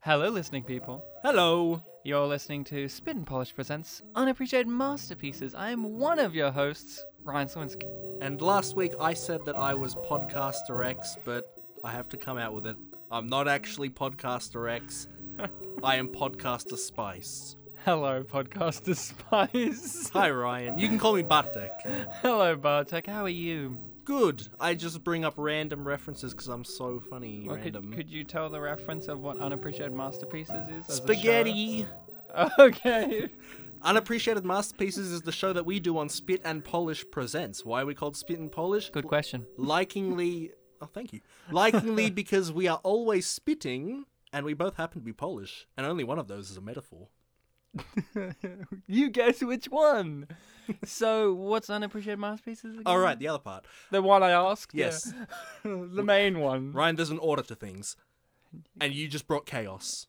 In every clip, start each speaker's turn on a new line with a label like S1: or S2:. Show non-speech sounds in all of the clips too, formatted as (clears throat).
S1: Hello, listening people.
S2: Hello.
S1: You're listening to Spit and Polish Presents Unappreciated Masterpieces. I am one of your hosts, Ryan Sawinski.
S2: And last week I said that I was Podcaster X, but I have to come out with it. I'm not actually
S1: (laughs)
S2: Podcaster X. I am Podcaster Spice.
S1: Hello, Podcaster (laughs) Spice.
S2: Hi, Ryan. You can call me Bartek.
S1: Hello, Bartek. How are you?
S2: Good. I just bring up random references because I'm so funny.
S1: Well,
S2: random.
S1: could, could you tell the reference of what Unappreciated Masterpieces is? as a show?
S2: Spaghetti.
S1: (laughs) Okay.
S2: Unappreciated Masterpieces is the show that we do on Spit and Polish Presents. Why are we called Spit and Polish?
S1: Good question.
S2: Likingly. Oh, thank you. Likingly because we are always spitting and we both happen to be Polish, and only one of those is a metaphor.
S1: (laughs) you guess which one? so, what's Unappreciated Masterpieces again?
S2: All right, the other part.
S1: The one I asked? yeah. (laughs)
S2: Yes.
S1: the main one.
S2: Ryan, there's an order to things, and you just brought chaos.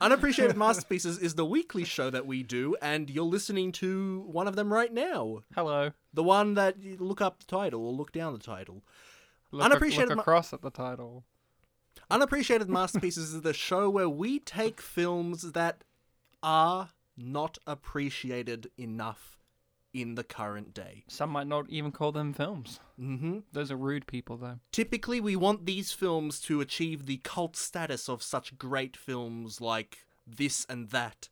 S2: Unappreciated Masterpieces is the weekly show that we do, and you're listening to one of them right now.
S1: Hello.
S2: The one that you look up the title or look down the title.
S1: Look, ac-
S2: Unappreciated
S1: look
S2: ma-
S1: across at the title.
S2: Unappreciated Masterpieces is the show where we take films that are not appreciated enough in the current day.
S1: Some might not even call them films.
S2: hmm
S1: Those are rude people, though.
S2: Typically, we want these films to achieve the cult status of such great films like this and that.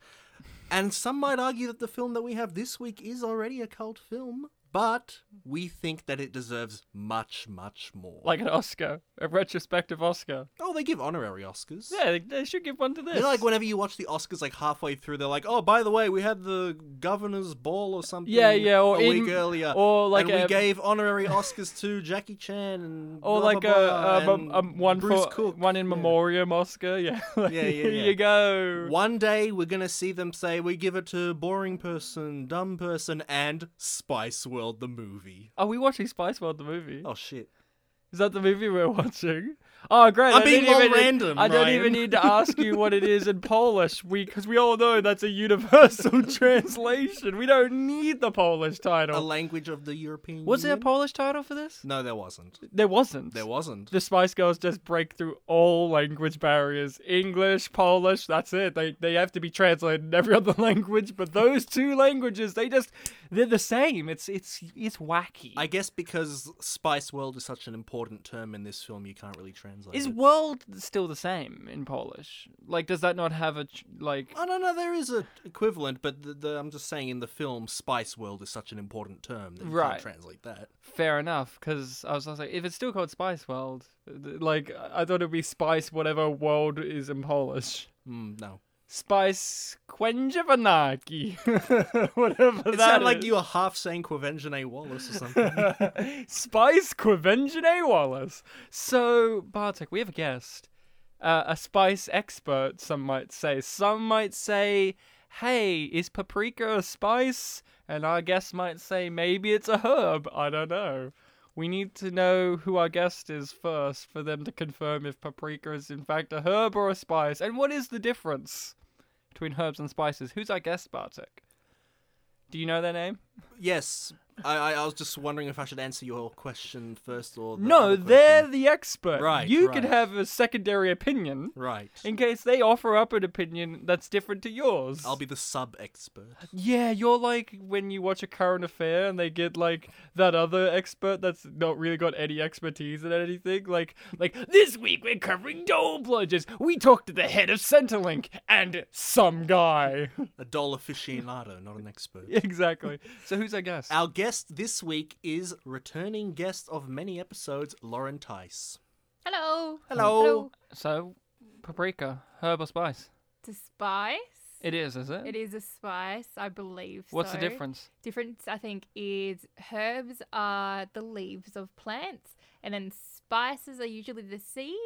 S2: And some might argue that the film that we have this week is already a cult film, but we think that it deserves much, much more.
S1: Like an Oscar, a retrospective Oscar.
S2: oh, they give honorary Oscars.
S1: Yeah, they, they should give one to this.
S2: You know, like whenever you watch the Oscars, like halfway through, they're like, "Oh, by the way, we had the governor's ball or something."
S1: Yeah, yeah, or
S2: a
S1: in-
S2: week earlier,
S1: or like
S2: and we
S1: a-
S2: gave honorary Oscars to Jackie Chan and
S1: or
S2: blah,
S1: like
S2: blah, blah,
S1: a, um,
S2: and
S1: um, one
S2: Bruce
S1: for
S2: Cook.
S1: one in
S2: yeah.
S1: memoriam Oscar. (laughs) Yeah, like,
S2: Yeah, yeah,
S1: here
S2: yeah.
S1: you go.
S2: One day we're gonna see them say we give it to boring person, dumb person, and Spice World the movie.
S1: Are we watching Spice World the movie?
S2: Oh shit!
S1: Is that the movie we're (laughs) watching? Oh, great!
S2: I'm
S1: I
S2: being
S1: didn't even,
S2: long-random,
S1: I don't
S2: Ryan.
S1: even need
S2: (laughs)
S1: to ask you what it is in Polish, we because we all know that's a
S2: (laughs)
S1: universal translation. We don't need the Polish title.
S2: A language of the European.
S1: Was there a
S2: Union?
S1: Polish title for this?
S2: No, there wasn't.
S1: There wasn't.
S2: There wasn't.
S1: The Spice Girls just break through all language barriers. English, Polish, that's it. They they have to be translated in every (laughs) other language, but those two languages, they just they're the same. It's it's it's wacky.
S2: I guess because Spice World is such an important term in this film, you can't really translate.
S1: is
S2: it.
S1: world still the same in Polish? Like does that not have a ch- like
S2: Oh no, no, there is a equivalent, but the, the, I'm just saying in the film, Spice World is such an important term that you
S1: Right.
S2: can't translate that.
S1: fair enough cuz I was just like if it's still called Spice World, th- like I thought it'd be Spice whatever world is in Polish.
S2: Mm, no,
S1: Spice Quenjivanaki. (laughs) whatever
S2: it
S1: that
S2: sounded like
S1: is.
S2: you were half saying Quavengene Wallace or
S1: (laughs)
S2: something.
S1: Spice Quavengene Wallace. So, Bartek, we have a guest. Uh, a spice expert, some might say. Some might say, hey, is paprika a spice? And our guest might say, maybe it's a herb. I don't know. We need to know who our guest is first for them to confirm if paprika is in fact a herb or a spice. And what is the difference between herbs and spices? Who's our guest, Bartek? Do you know their name?
S2: yes, I, I, I was just wondering if I should answer your question first or the
S1: No,
S2: other question.
S1: they're the expert.
S2: Right,
S1: You can
S2: right.
S1: have a secondary opinion
S2: right.
S1: in case they offer up an opinion that's different to yours.
S2: I'll be the sub expert.
S1: Yeah, you're like when you watch a current affair and they get like that other expert that's not really got any expertise in anything. Like, like this week we're covering dole bludgers. We talked to the head of Centrelink and some guy. (laughs)
S2: A doll aficionado, not an expert.
S1: exactly. So who's our guest?
S2: Our guest this week is returning guest of many episodes, Lauren Tice.
S3: Hello.
S2: Hello.
S1: So, paprika, herb or spice?
S3: It's a spice.
S1: It is, is it?
S3: It is a spice, I believe.
S1: What's the
S3: so.
S1: difference?
S3: Difference, I think, is herbs are the leaves of plants, and then spices are usually the seeds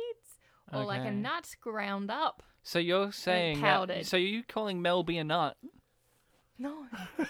S3: or like a
S1: Okay.
S3: nut ground up.
S1: So you're saying that,
S3: powdered.
S1: so you calling Melby a nut?
S3: No. (laughs)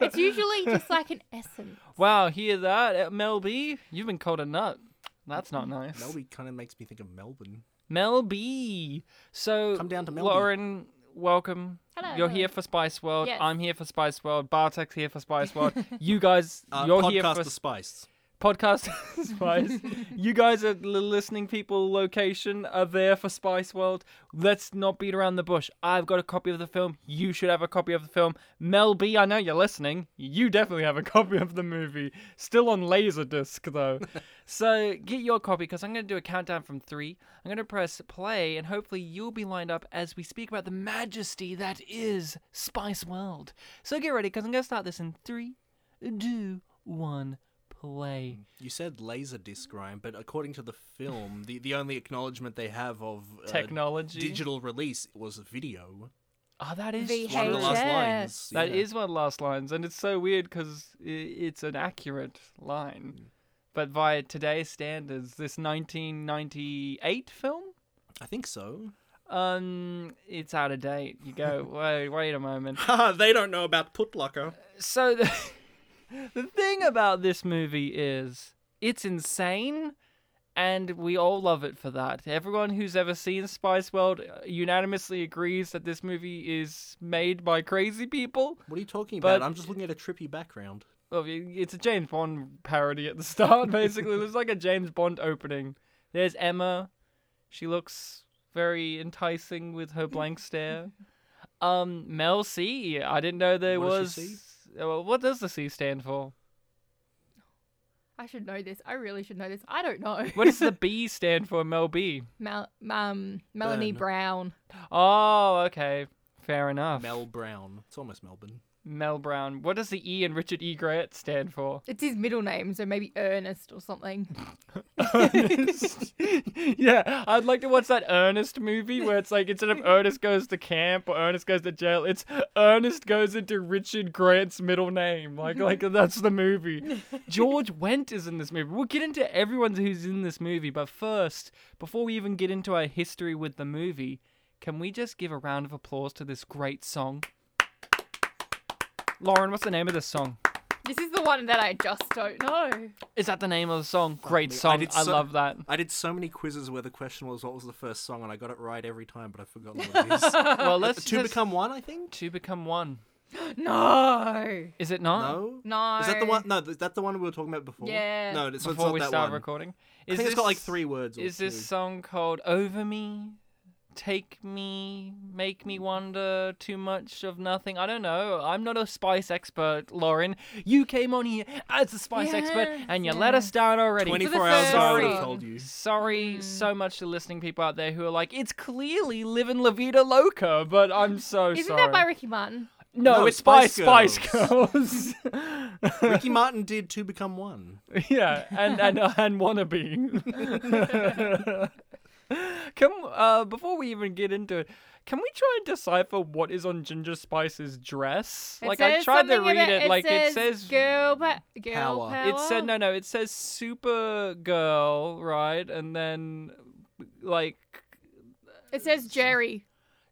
S3: it's
S1: (laughs)
S3: usually just like an essence.
S1: Wow, hear that, Uh, Melby? You've been called a nut. That's not nice.
S2: Melby kind of makes me think of Melbourne.
S1: Melby. So
S2: Come down to Melby.
S1: Lauren, welcome.
S3: Hello.
S1: You're here for Spice World.
S3: Yes. (laughs)
S1: I'm here for Spice World. Bartek's here for Spice World. you guys,
S2: Uh,
S1: you're here
S2: podcast
S1: for
S2: The Spice.
S1: podcast (laughs) spice. you guys are li- listening people location are there for Spice World. Let's not beat around the bush. I've got a copy of the film. You should have a copy of the film. Mel B, I know you're listening. You definitely have a copy of the movie. Still on Laserdisc though. so get your copy because I'm going to do a countdown from three. I'm going to press play and hopefully you'll be lined up as we speak about the majesty that is Spice World. So get ready because I'm going to start this in three, two, one, play.
S2: You said laser disc Ryan, but according to the film, the, the only acknowledgement they have of uh,
S1: Technology.
S2: digital release was video.
S1: Oh, that is
S3: VHS.
S2: One of the last
S1: true.
S2: lines.
S1: That
S2: yeah.
S1: is one of the last lines, and it's so weird because it's an accurate
S2: Mm.
S1: line, but by today's standards, this 1998 film,
S2: I think so.
S1: um, it's out of date. You
S2: (laughs)
S1: go, wait, wait a moment.
S2: Haha, (laughs) they don't know about Putlocker.
S1: So the (laughs) the thing about this movie is it's insane. And we all love it for that. Everyone who's ever seen Spice World uh, unanimously agrees that this movie is made by crazy people.
S2: What are you talking
S1: But-
S2: about? I'm just looking at a trippy background.
S1: well, i- it's a James Bond parody at the (laughs) start, basically. There's like a James Bond opening. There's Emma. She looks very enticing with her blank stare. Um, Mel C. I didn't know there
S2: What
S1: was.
S2: does she
S1: Uh, well, What does the C stand for?
S3: I should know this. I really should know this. I don't know.
S1: What does the B stand for? Mel B.
S3: (laughs) Mel- um, Melanie
S2: Burn.
S3: Brown.
S1: Oh, okay. Fair enough.
S2: Mel Brown. It's almost Melbourne.
S1: Mel Brown. What does the E in Richard E. Grant stand for?
S3: It's his middle name, so maybe Ernest or something.
S1: (laughs) Ernest. (laughs) yeah, I'd like to watch that Ernest movie where it's like instead of Ernest goes to camp or Ernest goes to jail, it's Ernest goes into Richard Grant's middle name. (laughs) Like, like that's the movie. George Wendt is in this movie. We'll get into everyone who's in this movie, but first, before we even get into our history with the movie, can we just give a round of applause to this great song? Lauren, what's the name of this song?
S3: This is the one that I just don't know.
S1: Is that the name of the song? Great
S2: me, I
S1: song.
S2: did
S1: I
S2: so-
S1: love that.
S2: I did so many quizzes where the question was what was the first song, and I got it right every time, but I've forgotten what it
S1: (laughs)
S2: is.
S1: (laughs) Well, let's
S2: Two
S1: just-
S2: become one, I think.
S1: Two become one.
S3: No.
S1: Is it not?
S2: No.
S3: No.
S2: Is that the one? No, is that the one we were talking about before?
S3: Yeah.
S2: No, it's, it's
S1: Before
S2: not
S1: we
S2: that
S1: start
S2: one.
S1: recording,
S2: I think it's got like three words. Or
S1: Is
S2: two.
S1: this song called "Over Me"? Take me, make me wonder too much of nothing. I don't know. I'm not a spice expert, Lauren. You came on here as a spice expert,
S3: Yes,
S1: and you let us down already.
S3: the
S2: 24 hours
S1: third song.
S2: I have told you.
S3: Hmm.
S1: Sorry so much to listening people out there who are like, it's clearly living La Vida Loca, but I'm so
S3: Isn't
S1: sorry.
S3: that by Ricky Martin?
S1: no,
S2: No,
S1: it's by
S2: Spice
S1: Spice Girls. (laughs)
S2: Ricky Martin did Two Become One.
S1: yeah, and and uh, and wannabe. (laughs) can uh, before we even get into it, can we try and decipher what is on Ginger Spice's dress?
S3: It
S1: like I
S3: says
S1: tried to
S3: something
S1: read
S3: about-
S1: it, like
S3: says
S1: it says.
S3: girl, pa- girl
S2: Power.
S3: power.
S1: It said no, no. It says Supergirl, right? And then, like
S3: It says Jerry.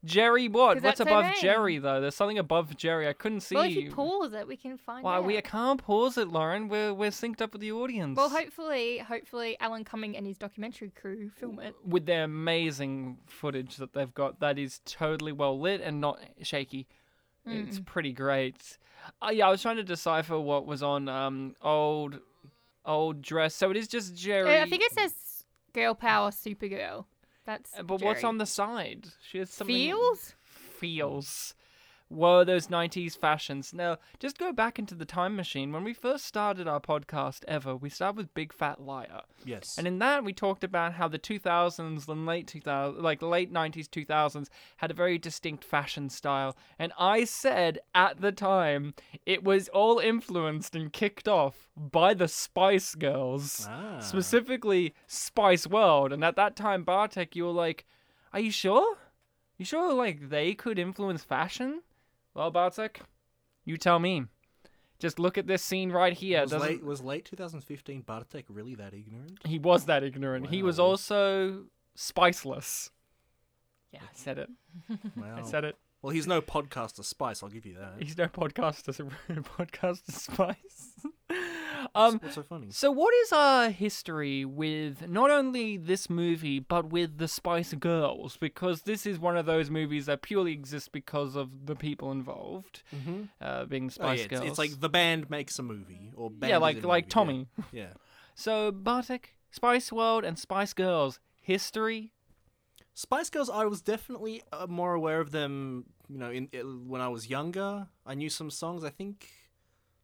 S1: Jerry. What?
S3: 'Cause
S1: What's
S3: that's her
S1: above
S3: name.
S1: Jerry though? There's something above Jerry. I couldn't see.
S3: Well, if you pause it, we can find
S1: Why
S3: out.
S1: we can't pause it, Lauren? We're we're synced up with the audience.
S3: Well, hopefully, hopefully, Alan Cumming and his documentary crew film it.
S1: with their amazing footage that they've got that is totally well lit and not shaky. It's
S3: Mm.
S1: pretty great. Uh, yeah, I was trying to decipher what was on um old old dress. So it is just
S3: Uh,
S1: Jerry.
S3: I think it says girl power, Supergirl. That's.
S1: uh, but what's
S3: Jerry.
S1: on the side? She has something
S3: feels?
S1: feels. Were those 90s fashions. Now, just go back into the time machine. When we first started our podcast ever, we started with Big Fat Liar.
S2: Yes.
S1: And in that, we talked about how the 2000s and late 2000s, like late 90s, 2000s, had a very distinct fashion style. And I said at the time it was all influenced and kicked off by the Spice Girls,
S2: Ah.
S1: specifically Spice World. And at that time, Bartek, you were like, "Are you sure? You sure like they could influence fashion?" Well, Bartek, you tell me. Just look at this scene right here.
S2: was,
S1: Doesn't-
S2: late, was late 2015 Bartek really that ignorant?
S1: he was that ignorant. He was
S2: Wow.
S1: also spiceless. Yeah, I said it. (laughs)
S2: Wow.
S1: I said it.
S2: Well, he's no podcaster spice, I'll give you that.
S1: He's no podcaster. so- (laughs) podcaster spice. (laughs) um.
S2: What's so funny?
S1: So, what is our history with not only this movie but with the Spice Girls? Because this is one of those movies that purely exists because of the people involved uh, being
S2: Oh, yeah,
S1: Spice
S2: it's,
S1: Girls.
S2: it's like the band makes a movie, or band
S1: yeah,
S2: is
S1: like
S2: in a
S1: like
S2: movie,
S1: Tommy.
S2: Yeah.
S1: So Bartek, Spice World, and Spice Girls history.
S2: Spice Girls, I was definitely uh, more aware of them, you know, in, i when I was younger. I knew some songs. I think,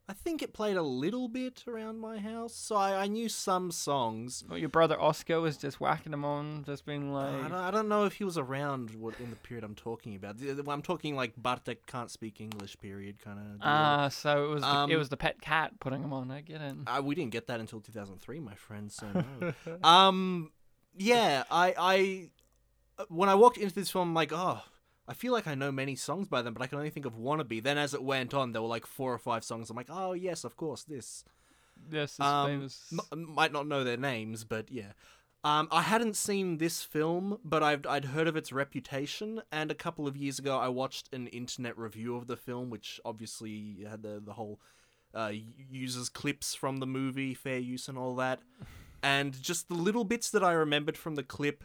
S2: I think it played a little bit around my house, so I, I knew some songs.
S1: Well, Oh, your brother Oscar was just whacking them on, just being
S2: I
S1: like,
S2: don't, I don't know if he was around what, in the period I'm talking about. The- the- I'm talking like Bartek can't speak English period kind of.
S1: ah, so it was the,
S2: Um,
S1: it was the pet cat putting them on. I get it.
S2: Uh, we didn't get that until 2003, my friend. So
S1: (laughs)
S2: no. um, yeah, I, I, when I walked into this film, I'm like, oh, I feel like I know many songs by them, but I can only think of "Wannabe." Then as it went on, there were like four or five songs. I'm like, oh yes, of course, this.
S1: This is
S2: Um,
S1: famous.
S2: m- might not know their names, but yeah. Um, I hadn't seen this film, but I've, I'd heard of its reputation. And a couple of years ago, I watched an internet review of the film, which obviously had the, the whole uh, u- uses clips from the movie, fair use, and all that. And just the little bits that I remembered from the clip,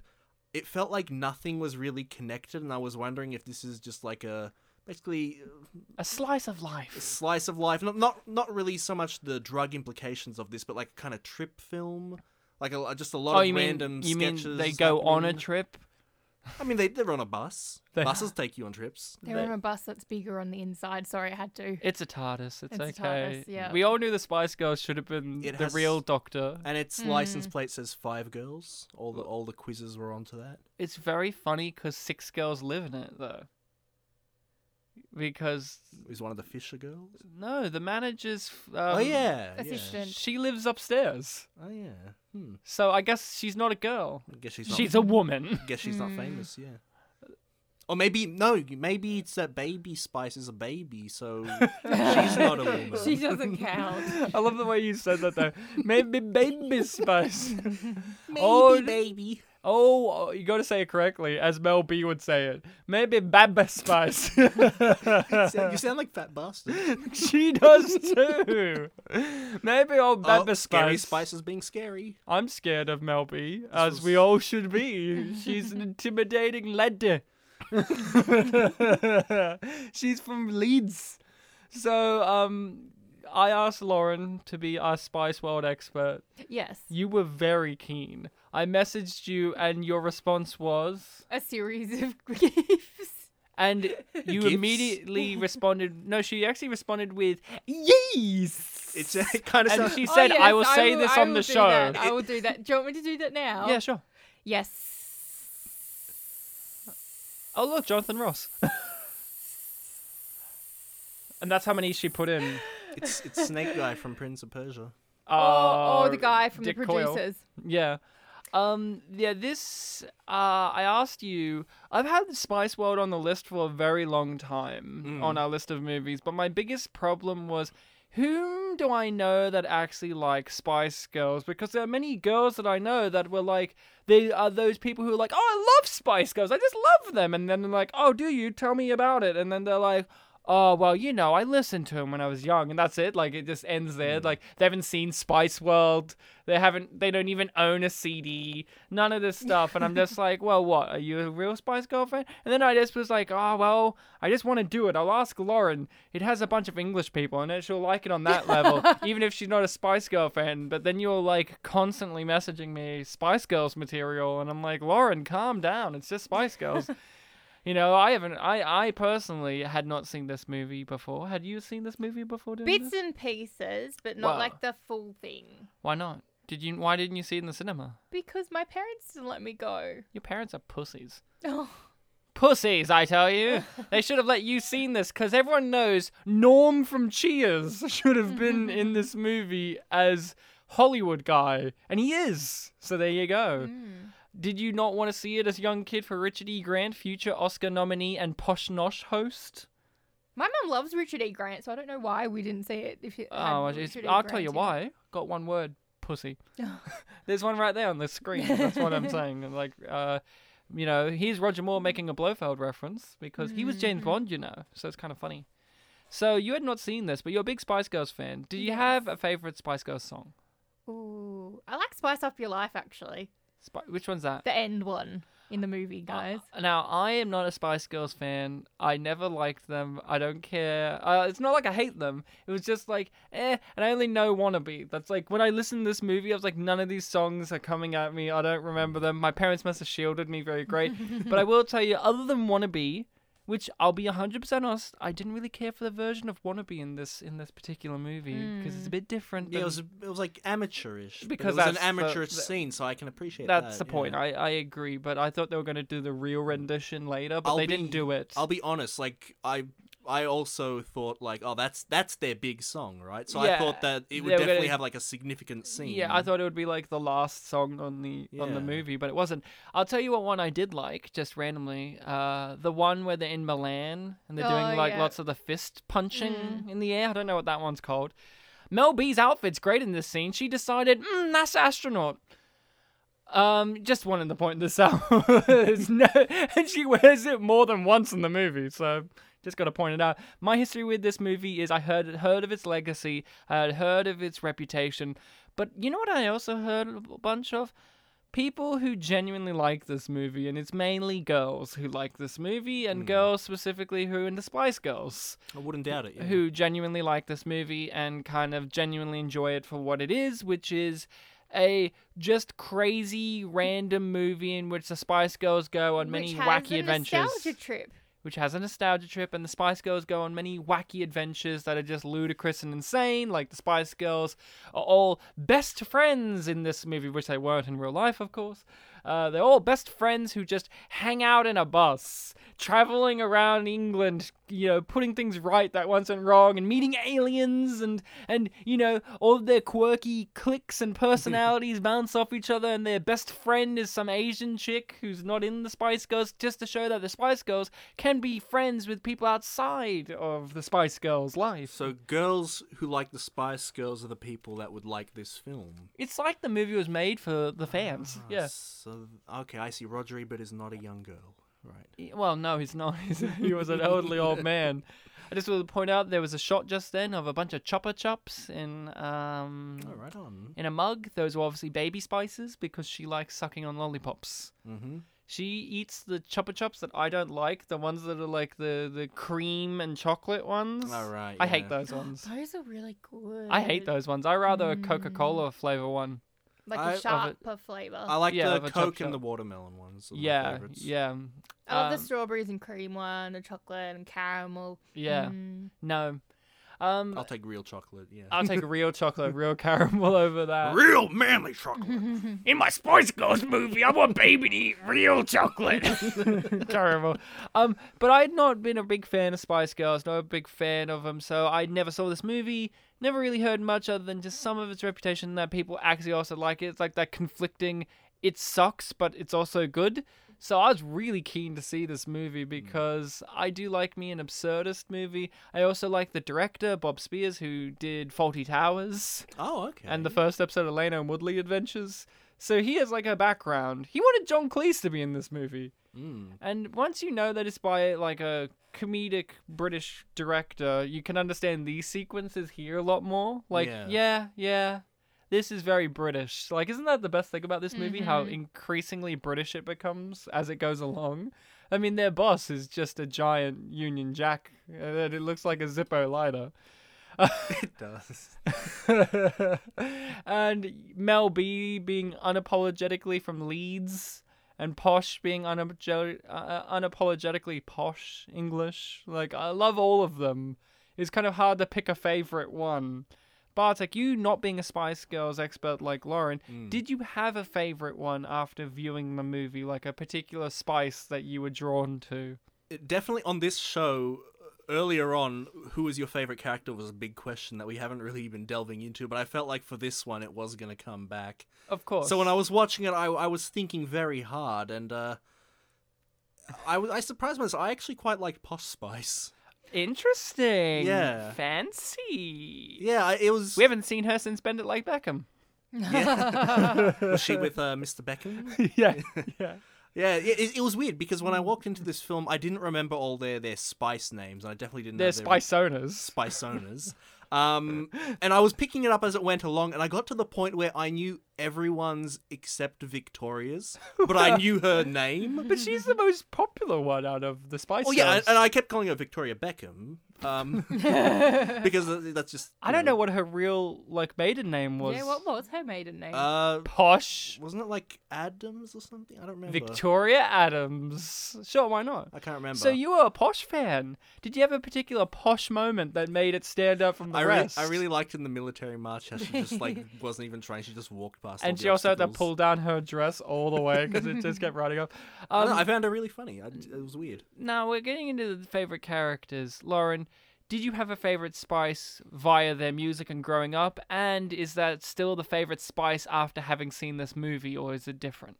S2: it felt like nothing was really connected. And I was wondering if this is just like a basically
S1: a slice of life.
S2: slice of life. Not not not really so much the drug implications of this, but like kind of trip film. Like a, just a lot
S1: Oh,
S2: of
S1: you mean
S2: random
S1: you mean
S2: sketches.
S1: they go on a
S2: happening.
S1: trip?
S2: I mean, they they're on a bus.
S1: They-
S2: Buses take you on trips.
S3: They're on a bus that's bigger on the inside. Sorry, I
S1: (laughs)
S3: had to.
S1: It's a TARDIS. It's,
S3: It's a
S1: okay.
S3: TARDIS, yeah.
S1: We all knew the Spice Girls should have been
S2: It
S1: the
S2: has-
S1: real Doctor.
S2: and its license plate says Five Girls. All the all the quizzes were onto that.
S1: It's very funny because six girls live in it though. Because
S2: Is one of the Fisher Girls?
S1: no, the manager's. Um,
S2: oh yeah, yeah.
S3: assistant.
S1: She lives upstairs,
S2: Oh yeah. Hmm.
S1: so I guess she's not a girl.
S2: I guess she's not.
S1: She's a woman.
S2: guess she's not famous. Yeah. Or maybe no, maybe it's that baby Spice is a baby, (laughs) so she's not a woman.
S3: She doesn't count.
S1: (laughs) I love the way you said that though. Maybe baby Spice. (laughs)
S2: Maybe
S1: Oh, d-
S2: baby.
S1: Oh, oh, you got to say it correctly, as Mel B would say it. Maybe Baba
S2: (laughs)
S1: Spice.
S2: Sound- you sound like fat (laughs) bastard.
S1: she does too. Maybe old Baba
S2: Oh, scary
S1: Spice.
S2: Spice is being scary.
S1: I'm scared of Mel B, as we
S2: was-
S1: all should be. She's an intimidating
S2: (laughs)
S1: lady. She's from Leeds. So, um, I asked Lauren to be our Spice World expert.
S3: (laughs) Yes.
S1: You were very keen. I messaged you, and your response was.
S3: A series of (laughs) gifts.
S1: And you
S2: Gifts? (laughs)
S1: immediately responded. No, she actually responded with yes.
S2: It's, (laughs) it kind
S1: (laughs)
S2: of
S1: and
S2: sounds.
S1: she said,
S3: Oh,
S1: "I
S3: yes,
S1: will say
S3: will-
S1: this
S3: I
S1: on
S3: will
S1: the
S3: do
S1: show."
S3: that. I will do that. Do you want me to do that now?
S1: Yeah, sure.
S3: Yes.
S1: Oh look, Jonathan
S3: (laughs)
S1: Ross. and that's how many she put in.
S2: It's, it's Snake Guy from Prince of Persia.
S1: Uh,
S3: or, or Oh, the guy from
S1: Dick
S3: the
S1: Coyle.
S3: producers.
S1: Yeah. Um, yeah, this, uh, I asked you, I've had Spice World on the list for a very long time on our list of movies, but my biggest problem was whom do I know that actually like Spice Girls? Because there are many girls that I know that were like, they are those people who are like, oh, I love Spice Girls. I just love them. And then they're like, oh, do you? Tell me about it. And then they're like, oh, well, you know, I listened to them when I was young. And that's it. Like, it just ends there. Like, they haven't seen Spice World. They haven't, they don't even own a CD. None of this stuff. And I'm just like, well, what? Are you a real Spice Girl fan? And then I just was like, oh, well, I just want to do it. I'll ask Lauren. It has a bunch of English people in it. She'll like it on that level, even if she's not a Spice Girl fan. But then you're like constantly messaging me Spice Girls material. And I'm like, Lauren, calm down. It's just Spice Girls. You know, I haven't. I I personally had not seen this movie before. Had you seen this movie before? doing
S3: Bits
S1: this?
S3: and pieces, but not
S1: Wow.
S3: like the full thing.
S1: Why not? Did you? Why didn't you see it in the cinema?
S3: Because my parents didn't let me go.
S1: Your parents are pussies.
S3: Oh,
S1: Pussies, I tell you. they should have let you seen this because everyone knows Norm from Cheers (laughs) should have been in this movie as Hollywood guy, and he is. So there you go.
S3: Mm-hmm.
S1: Did you not want to see it as young kid for Richard E. Grant, future Oscar nominee and posh nosh host?
S3: my mum loves Richard E. Grant, so I don't know why we didn't see it. If it had
S1: Oh, it's,
S3: Richard E.
S1: I'll tell
S3: Grant
S1: you
S3: in it.
S1: why. Got one word,
S3: (laughs)
S1: pussy. (laughs) There's one right there on the screen. That's what I'm saying.
S3: (laughs)
S1: And, Like, uh, you know, here's Roger Moore making a Blofeld reference because he was
S3: Mm-hmm.
S1: James Bond, you know. So it's kind of funny. So you had not seen this, but you're a big Spice Girls fan. Do you
S3: Yes.
S1: have a favorite Spice Girls song?
S3: Ooh, I like Spice Up Your Life actually.
S1: Spi- which one's that?
S3: The end one. in the movie, guys.
S1: Uh, now, I am not a Spice Girls fan. I never liked them. I don't care. Uh, it's not like I hate them. It was just like, eh. And I only know Wannabe. That's like, when I listened to this movie, I was like, none of these songs are coming at me. I don't remember them. My parents must have shielded me very great. but I will tell you, other than Wannabe, which I'll be 100% honest, I didn't really care for the version of Wannabe in this in this particular movie because it's a bit different.
S2: Yeah, it
S1: than-
S2: was it was like amateurish but
S1: Because
S2: it was an
S1: that's the-
S2: amateurish
S1: the-
S2: scene, so I can appreciate
S1: That's
S2: that,
S1: the point.
S2: uh, yeah.
S1: I, I agree, but I thought they were going to do the real rendition later, but
S2: I'll
S1: they didn't
S2: be-
S1: do it.
S2: I'll be honest, like I I also thought like, oh, that's that's their big song, right? So
S1: Yeah,
S2: I thought that it
S1: they were
S2: would
S1: gonna-
S2: definitely have like a significant scene.
S1: Yeah, I thought it would be like the last song on the on the
S2: Yeah.
S1: movie, but it wasn't. I'll tell you what one I did like just randomly. Uh, the one where they're in Milan and they're doing
S3: Oh,
S1: like
S3: yeah. Mm.
S1: lots of the fist punching in the air. I don't know what that one's called. Mel B's outfit's great in this scene. She decided, mm, that's astronaut. Um, just wanted to point this (laughs) out. It's no, and she wears it more than once in the movie, so just got to point it out. My history with this movie is I heard heard of its legacy, I had heard of its reputation, but you know what I also heard a bunch of people who genuinely like this movie, and it's mainly girls who like this movie,
S3: Hmm.
S1: and girls specifically who are into Spice Girls
S2: I wouldn't doubt it. yeah.
S1: who genuinely like this movie and kind of genuinely enjoy it for what it is, which is a just crazy random movie in which the Spice Girls go on many
S3: Which has
S1: wacky
S3: a
S1: adventures,
S3: Nostalgia trip.
S1: which has a nostalgia trip, and the Spice Girls go on many wacky adventures that are just ludicrous and insane. Like the Spice Girls are all best friends in this movie, which they weren't in real life, of course. Uh, they're all best friends who just hang out in a bus, traveling around England, you know, putting things right that once went wrong, and meeting aliens, and and you know, all of their quirky cliques and personalities (laughs) bounce off each other, and their best friend is some Asian chick who's not in the Spice Girls, just to show that the Spice Girls can be friends with people outside of the Spice Girls' life.
S2: So girls who like the Spice Girls are the people that would like this film.
S1: it's like the movie was made for the fans.
S2: Ah,
S1: Yeah.
S2: So okay, I see. Roger Ebert is not a young girl, right?
S1: Y- Well, no, he's not. (laughs) He's, he was an elderly old man. I just want to point out there was a shot just then of a bunch of chopper chops in um
S2: oh, right on.
S1: in a mug. Those were obviously baby spices because she likes sucking on lollipops.
S2: Mm-hmm.
S1: She eats the chopper chops that I don't like, the ones that are like the the cream and chocolate ones.
S2: All right.
S1: I hate
S2: yeah.
S1: those
S3: (laughs)
S1: ones.
S3: (gasps) Those are really good.
S1: I hate those ones. I rather a Coca Cola flavor one.
S3: Like
S2: I-
S3: a
S2: of
S3: sharper flavour.
S2: I like
S1: Yeah,
S2: the
S1: of a chop
S2: Coke
S1: shop.
S2: and the watermelon ones. Are my
S1: yeah,
S2: favorites.
S1: yeah,
S3: I
S1: um,
S3: love the strawberries and cream one, the chocolate and caramel.
S1: yeah.
S3: Mm.
S1: No, um,
S2: I'll take real chocolate. Yeah.
S1: I'll
S2: (laughs)
S1: take real chocolate, real caramel (laughs) over that.
S2: real manly chocolate.
S1: (laughs) In my Spice Girls movie, I want baby to eat real chocolate. (laughs) Terrible. Um, but I had not been a big fan of Spice Girls, not a big fan of them, so I never saw this movie. Never really heard much other than just some of its reputation that people actually also like it. It's like that conflicting. It sucks, but it's also good. So I was really keen to see this movie because I do like me an absurdist movie. I also like the director Bob Spears, who did Faulty Towers
S2: (laughs) oh, okay.
S1: and the first episode of Lana and Woodley Adventures. So he has like a background. He wanted John Cleese to be in this movie.
S2: Mm.
S1: And once you know that it's by like a comedic British director, you can understand these sequences here a lot more. Like, yeah,
S2: Yeah.
S1: yeah. This is very British. Like, isn't that the best thing about this movie? How increasingly British it becomes as it goes along. I mean, their boss is just a giant Union Jack, and it looks like a Zippo lighter.
S2: It does.
S1: (laughs) and Mel B being unapologetically from Leeds, and Posh being unapologetic, uh, unapologetically posh English. Like I love all of them. It's kind of hard to pick a favorite one. Bartek, you not being a Spice Girls expert like Lauren,
S2: Hmm.
S1: did you have a favorite one after viewing the movie? Like a particular spice that you were drawn to?
S2: It- definitely on this show uh, earlier on, who was your favorite character was a big question that we haven't really been delving into. But I felt like for this one, it was going to come back.
S1: Of course.
S2: So when I was watching it, I, I was thinking very hard, and uh, I was I surprised myself. I actually quite liked Posh Spice.
S1: interesting.
S2: Yeah.
S1: Fancy.
S2: Yeah, I, it was.
S1: We haven't seen her since Bend It Like Beckham.
S2: Yeah. (laughs) was she with uh, Mr. Beckham?
S1: (laughs)
S2: (laughs)
S1: yeah, yeah.
S2: Yeah, it, it- it was weird because when I walked into this film, I didn't remember all their, their spice names, and I definitely didn't
S1: They're
S2: know they were
S1: spice owners.
S2: spice owners. Um, and I was picking it up as it went along, and I got to the point where I knew everyone's except Victoria's, but I knew her (laughs) name.
S1: But she's the most popular one out of the Spice
S2: Oh yeah,
S1: Girls.
S2: and I kept calling her Victoria Beckham, um,
S1: (laughs)
S2: because that's just.
S1: I don't know what her real like maiden name was.
S3: Yeah, what was her maiden name?
S2: Uh,
S1: Posh
S2: wasn't it like Adams or something? I don't remember.
S1: Victoria Adams. Sure, why not?
S2: I can't remember.
S1: So you were a posh fan. Did you have a particular posh moment that made it stand out from the
S2: I really,
S1: rest?
S2: I really liked in the military march how she
S1: (laughs)
S2: just like wasn't even trying. She just walked past. all
S1: and
S2: the
S1: she also had to
S2: obstacles.
S1: pull down her dress all the way because it
S2: (laughs)
S1: just kept running off.
S2: I
S1: Um,
S2: don't know, I found her really funny. I, it was weird.
S1: now we're getting into the favorite characters. Lauren, did you have a favorite Spice via their music and growing up? And is that still the favorite Spice after having seen this movie, or is it different?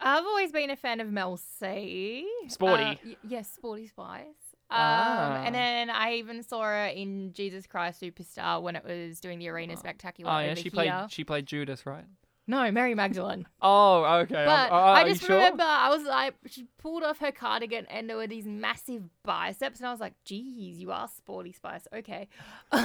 S3: I've always been a fan of Mel C.
S1: Sporty.
S3: Uh, y- yes, Sporty Spice. Um,
S1: Ah.
S3: And then I even saw her in Jesus Christ Superstar when it was doing the Arena Spectacular.
S1: Oh yeah,
S3: over
S1: she played
S3: here.
S1: she played Judas, right?
S3: No,
S1: (laughs)
S3: Mary Magdalene.
S1: Oh, okay. I'm-
S3: But
S1: oh,
S3: I
S1: are you
S3: just
S1: sure?
S3: remember I was like, she pulled off her cardigan and there were these massive biceps, and I was like, geez, you are Sporty Spice. Okay. (laughs)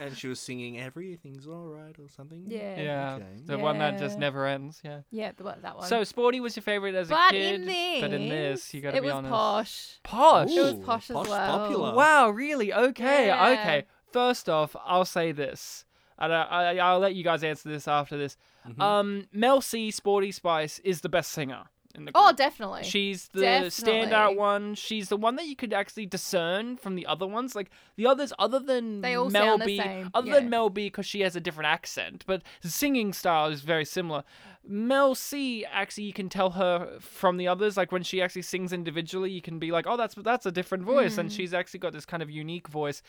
S2: And she was singing "Everything's Alright" or something.
S3: yeah.
S1: Yeah,
S2: Okay.
S1: the one that just
S3: Yeah.
S1: never ends. Yeah.
S3: Yeah, the one- that one.
S1: So sporty was your favorite as a
S3: but
S1: kid,
S3: in this,
S1: but in this, you got to
S3: it
S1: be
S3: was
S1: honest.
S3: posh.
S1: Oh, Posh.
S3: It was
S2: Ooh,
S3: posh as
S2: posh
S3: well.
S2: popular.
S1: Wow, really? Okay,
S3: Yeah.
S1: okay. First off, I'll say this, and I, I, I'll let you guys answer this after this.
S3: Mm-hmm.
S2: Mhm.
S1: Um, Mel C, Sporty Spice, is the best singer in the group.
S3: Oh, definitely.
S1: She's the
S3: Definitely.
S1: standout one. She's the one that you could actually discern from the other ones. Like the others, other than
S3: They all
S1: Mel
S3: sound the
S1: B,
S3: same,
S1: other
S3: yeah.
S1: than Mel B, because she has a different accent, but the singing style is very similar. Mel C, actually, you can tell her from the others. Like when she actually sings individually, you can be like, oh, that's that's a different voice,
S3: Mm.
S1: and she's actually got this kind of unique voice.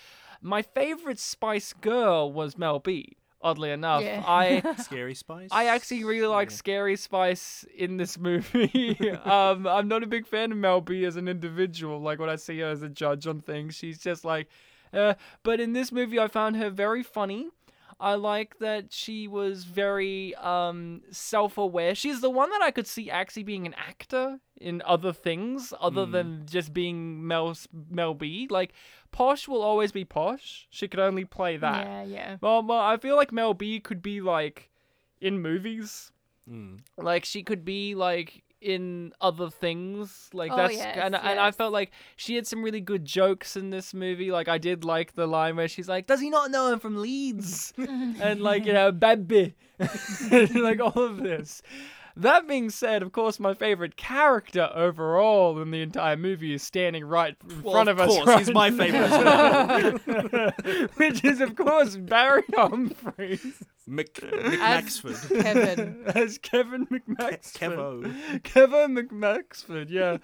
S1: My favorite Spice Girl was Mel B. Oddly enough,
S3: Yeah. (laughs)
S1: I
S2: Scary Spice.
S1: I actually really like
S2: Yeah.
S1: Scary Spice in this movie. (laughs) um, I'm not a big fan of Mel B as an individual. Like when I see her as a judge on things, she's just like. Uh, but in this movie, I found her very funny. I like that she was very um, self-aware. She's the one that I could see actually being an actor in other things other
S2: Mm.
S1: than just being Mel Mel B. Like Posh will always be Posh. She could only play that.
S3: Yeah, yeah.
S1: Well, well, I feel like Mel B could be like in movies.
S2: Mm.
S1: Like she could be like in other things. Like
S3: Oh,
S1: that's
S3: yes,
S1: and, and I
S3: yes.
S1: felt like she had some really good jokes in this movie. Like I did like the line where she's like, "Does he not know I'm from
S3: (laughs)
S1: Leeds?" and like you know, baby, (laughs) like all of this. That being said, of course, my favorite character overall in the entire movie is standing right in
S2: Well,
S1: front
S2: of
S1: of, us.
S2: course, he's
S1: right
S2: my favorite as
S1: now. (laughs) Which is, of course, Barry Humphries (laughs)
S2: Mc,
S3: As-
S2: McMaxford.
S3: Kevin.
S1: as Kevin McMaxford. (laughs)
S2: Kevo.
S1: Kevin McMaxford, yeah,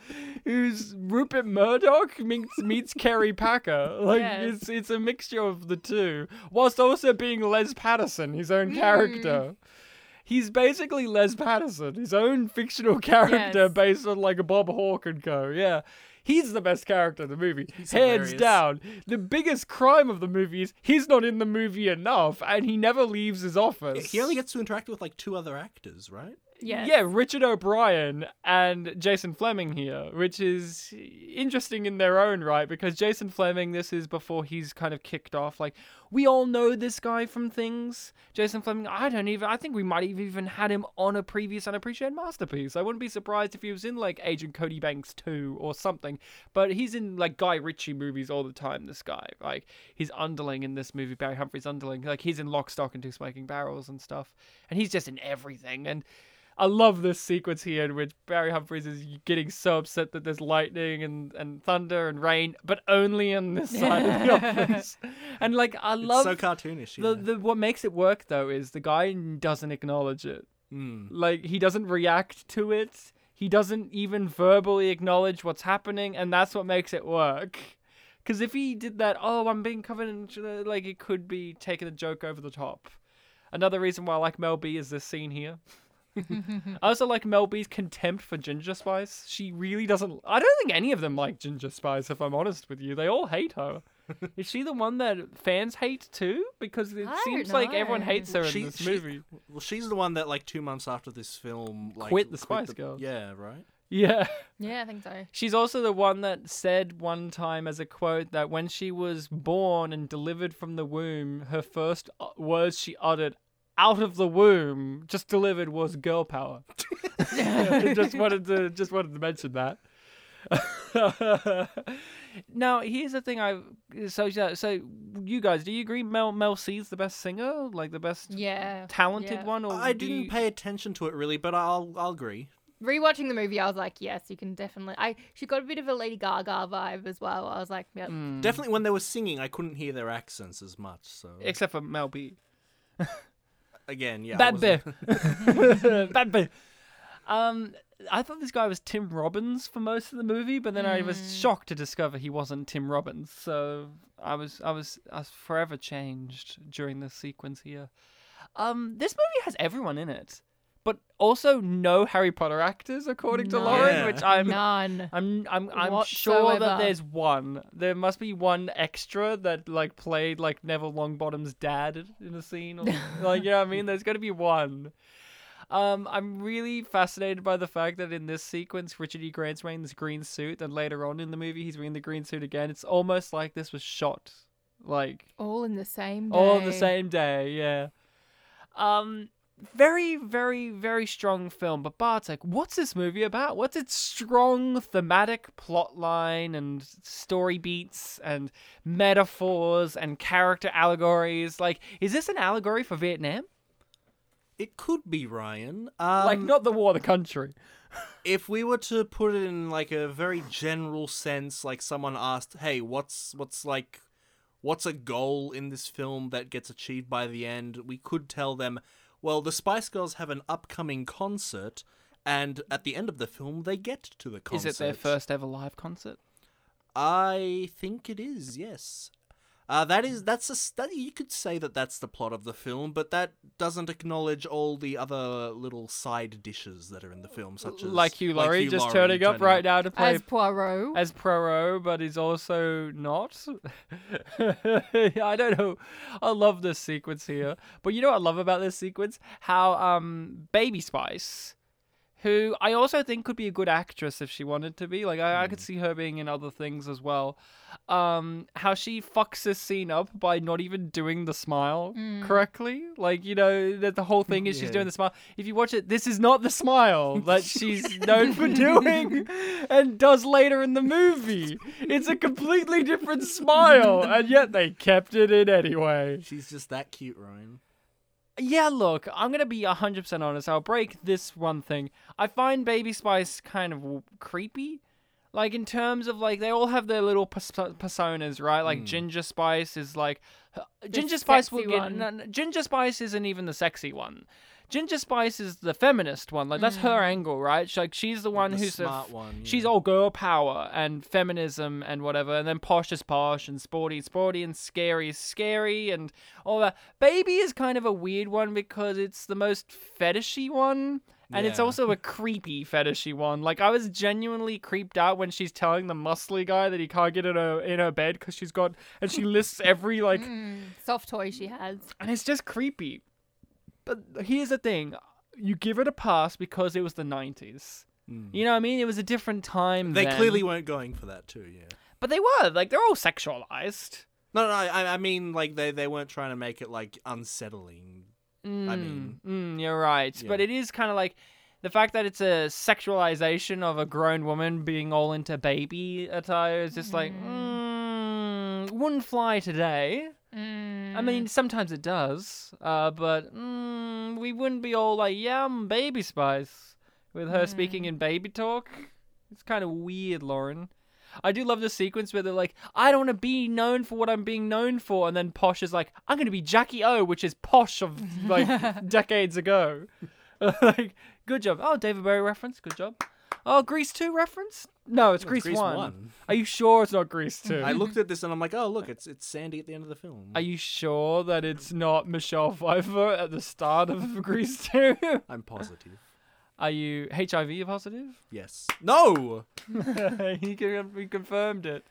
S1: who's Rupert Murdoch meets meets Kerry Packer. Like
S3: Yes.
S1: it's it's a mixture of the two, whilst also being Les Patterson, his own character.
S3: Hmm.
S1: He's basically Les Patterson, his own fictional (laughs) character
S3: Yes.
S1: based on like a Bob Hawke and co. Yeah. He's the best character in the movie,
S2: He's
S1: hands
S2: hilarious.
S1: down. The biggest crime of the movie is he's not in the movie enough, and he never leaves his office.
S2: He only gets to interact with like two other actors, right?
S3: Yes.
S1: Yeah, Richard O'Brien and Jason Fleming here, which is interesting in their own right because Jason Fleming, this is before he's kind of kicked off. Like, we all know this guy from things. Jason Fleming, I don't even, I think we might have even had him on a previous unappreciated masterpiece. I wouldn't be surprised if he was in like Agent Cody Banks 2 or something, but he's in like Guy Ritchie movies all the time, this guy. Like, he's underling in this movie, Barry Humphrey's underling. Like, he's in Lock, Stock, and Two Smoking Barrels and stuff. And he's just in everything. And I love this sequence here in which Barry Humphries is getting so upset that there's lightning and, and thunder and rain, but only on this side of the office. And like I love
S2: it's so cartoonish.
S1: the,
S2: yeah.
S1: the what makes it work though is the guy doesn't acknowledge it.
S2: Mm.
S1: Like he doesn't react to it. He doesn't even verbally acknowledge what's happening, and that's what makes it work. Because if he did that, oh, I'm being covered in ch- like it could be taking the joke over the top. Another reason why I like Mel B is this scene
S3: (laughs)
S1: here. I also like Mel B's contempt for ginger spice. She really doesn't. I don't think any of them like ginger spice. If I'm honest with you, they all hate
S3: (laughs)
S1: her. is she the one that fans hate too? Because it
S3: I don't
S1: seems like everyone
S3: know.
S1: hates her
S2: She-
S1: in this
S2: she- (laughs)
S1: movie.
S2: Well, she's the one that like two months after this film like
S1: Quit the Spice Girls.
S2: Yeah, right.
S1: Yeah.
S3: Yeah, I think so.
S1: She's also the one that said one time as a quote that when she was born and delivered from the womb, her first u- words she uttered out of the womb, just delivered, was "girl power." (laughs) just wanted to just wanted to mention that. (laughs) now here's the thing I so so so you guys do you agree Mel Mel C's the best singer like the best
S3: Yeah.
S1: talented
S3: yeah.
S1: one or
S2: I
S1: do
S2: didn't
S1: you-
S2: pay attention to it really, but I'll I'll agree.
S3: Rewatching the movie, I was like, yes, you can definitely. I she got a bit of a Lady Gaga vibe as well. I was like, yep.
S1: Mm.
S2: Definitely when they were singing, I couldn't hear their accents as much. So
S1: except for Mel B
S2: again, yeah, I
S1: Bad
S2: wasn't-
S1: bear. Bad bear. (laughs) Um, I thought this guy was Tim Robbins for most of the movie, but then I was shocked to discover he wasn't Tim Robbins. So I was, I was, I was forever changed during this sequence here. Um, this movie has everyone in it, but also no Harry Potter actors, according to
S3: No.
S1: Lauren,
S2: Yeah.
S1: which I'm.
S3: None.
S1: I'm I'm I'm sure that
S3: Whatsoever.
S1: there's one. There must be one extra that like played like Neville Longbottom's dad in a scene or like yeah, I mean there's got to be one. Um I'm really fascinated by the fact that in this sequence Richard E. Grant's wearing this green suit and later on in the movie he's wearing the green suit again. It's almost like this was shot like
S3: All in the same day.
S1: all on the same day, yeah. Um, very, very, very strong film. But Bartek, what's this movie about? What's its strong thematic plot line and story beats and metaphors and character allegories? Like, is this an allegory for Vietnam?
S2: It could be Ryan. Um,
S1: like, not the war, the country.
S2: if we were to put it in like a very general sense, like someone asked, "Hey, what's what's like, what's a goal in this film that gets achieved by the end?" We could tell them, "Well, the Spice Girls have an upcoming concert." And at the end of the film, they get to the concert.
S1: Is it their first ever live concert?
S2: I think it is. Yes. Uh, that is that's a study. You could say that that's the plot of the film, but that doesn't acknowledge all the other little side dishes that are in the film, such as
S1: Like Hugh Laurie just turning, up right now to play
S3: As Poirot.
S1: as Poirot, but he's also not. (laughs) I don't know. I love this sequence here, but you know what I love about this sequence? How um, Baby Spice, who I also think could be a good actress if she wanted to be, like I, I could see her being in other things as well. Um, how she fucks this scene up by not even doing the smile correctly. Like you know that the whole thing is she's
S2: Yeah.
S1: doing the smile. If you watch it, this is not the smile that she's known for doing and does later in the movie. It's a completely different smile, and yet they kept it in anyway.
S2: She's just that cute, Ryan.
S1: Yeah, look, I'm gonna be 100% honest. I'll break this one thing. I find Baby Spice kind of w- creepy. Like, in terms of, like, they all have their little pers- personas, right? Like, Ginger Spice is like. Ginger Spice will
S3: sexy
S1: get.
S3: one.
S1: no, no, Ginger Spice isn't even the sexy one. Ginger Spice is the feminist one. Like, that's
S3: Hmm.
S1: her angle, right? She, like, she's the one
S2: the
S1: who's. the
S2: smart
S1: f-
S2: one,
S1: She's
S2: yeah.
S1: all girl power and feminism and whatever. And then Posh is Posh and Sporty is Sporty and Scary is Scary and all that. Baby is kind of a weird one because it's the most fetishy one. And it's
S2: Yeah.
S1: also a creepy fetishy one. Like I was genuinely creeped out when she's telling the muscly guy that he can't get in her in her bed because she's got and she lists every like
S2: Mm.
S3: Soft toy she has.
S1: and it's just creepy. But here's the thing, you give it a pass because it was the nineties. You know what I mean? It was a different time.
S2: Mm. They
S1: then.
S2: clearly weren't going for that too. Yeah.
S1: but they were like they're all sexualized.
S2: No, no. I, I mean, like they they weren't trying to make it like unsettling. I mean,
S1: Mm, you're right. But
S2: Yeah.
S1: it is kind of like the fact that it's a sexualization of a grown woman being all into baby attire is just like, mm, wouldn't fly today.
S3: Mm.
S1: I mean, sometimes it does, uh, but mm, we wouldn't be all like, yeah, I'm Baby Spice with her
S2: Mm.
S1: speaking in baby talk. It's kind of weird, Lauren. I do love the sequence where they're like, I don't want to be known for what I'm being known for. And then Posh is like, I'm going to be Jackie O, which is Posh of like decades ago. (laughs) like, good job. Oh, David Bowie reference. Good job. Oh, Grease 2 reference? No, it's, Grease,
S2: Grease
S1: 1.
S2: 1.
S1: Are you sure it's not Grease 2?
S2: I looked at this and I'm like, oh look, it's it's Sandy at the end of the film.
S1: Are you sure that it's not Michelle Pfeiffer at the start of (laughs) Grease 2?
S2: I'm positive.
S1: Are you (laughs) HIV positive?
S2: Yes. No.
S1: he con- he confirmed it.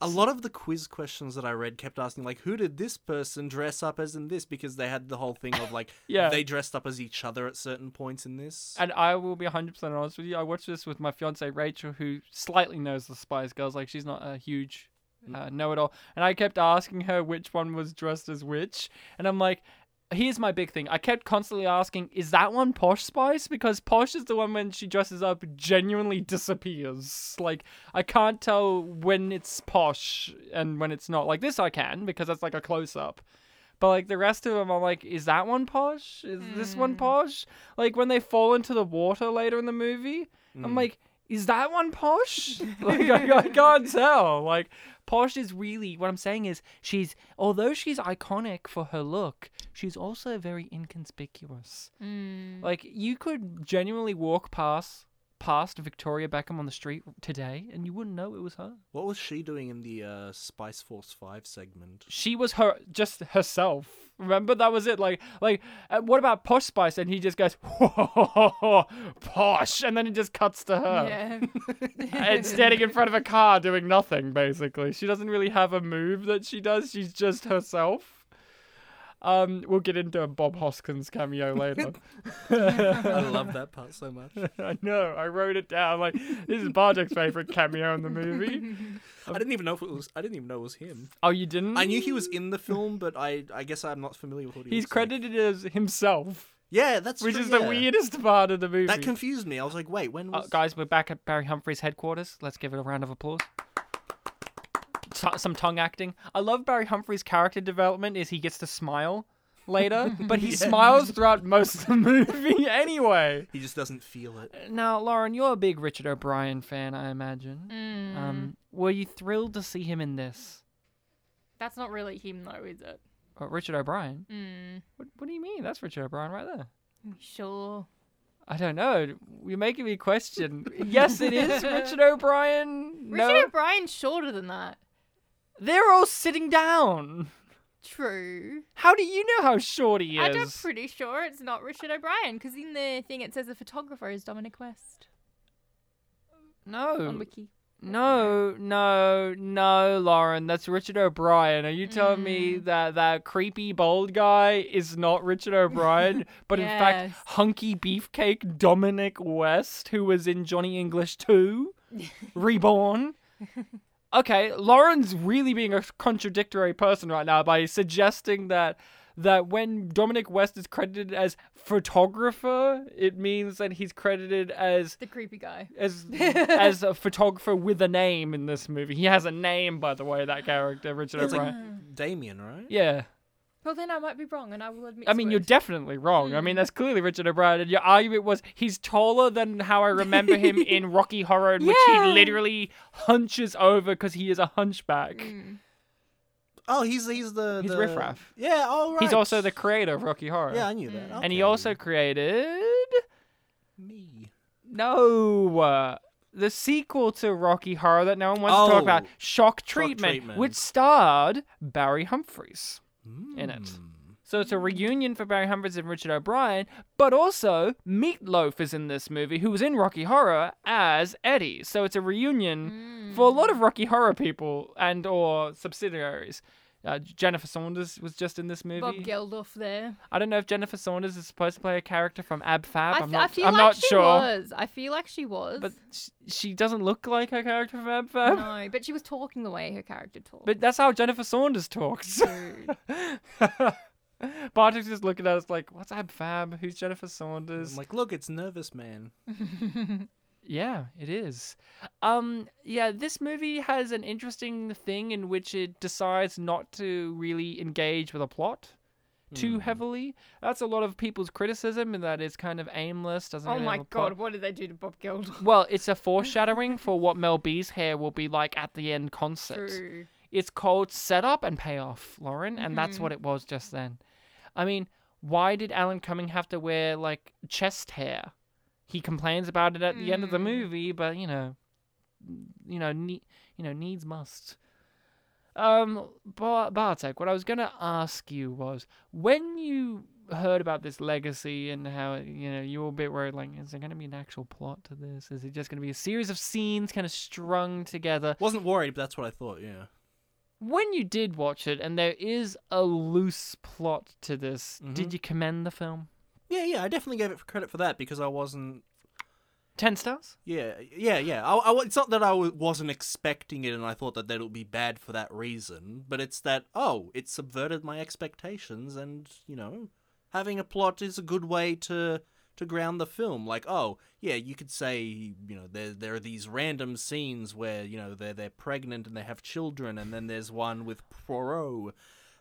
S2: A lot of the quiz questions that I read kept asking, like, who did this person dress up as in this? Because they had the whole thing of, like,
S1: (laughs) Yeah.
S2: they dressed up as each other at certain points in this.
S1: And I will be 100% honest with you. I watched this with my fiance Rachel, who slightly knows the Spice Girls. Like, she's not a huge uh, know it all. And I kept asking her which one was dressed as which. And I'm like, here's my big thing. I kept constantly asking, is that one Posh Spice? Because Posh is the one when she dresses up, genuinely disappears. Like, I can't tell when it's Posh and when it's not. Like, this I can, because that's like a close up. But like the rest of them, I'm like, is that one posh? Is this one posh? Like when they fall into the water later in the movie, I'm like, is that one posh? (laughs) like I, I can't tell. Like posh is really what I'm saying is she's although she's iconic for her look, she's also very inconspicuous. Like you could genuinely walk past past Victoria Beckham on the street today and you wouldn't know it was her.
S2: What was she doing in the uh, Spice Force
S1: (laughs)
S2: 5 segment?
S1: she was her just herself. Remember that was it. Like like uh, what about Posh Spice? And he just goes (laughs) Posh, and then it just cuts to her (laughs) uh,
S3: Yeah.
S1: and standing in front of a car doing nothing. Basically, she doesn't really have a move that she does. She's just herself. Um, we'll get into a Bob Hoskins cameo later. (laughs)
S2: I love that part so much.
S1: I know. I wrote it down. Like this is Bartek's favorite cameo in the movie.
S2: I didn't even know if it was. I didn't even know it was him.
S1: Oh, you didn't?
S2: I knew he was in the film, but I, I guess I'm not familiar with what he
S1: He's
S2: looks like.
S1: credited as himself,
S2: Yeah, that's
S1: which
S2: true,
S1: is the
S2: yeah.
S1: weirdest part of the movie.
S2: That confused me. I was like, wait, when
S1: Uh,
S2: was
S1: guys, we're back at Barry Humphries headquarters. Let's give it a round of applause. So- some tongue acting. I love Barry Humphries' character development. Is he gets to smile (laughs) later, but he smiles throughout most of the movie (laughs) anyway.
S2: he just doesn't feel it?
S1: Now, Lauren, you're a big Richard O'Brien fan, I imagine.
S3: Mm.
S1: Um, were you thrilled to see him in this?
S3: That's not really him though, is it?
S1: Uh, Richard O'Brien?
S3: Mm.
S1: What, what do you mean? That's Richard O'Brien right there.
S3: Sure.
S1: I don't know. You're making me (laughs) question. yes, it is Richard O'Brien.
S3: Richard
S1: no,
S3: O'Brien's shorter than that.
S1: they're all sitting down.
S3: True.
S1: How do you know how short he
S3: And I'm
S1: is?
S3: pretty sure it's not Richard O'Brien because in the thing it says the photographer is Dominic West on
S1: no,
S3: Wiki.
S1: no, no, no, Lauren. That's Richard O'Brien. Are you telling me that that creepy bald guy is not Richard O'Brien, but in fact
S3: Yes.
S1: hunky beefcake Dominic West, who was in Johnny English Two, Reborn? Okay, Lauren's really being a contradictory person right now by suggesting that that when Dominic West is credited as photographer, it means that he's credited as
S3: The creepy guy.
S2: (laughs)
S1: as as a photographer with a name in this movie. He has a name, by the way. That character, Richard
S2: It's
S1: O'Brien.
S2: like Damien, right?
S1: yeah,
S3: Well, then I might be wrong, and I will admit.
S1: I
S3: to
S1: mean,
S3: it.
S1: you're definitely wrong. I mean,
S2: Mm.
S1: that's clearly Richard O'Brien. And your argument was he's taller than how I remember him in
S2: (laughs)
S1: Rocky Horror, in which he
S3: Yeah.
S1: literally hunches over because he is a hunchback.
S2: Mm.
S3: Mm.
S2: Oh, he's he's the
S1: He's
S2: the...
S1: riffraff.
S2: Yeah, all right.
S1: He's also the creator of Rocky Horror.
S2: Yeah, I knew that.
S1: and he
S2: Okay.
S1: also created.
S2: me.
S1: No. uh, The sequel to Rocky Horror that no one wants to talk about,
S2: Oh,
S1: Shock Treatment,
S2: Treatment.
S1: which starred Barry Humphries in it.
S2: Mm.
S1: So it's a reunion for Barry Humphries and Richard O'Brien, but also Meatloaf is in this movie, who was in Rocky Horror as Eddie. So it's a reunion for a lot of Rocky Horror people and or subsidiaries. Uh, Jennifer Saunders was just in this movie.
S3: Bob Geldof there.
S1: I don't know if Jennifer Saunders is supposed to play a character from Ab Fab.
S3: I,
S1: am
S3: f-
S1: not,
S3: I feel
S1: I'm
S3: like
S1: not
S3: she
S1: sure.
S3: was. I feel like she was.
S1: But sh- she doesn't look like her character from Ab Fab. (laughs)
S3: no, but she was talking the way her character talked.
S1: But that's how Jennifer Saunders talks. (laughs)
S3: Dude. Oh
S1: Bartek's just looking at us like, what's Ab Fab? Who's Jennifer Saunders?
S2: I'm like, look, it's nervous man.
S1: yeah, it is. Um, yeah, this movie has an interesting thing in which it decides not to really engage with a plot
S2: Hmm.
S1: too heavily. That's a lot of people's criticism, and that it's kind of aimless. Doesn't.
S3: oh
S1: really
S3: my
S1: have a plot.
S3: god, what did they do to Bob Geldof?
S1: Well, it's a foreshadowing for what Mel B's hair will be like at the end concert.
S3: True.
S1: It's called setup and payoff, Lauren, and that's what it was just then. I mean, why did Alan Cumming have to wear like chest hair? He complains about it at the end of the movie, but you know, you know, ne- you know, needs must. Um, Bar- Bartek, what I was gonna ask you was when you heard about this legacy and how you know you were a bit worried like is there going to be an actual plot to this is it just going to be a series of scenes kind of strung together
S2: Wasn't worried, but that's what I thought. Yeah.
S1: when you did watch it and there is a loose plot to this did
S2: Mhm.
S1: you commend the film
S2: Yeah, yeah. I definitely gave it credit for that because I wasn't.
S1: 10 stars
S2: Yeah, yeah, yeah. I, I- it's not that I w- wasn't expecting it, and I thought that that it would be bad for that reason. But it's that oh, it subverted my expectations, and you know, having a plot is a good way to to ground the film. Like oh, yeah, you could say you know there there are these random scenes where you know they're they're pregnant and they have children, and then there's one with Poirot.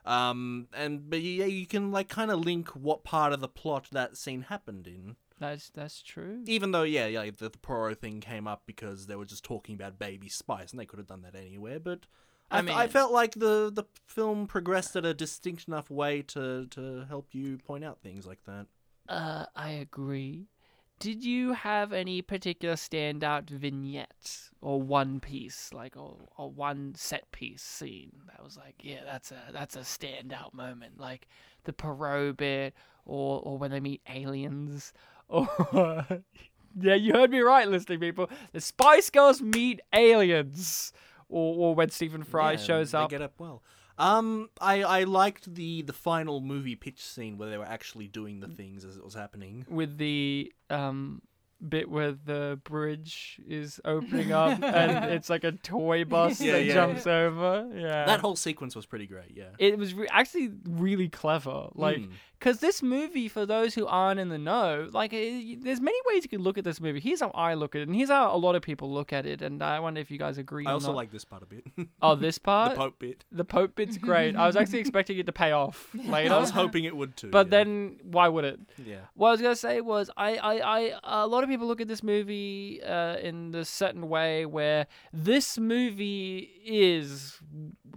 S2: Um, and but yeah, you can like kind of link what part of the plot that scene happened in
S1: that's that's true
S2: even though yeah, yeah, the, the Poirot thing came up because they were just talking about baby spice, and they could have done that anywhere. But I,
S1: I
S2: mean, I
S1: mean-
S2: felt like the the film progressed at a distinct enough way to to help you point out things like that.
S1: uh i agree did you have any particular standout vignette or one piece like or, or one set piece scene that was like yeah that's a that's a standout moment like the Perot bit or or when they meet aliens (laughs) or yeah you heard me right listening people the spice girls meet aliens or, or when stephen fry
S2: Yeah,
S1: shows
S2: they
S1: up
S2: get up well. Um, I I liked the the final movie pitch scene where they were actually doing the things as it was happening.
S1: with the um bit where the bridge is
S2: (laughs)
S1: opening up and it's like a toy bus
S2: Yeah,
S1: that
S2: yeah.
S1: jumps over. Yeah.
S2: That whole sequence was pretty great. Yeah.
S1: it was re- actually really clever. Like
S2: Mm.
S1: cuz this movie for those who aren't in the know, like it, there's many ways you can look at this movie. Here's how I look at it and here's how a lot of people look at it and I wonder if you guys agree
S2: I
S1: or
S2: also
S1: not.
S2: like this part a bit.
S1: (laughs)
S2: (laughs)
S1: Oh, this
S2: the
S1: part?
S2: Pope bit.
S1: The Pope bit's great. I was actually expecting it to pay
S2: (laughs)
S1: off later.
S2: I was hoping it would too.
S1: but
S2: yeah.
S1: then why would it?
S2: yeah.
S1: What I was gonna say was, I, I, I, a lot of people look at this movie uh, in this certain way where this movie is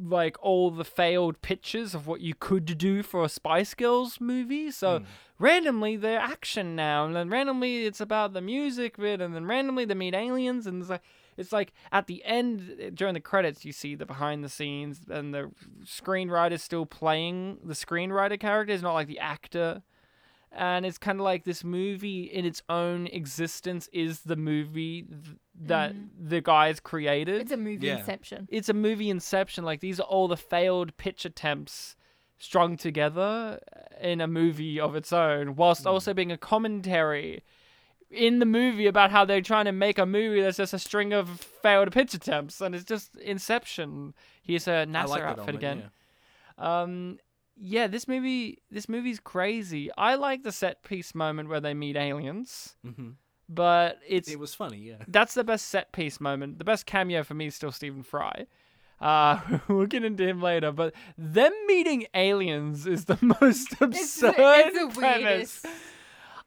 S1: like all the failed pictures of what you could do for a Spice Girls movie. So randomly they're action now, and then randomly it's about the music bit, and then randomly they meet aliens, and it's like. It's like at the end eh, during the credits, you see the behind the scenes, and the screenwriter's still playing the screenwriter character. It's not like the actor and it's kind of like this movie in its own existence is the movie th- that the guys created.
S3: Mm-hmm. It's a movie
S1: (laughs)
S2: Yeah.
S3: inception.
S1: It's a movie inception. Like these are all the failed pitch attempts strung together in a movie of its own, whilst
S2: Mm.
S1: also being a commentary in the movie about how they're trying to make a movie that's just a string of failed pitch attempts, and it's just Inception. Here's a
S2: I
S1: NASA
S2: like that
S1: outfit
S2: element,
S1: again.
S2: yeah.
S1: Um, yeah, this movie, this movie's crazy. I like the set piece moment where they meet aliens,
S2: Mhm.
S1: but it's
S2: It was funny. Yeah.
S1: that's the best set piece moment. The best cameo for me is still Stephen Fry. Uh, (laughs) we'll get into him later, but them meeting aliens is the (laughs) most
S3: It's the-
S1: absurd
S3: it's
S1: (laughs)
S3: the
S1: premise.
S3: weirdest.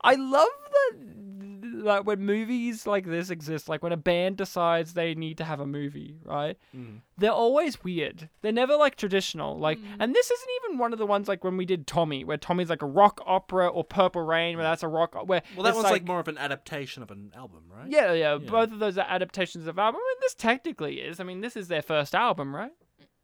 S1: I love that, like when movies like this exist, like when a band decides they need to have a movie, right?
S2: Mm.
S1: they're always weird. They're never like traditional. Like, and this isn't even one of the ones like when we did Tommy, where Tommy's like a rock opera or Purple Rain, where that's a rock. o- Where
S2: Well, that
S1: it's
S2: one's like, more of an adaptation of an album, right?
S1: yeah, yeah, Both of those are adaptations of album. I mean, this technically is. I mean, this is their first album, right?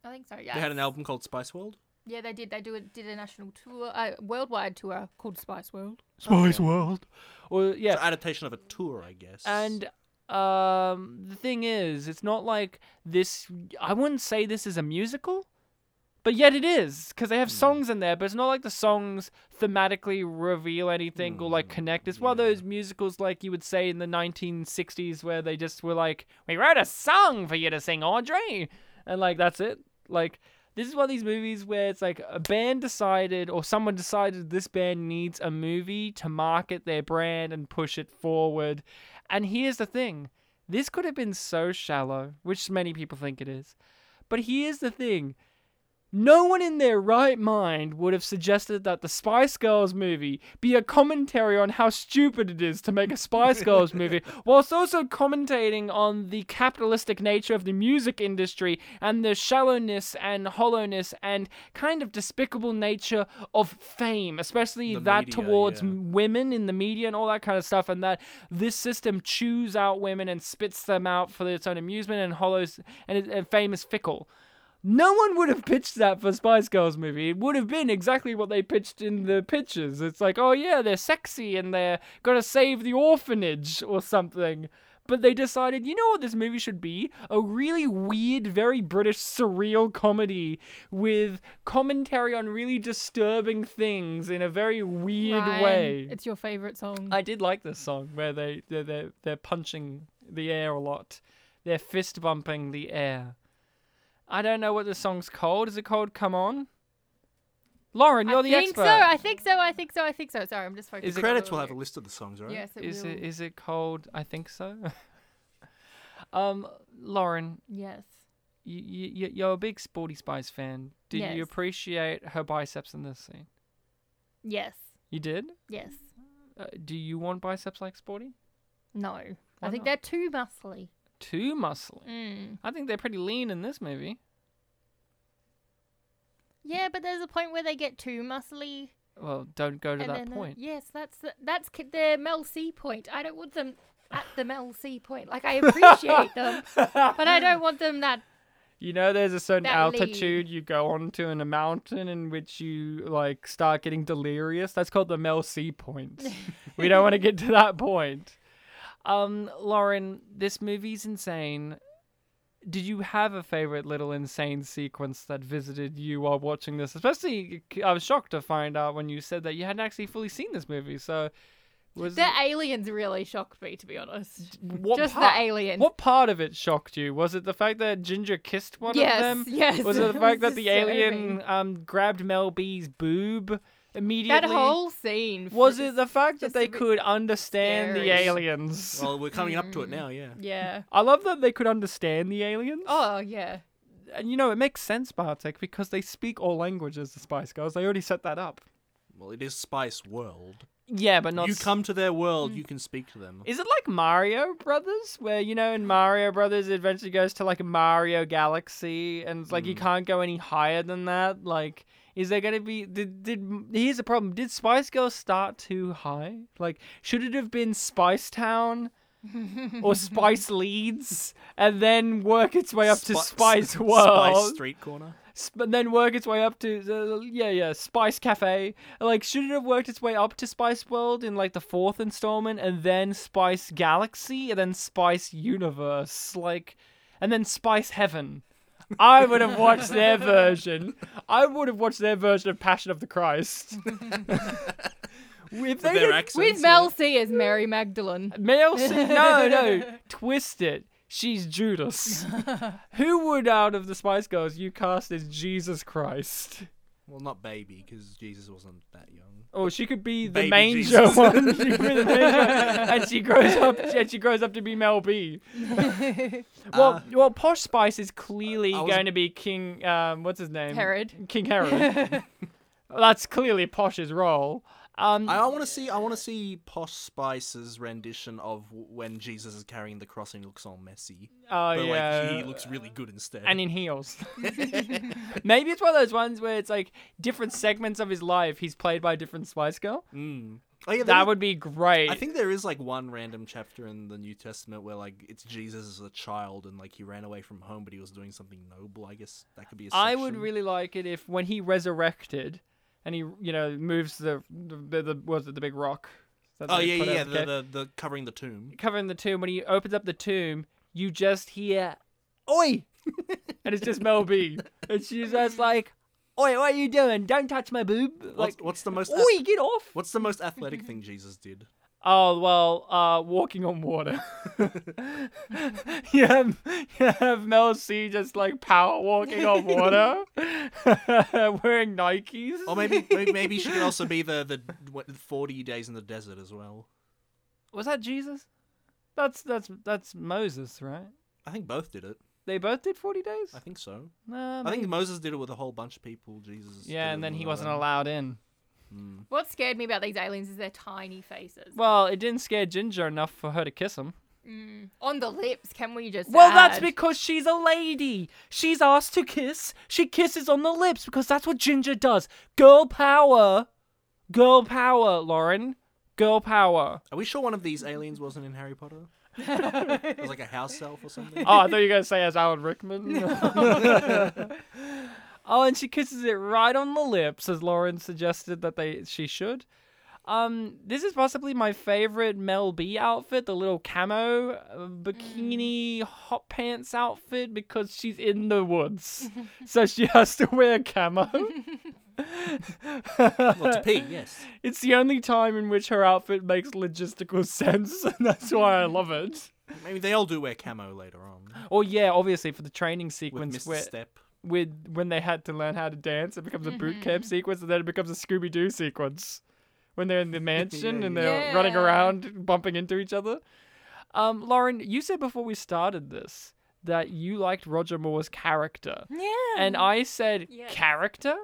S3: I think so. Yeah.
S2: They had an album called Spice World.
S3: Yeah, they did. They do a, did a national tour, a worldwide tour called Spice World.
S1: Spice World. Or yeah,
S2: It's an adaptation of a tour, I guess.
S1: And um, the thing is, it's not like this. I wouldn't say this is a musical, but yet it is because they have songs in there. But it's not like the songs thematically reveal anything or like connect. It's one of those musicals like you would say in the 1960s where they just were like, "We wrote a song for you to sing, Audrey," and like that's it. Like. This is one of these movies where it's like a band decided or someone decided this band needs a movie to market their brand and push it forward and here's the thing this could have been so shallow, which many people think it is. But here's the thing no one in their right mind would have suggested that the Spice Girls movie be a commentary on how stupid it is to make a Spice Girls
S2: (laughs)
S1: movie, whilst also commentating on the capitalistic nature of the music industry and the shallowness and hollowness and kind of despicable nature of fame, especially
S2: The
S1: that
S2: media,
S1: towards
S2: yeah.
S1: women in the media and all that kind of stuff, and that this system chews out women and spits them out for its own amusement and hollows and, and fame is fickle. No one would have pitched that for Spice Girls movie. It would have been exactly what they pitched in the pictures. It's like, oh yeah, they're sexy and they're gonna save the orphanage or something. But they decided, you know what this movie should be? A really weird, very British surreal comedy with commentary on really disturbing things in a very weird
S3: Ryan,
S1: way.
S3: It's your favorite song.
S1: I did like this song where they they're, they're they're punching the air a lot. They're fist bumping the air. I don't know what the song's called. Is it called "Come On"? Lauren, you're
S3: I
S1: the
S3: think
S1: expert.
S3: so. I think so. I think so. I think so. Sorry, I'm just focusing.
S1: Is
S2: The
S1: it-
S3: on the
S2: credits will have a
S3: lyrics.
S2: list of the songs, right?
S3: Yes, it
S1: is
S3: will.
S1: it is it called? I think so. (laughs) um, Lauren,
S3: Yes.
S1: you, you you're a big Sporty Spice fan. Did you
S3: Yes.
S1: appreciate her biceps in this scene?
S3: Yes.
S1: You did.
S3: Yes.
S1: Uh, do you want biceps like Sporty?
S3: No.
S1: Why
S3: I think
S1: not?
S3: they're too muscly.
S1: Too muscly.
S3: Mm.
S1: I think they're pretty lean in this movie.
S3: Yeah, but there's a point where they get too muscly.
S1: Well, don't go to
S3: and
S1: that
S3: then the-
S1: point.
S3: yes, that's the, that's ki- the Mel C point. I don't want them at the Mel C point. Like I appreciate
S1: (laughs)
S3: them, but I don't want them that. (laughs)
S1: You know, there's a certain
S3: That lead.
S1: altitude you go onto in a mountain in which you like start getting delirious. That's called the Mel C
S3: (laughs)
S1: point. we don't want to get to that point. Um, Lauren, this movie's insane. Did you have a favorite little insane sequence that visited you while watching this? Especially, I was shocked to find out when you said that you hadn't actually fully seen this movie. So, was
S3: The aliens really shocked me, to be honest.
S1: what
S3: Just
S1: part-
S3: the aliens.
S1: What part of it shocked you? Was it the fact that Ginger kissed one
S3: yes,
S1: of them?
S3: (laughs) yes.
S1: Was it the fact that the alien
S3: disturbing.
S1: um, grabbed Mel B's boob immediately?
S3: That whole scene.
S1: Was
S3: for
S1: it the fact that
S3: just
S1: they
S3: a bit
S1: could understand the
S3: scary.
S1: aliens?
S2: Well, we're coming up to
S1: Hmm.
S2: it now, yeah.
S3: Yeah.
S1: I love that they could understand the aliens.
S3: Oh yeah.
S1: And you know, it makes sense, Bartek, because they speak all languages, the Spice Girls. They already set that up.
S2: Well, it is Spice World.
S1: Yeah, but not. Hmm.
S2: you come to their world, you can speak to them.
S1: Is it like Mario Brothers, where you know in Mario Brothers it eventually goes to like a Mario Galaxy, and it's like
S2: Hmm.
S1: you can't go any higher than that? Like, is there gonna be? Did did here's the problem? Did Spice Girls start too high? Like, should it have been Spice Town?
S2: (laughs)
S1: or Spice Leeds, and then work its way up to
S2: Spi-
S1: Spice
S2: Spice
S1: World,
S2: Street Corner.
S1: sp- and then work its way up to uh, yeah yeah Spice Cafe. Like should it have worked its way up to Spice World in like the fourth installment, and then Spice Galaxy, and then Spice Universe, like, and then Spice Heaven. I would have watched their version. I would have watched their version of Passion of the Christ. if they
S2: Their
S1: did-
S2: accents.
S3: With
S2: yeah.
S3: Mel C as Mary Magdalene.
S1: Male sin? No, no. Twist it. She's Judas. Who would out of the Spice Girls you cast as Jesus Christ?
S2: Well, not baby, because Jesus wasn't that young.
S1: Oh, she could be the
S2: Baby
S1: manger
S2: Jesus.
S1: one. She could be the manger,
S2: (laughs)
S1: and she grows up. And she grows up to be Mel B. well,
S2: Uh,
S1: well, Posh Spice is clearly
S2: I was-
S1: going to be King. Um, what's his name?
S3: Herod.
S1: King
S2: (laughs)
S1: Herod. That's clearly Posh's role. Um,
S2: I, I want to see. I want to see Posh Spice's rendition of w- when Jesus is carrying the cross and he looks all messy,
S1: oh,
S2: but
S1: yeah.
S2: like he looks really good instead.
S1: and in
S2: (laughs)
S1: heels. (laughs) Maybe it's one of those ones where it's like different segments of his life he's played by a different Spice Girl.
S2: Mm. Oh yeah,
S1: That
S2: would.
S1: would be great.
S2: I think there is like one random chapter in the New Testament where like it's Jesus as a child and like he ran away from home, but he was doing something noble. I guess that could be. a
S1: I would
S2: section.
S1: really like it if when he resurrected and he you know moves the the, the was it the big rock? that
S2: Oh
S1: they
S2: yeah,
S1: put
S2: yeah, yeah.
S1: over- okay.
S2: The, the the covering the tomb.
S1: covering the tomb when he opens up the tomb, you just hear "Oi," (laughs) and it's just Mel B, and she's just like. Oi, what are you doing? Don't touch my boob.
S2: What's,
S1: Like,
S2: what's the most? ath-
S1: oi, get off.
S2: what's the most athletic
S1: (laughs)
S2: thing Jesus did?
S1: Oh well, uh, walking on water. (laughs) you have you have Mel C just like power walking on water, (laughs) wearing Nikes.
S2: Or maybe maybe, maybe she could also be the the what, forty days in the desert as well.
S1: was that Jesus? That's that's that's Moses, right?
S2: I think both did it.
S1: They both did forty days.
S2: I think so.
S1: Nah,
S2: I think
S1: maybe-
S2: Moses did it with a whole bunch of people. Jesus. did
S1: Yeah,
S2: it
S1: and then
S2: with
S1: he
S2: another.
S1: wasn't allowed in.
S3: What scared me about these aliens is their tiny faces.
S1: Well, it didn't scare Ginger enough for her to kiss him.
S3: On the lips, can we just?
S1: Well, that's
S3: add-
S1: because she's a lady. She's asked to kiss. She kisses on the lips because that's what Ginger does. Girl power. Girl power, Lauren. Girl power.
S2: Are we sure one of these aliens wasn't in Harry
S1: (laughs)
S2: Potter? it was like a house elf or something.
S1: Oh, I thought you were going to say as Alan Rickman. (laughs) Oh, and she kisses it right on the lips, as Lauren suggested that they she should. Um, this is possibly my favorite Mel B outfit, the little camo uh, bikini hot pants outfit, because she's in the woods, (laughs) so she has to wear (laughs) camo.
S2: Well, to pee, yes.
S1: It's the only time in which her outfit makes logistical (laughs) sense, and that's why I love it.
S2: Maybe they all do wear camo later on
S1: (gasps) Or yeah, obviously for the training
S2: with
S1: sequence
S2: Mr.
S1: where
S2: Step.
S1: with when they had to learn how to dance, it becomes a
S3: Mm-hmm.
S1: boot camp sequence, and then it becomes a Scooby Doo sequence when they're
S3: (laughs)
S1: in the mansion
S2: Yeah,
S1: and they're
S3: yeah.
S1: running
S3: Yeah.
S1: around, bumping into each other. Um, Lauren, you said before we started this that you liked Roger Moore's character,
S3: Yeah.
S1: and
S3: uh,
S1: I said
S3: Yeah.
S1: character.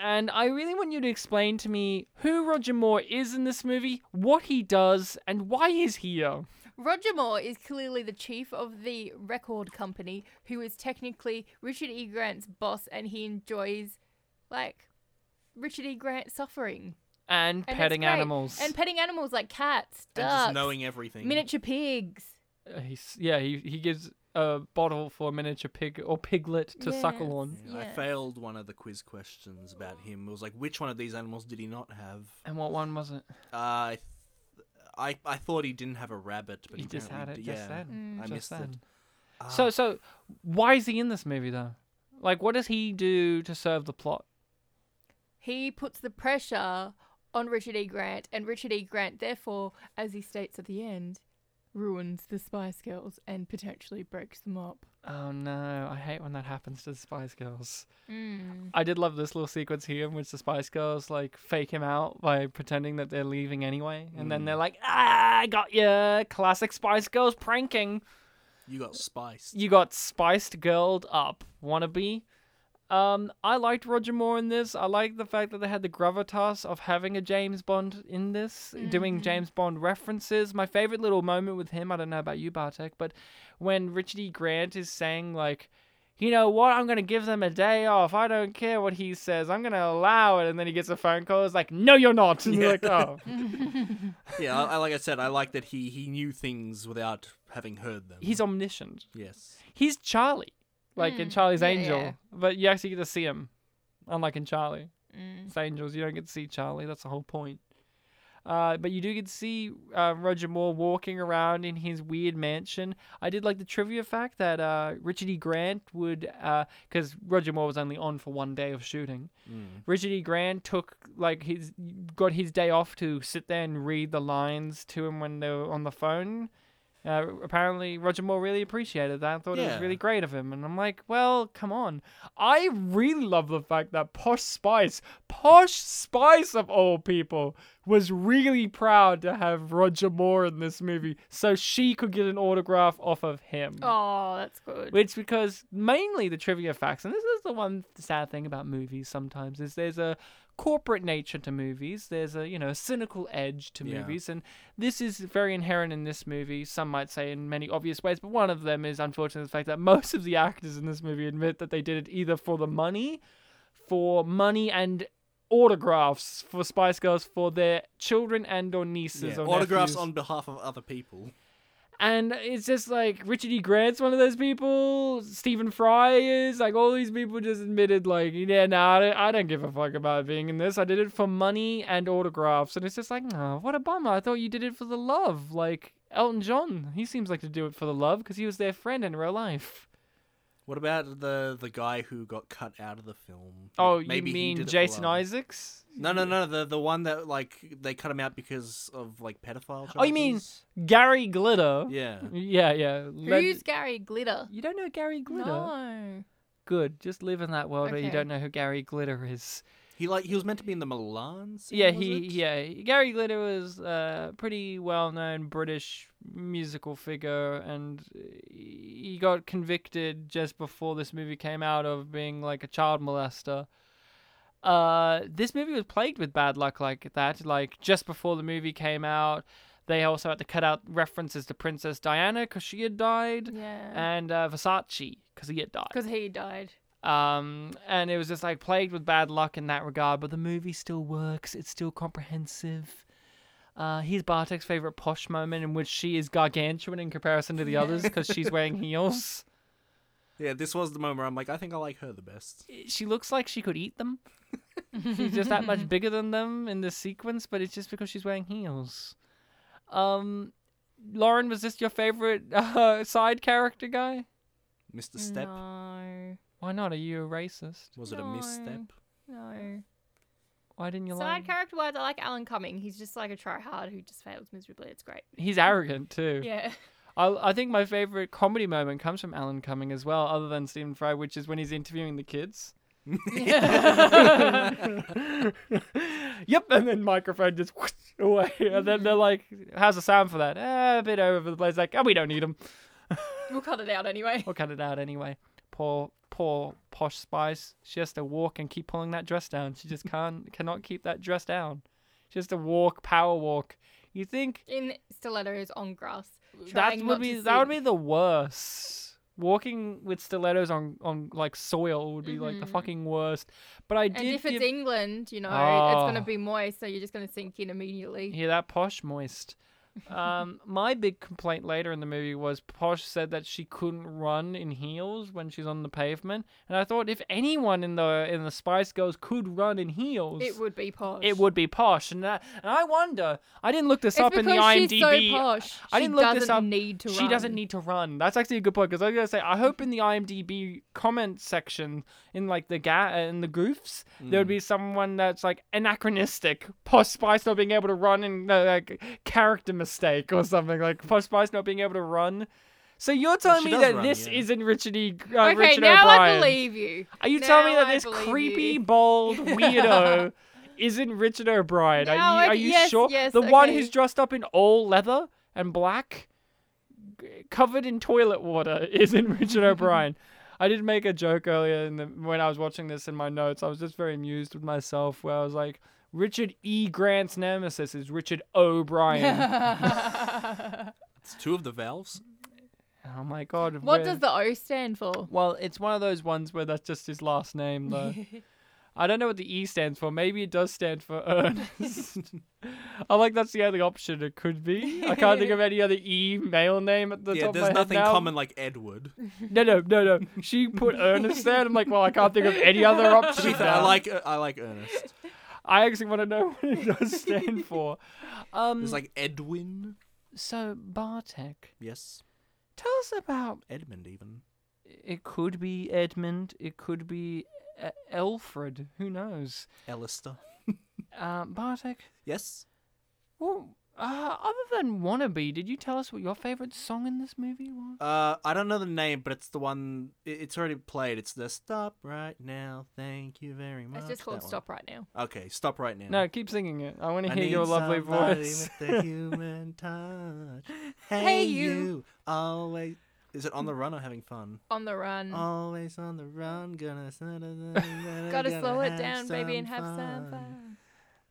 S1: And I really want you to explain to me who Roger Moore is in this movie, what he does, and why he's here.
S3: Roger Moore is clearly the chief of the record company, who is technically Richard E. Grant's boss, and he enjoys, like, Richard E. Grant suffering.
S1: And,
S3: And that's
S1: petting
S3: great.
S1: animals.
S3: And petting animals like cats,
S2: And just
S3: ducks,
S2: knowing everything.
S3: miniature pigs.
S1: Uh, he's yeah he, he gives a bottle for a miniature pig or piglet to suckle on
S3: Yes.
S2: Yeah, I
S3: Yeah.
S2: failed one of the quiz questions about him. It was like, which one of these animals did he not have?
S1: and what one was it
S2: Uh, I, th- I, I thought he didn't have a rabbit, but
S1: he just had it
S2: apparently
S1: just
S2: did. yeah,
S1: then Mm,
S2: I
S1: just
S2: missed
S1: then.
S2: it. Ah,
S1: so so why is he in this movie though like what does he do to serve the plot
S3: He puts the pressure on Richard E. Grant, and Richard E. Grant, therefore, as he states at the end, ruins the Spice Girls and potentially breaks them up.
S1: oh no i hate when that happens to the spice girls
S3: (laughs) Mm.
S1: (laughs) i did love this little sequence here in which the spice girls like fake him out by pretending that they're leaving anyway and
S2: Mm.
S1: then they're like ah i got ya classic spice girls pranking
S2: you got spiced.
S1: you got spiced girled up wannabe um i liked roger moore in this i liked the fact that they had the gravitas of having a james bond in this doing james bond references my favorite little moment with him i don't know about you bartek but when richard e grant is saying like you know what? I'm gonna give them a day off. I don't care what he says. I'm gonna allow it. And then he gets a phone call. It's like, no, you're not. (laughs) And you're
S2: Yeah.
S1: like, oh,
S3: Mm.
S2: yeah, I, I- like I said, I like that he he knew things without having heard them.
S1: he's omniscient.
S2: yes.
S1: He's Charlie, like in Charlie's
S3: Hmm. yeah,
S1: Angel,
S3: yeah.
S1: but you actually get to see him, unlike in Charlie.
S3: Mm.
S1: It's Angels. You don't get to see Charlie. That's the whole point. Uh, but you do get to see uh, Roger Moore walking around in his weird mansion. I did like the trivia fact that uh, Richard E. Grant would, because Roger Moore was only on for one day of shooting. Richard E. Grant took like his got his day off to sit there and read the lines to him when they were on the phone. Uh, apparently, Roger Moore really appreciated that. I thought it was
S2: Yeah.
S1: really great of him, and I'm like, well, come on. I really love the fact that Posh Spice, Posh Spice of all people, was really proud to have Roger Moore in this movie, so she could get an autograph off of him.
S3: Oh, that's good.
S1: Which because mainly the trivia facts, and this is the one sad thing about movies sometimes is there's a corporate nature to movies. There's a you know cynical edge to
S2: Yeah.
S1: movies, and this is very inherent in this movie. Some might say in many obvious ways, but one of them is unfortunately the fact that most of the actors in this movie admit that they did it either for the money, for money and autographs for Spice Girls for their children and or nieces
S2: Yeah,
S1: or
S2: Autographs
S1: nephews.
S2: on behalf of other people.
S1: And it's just like Richard E. Grant's one of those people. Stephen Fry is like all these people just admitted like, yeah, no, I don't, I don't give a fuck about being in this. I did it for money and autographs, and it's just like, oh, what a bummer. I thought you did it for the love. Like Elton John, he seems like to do it for the love because he was their friend in real life.
S2: What about the the guy who got cut out of the film?
S1: Oh,
S2: Maybe
S1: you
S2: he
S1: mean
S2: did it for
S1: Jason
S2: love.
S1: Isaacs?
S2: No, no, no. The the one that like they cut him out because of like pedophile. Charges.
S1: Oh, you mean- Gary Glitter?
S2: Yeah.
S1: yeah, yeah. Let-
S3: Who's Gary Glitter?
S1: You don't know Gary Glitter?
S3: No.
S1: Good. Just live in that world where you
S3: Okay.
S1: don't know who Gary Glitter is.
S2: He like he was meant to be in the Milan. Scene,
S1: Yeah,
S2: was
S1: he
S2: it?
S1: yeah Gary Glitter was a pretty well-known British musical figure, and uh, he got convicted just before this movie came out of being like a child molester. Uh, this movie was plagued with bad luck like that. Like just before the movie came out, they also had to cut out references to Princess Diana because she had died,
S3: Mm-hmm. Yeah.
S1: and uh, Versace because he had died.
S3: Because he died.
S1: Um, and it was just like plagued with bad luck in that regard, but the movie still works. It's still comprehensive. Uh, here's Bartek's favorite posh
S3: (laughs)
S1: moment in which she is gargantuan in comparison to the others because she's wearing heels.
S2: Yeah, this was the moment where I'm like, I think I like her the best.
S1: She looks like she could eat them. she's (laughs) just that
S3: (laughs)
S1: much bigger than them in this sequence, but it's just because she's wearing heels. Um, Lauren, was this your favorite (laughs) uh, side character guy?
S2: Mr. Step.
S3: No.
S1: Why not? Are you a racist?
S2: Was it a misstep?
S3: No.
S1: Why didn't you like?
S3: Side character wise, I like Alan Cumming. He's just like a tryhard who just fails miserably. It's great.
S1: He's arrogant too.
S3: Yeah. (laughs)
S1: I, I think my favorite comedy moment comes from Alan Cumming as well, other than Stephen Fry, which is when he's interviewing the (laughs) kids. yep, and then microphone just whoosh away, and then they're like, "How's the sound for that?" Eh, a bit over the place. Like, oh, we don't need them.
S3: We'll cut it out anyway.
S1: We'll cut it out anyway. Poor, poor posh Spice. She has to walk and keep pulling that dress down. She just can't, cannot keep that dress down. She has to walk, power walk. You think
S3: In stilettos on grass.
S1: that
S3: trying
S1: would
S3: not
S1: be
S3: to
S1: that would
S3: see.
S1: be the worst. Walking with stilettos on on like soil would be like the
S3: Mhm.
S1: fucking worst. But I
S3: And
S1: did
S3: if it's
S1: give-
S3: England, you know, it's
S1: Oh.
S3: gonna be moist, so you're just gonna sink in immediately.
S1: hear that posh moist.
S3: (laughs)
S1: Um, my big complaint later in the movie was Posh said that she couldn't run in heels when she's on the pavement, and I thought if anyone in the in the Spice Girls could run in heels,
S3: It would be posh.
S1: it would be Posh. And that, and I wonder, I didn't look this
S3: It's
S1: up in the
S3: because
S1: IMDb.
S3: she's so posh.
S1: I
S3: She
S1: didn't look this
S3: doesn't
S1: up.
S3: need to
S1: she
S3: run.
S1: doesn't need to run. That's actually a good point because I was gonna say I hope in the IMDb comment section in like the ga uh, in the goofs there
S2: Mm.
S1: would be someone that's like anachronistic, Posh Spice not being able to run and uh, like character mistake or something like Posh Spice not being able to run. So you're telling
S2: she
S1: me
S2: does
S1: that
S2: run,
S1: this
S2: yeah.
S1: isn't Richard E. Uh,
S3: okay,
S1: Richard
S3: now
S1: O'Brien?
S3: I believe you.
S1: Are you
S3: now
S1: telling me that
S3: I
S1: this
S3: believe
S1: creepy,
S3: you. (laughs)
S1: bald weirdo isn't Richard O'Brien?
S3: Now
S1: are
S3: I-
S1: you, are you
S3: yes,
S1: sure?
S3: yes,
S1: the one
S3: okay.
S1: who's dressed up in all leather and black, g- covered in toilet water, (laughs) isn't Richard
S3: (laughs)
S1: O'Brien. I did make a joke earlier in the, when I was watching this in my notes. I was just very amused with myself, where I was like, Richard E. Grant's nemesis is Richard
S3: (laughs)
S1: O'Brien.
S2: It's two of the valves.
S1: oh my god.
S3: What
S1: where-
S3: does the O stand for?
S1: Well, it's one of those ones where that's just his last name, though. I don't know what the E stands for. Maybe it does stand for Ernest. (laughs) I like that's the only option it could be. I can't think of any other E male name at the
S2: yeah,
S1: top
S2: there's
S1: of my
S2: nothing
S1: head now.
S2: common like
S3: (laughs)
S2: Edward.
S1: No, no, no, no. She put Ernest there. And I'm like, well, I can't think of any other
S2: To be
S1: option.
S2: fair, I
S1: now.
S2: like I like Ernest.
S1: I actually want to know what it does stand for. Um.
S2: There's like Edwin.
S1: So Bartek,
S2: Yes,
S1: tell us about.
S2: Edmund even.
S1: It could be Edmund. It could be uh, Alfred. Who knows?
S2: Alistair.
S1: Uh, Bartek.
S2: Yes.
S1: Well, uh, other than Wannabe, did you tell us what your favorite song in this movie was?
S2: Uh, I don't know the name, but it's the one. It, it's already played. It's the stop right now. Thank you very much.
S3: It's just
S2: that
S3: called
S2: one.
S3: Stop Right Now.
S2: Okay, stop right now.
S1: No, keep singing it. I want to
S2: I
S1: hear
S2: need
S1: your lovely
S2: somebody (laughs)
S1: voice.
S2: With the human touch.
S3: (laughs)
S2: Hey,
S3: Hey, you.
S2: you. Always. Is it on the run or having fun?
S3: On the run.
S2: Always on the run. Gonna.
S3: (laughs) Gotta
S2: Gotta
S3: slow it down, baby, and have some fun.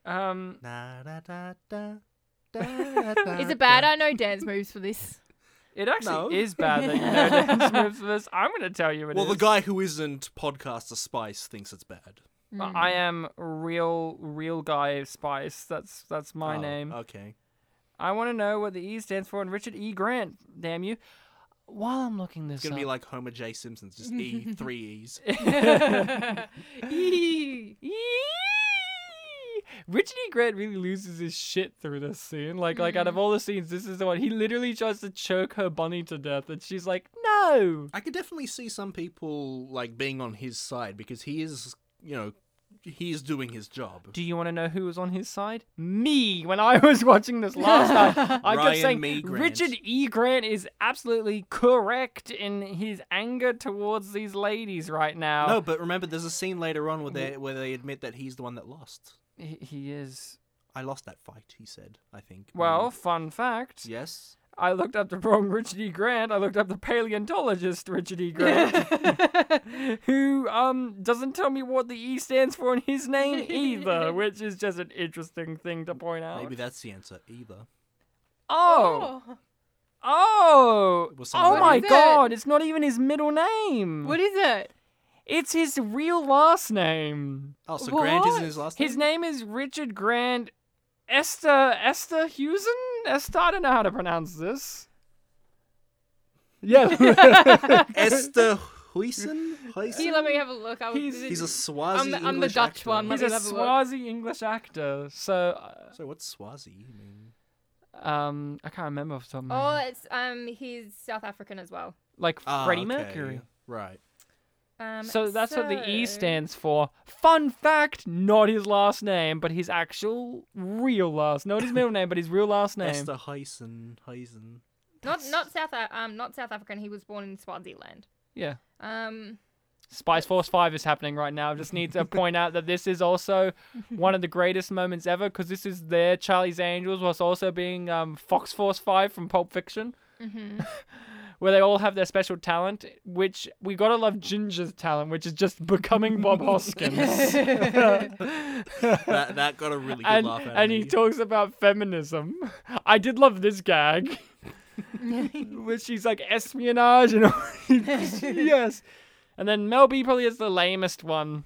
S1: um,
S2: Da, da, da, da,
S3: (laughs)
S2: da, da,
S3: Is it
S2: da.
S3: bad? I know dance moves for this.
S1: it actually
S2: No.
S1: is bad that you (laughs) know dance moves for this. I'm going to tell you it
S2: Well, the
S1: is.
S2: guy who isn't podcaster Spice thinks it's bad.
S3: Mm.
S1: Well, I am real, real guy Spice. That's that's my
S2: Oh,
S1: name.
S2: Okay.
S1: I want to know what the E stands for. And Richard E. Grant, damn you. While I'm looking this
S2: It's gonna
S1: up,
S2: be like Homer J. Simpson's, just
S3: (laughs)
S2: E, three E's.
S1: (laughs)
S3: Eee.
S1: Eee! Richard E. Grant really loses his shit through this scene. Like, like out of all the scenes, this is the one. He literally tries to choke her bunny to death, and she's like, "No."
S2: I could definitely see some people like being on his side because he is, you know, he is doing his job.
S1: Do you want to know who was on his side? Me. When I was watching this last time, I kept
S2: Ryan
S1: saying
S2: Me Grant.
S1: Richard E. Grant is absolutely correct in his anger towards these ladies right now. Mm.
S2: No, but remember, there's a scene later on where they where they admit that he's the one that lost.
S1: he, he is.
S2: I lost that fight, he said. I think.
S1: Well,
S2: Mm.
S1: fun fact.
S2: yes.
S1: I looked up the wrong Richard E. Grant. I looked up the paleontologist Richard E. Grant,
S3: (laughs)
S1: who um doesn't tell me what the E stands for in his name
S3: (laughs)
S1: either, which is just an interesting thing to point out.
S2: Maybe that's the answer. Either.
S1: Oh, oh,
S2: Was
S1: oh
S2: someone
S1: my
S3: What is it?
S1: God! It's not even his middle name.
S3: What is it?
S1: It's his real last name.
S2: Oh, so Grant isn't
S3: What?
S2: his last
S1: His (laughs)
S2: name.
S1: name is Richard Grant Esther Esther Hewson? Esther I don't know (laughs)
S3: (laughs)
S1: how to pronounce this. Yeah.
S2: Esther Huisen?
S3: Here,
S2: Huisen?
S3: let me have a look. I was,
S1: He's-
S2: He's a
S3: I'm
S2: Swazi
S3: the- I'm the
S2: English
S3: Dutch
S2: actor.
S3: one, let
S1: He's
S3: me
S1: a
S3: have a look.
S1: Swazi English actor, so uh,
S2: So what's Swazi mean?
S1: um, I can't remember off the top of my
S3: Oh,
S1: head.
S3: it's um, he's South African as well.
S1: like
S2: Ah,
S1: Freddie
S2: okay,
S1: Mercury.
S2: Right.
S3: Um,
S1: So that's what the E
S3: so-
S1: stands for. Fun fact: not his last name, but his actual real last. Not his middle name, but his real last name.
S2: Esther Huisen. Huisen.
S1: (laughs)
S3: Not not South A- um not South African. He was born in Swaziland.
S1: Yeah.
S3: Um,
S1: Spice Force 5 is happening right now. Just need to point out that this is also one of the greatest moments ever because this is their Charlie's Angels whilst also being um, Fox Force 5 from Pulp Fiction,
S3: mhm.
S1: (laughs) where they all have their special talent, which we gotta love Ginger's talent, which is just becoming Bob Hoskins.
S2: That, that got a really good
S1: and
S2: laugh out
S1: and
S2: of
S1: he
S2: me.
S1: talks about feminism. I did love this
S3: (laughs)
S1: gag. where she's like espionage and all.
S3: (laughs)
S1: yes. And then Mel B probably is the lamest one.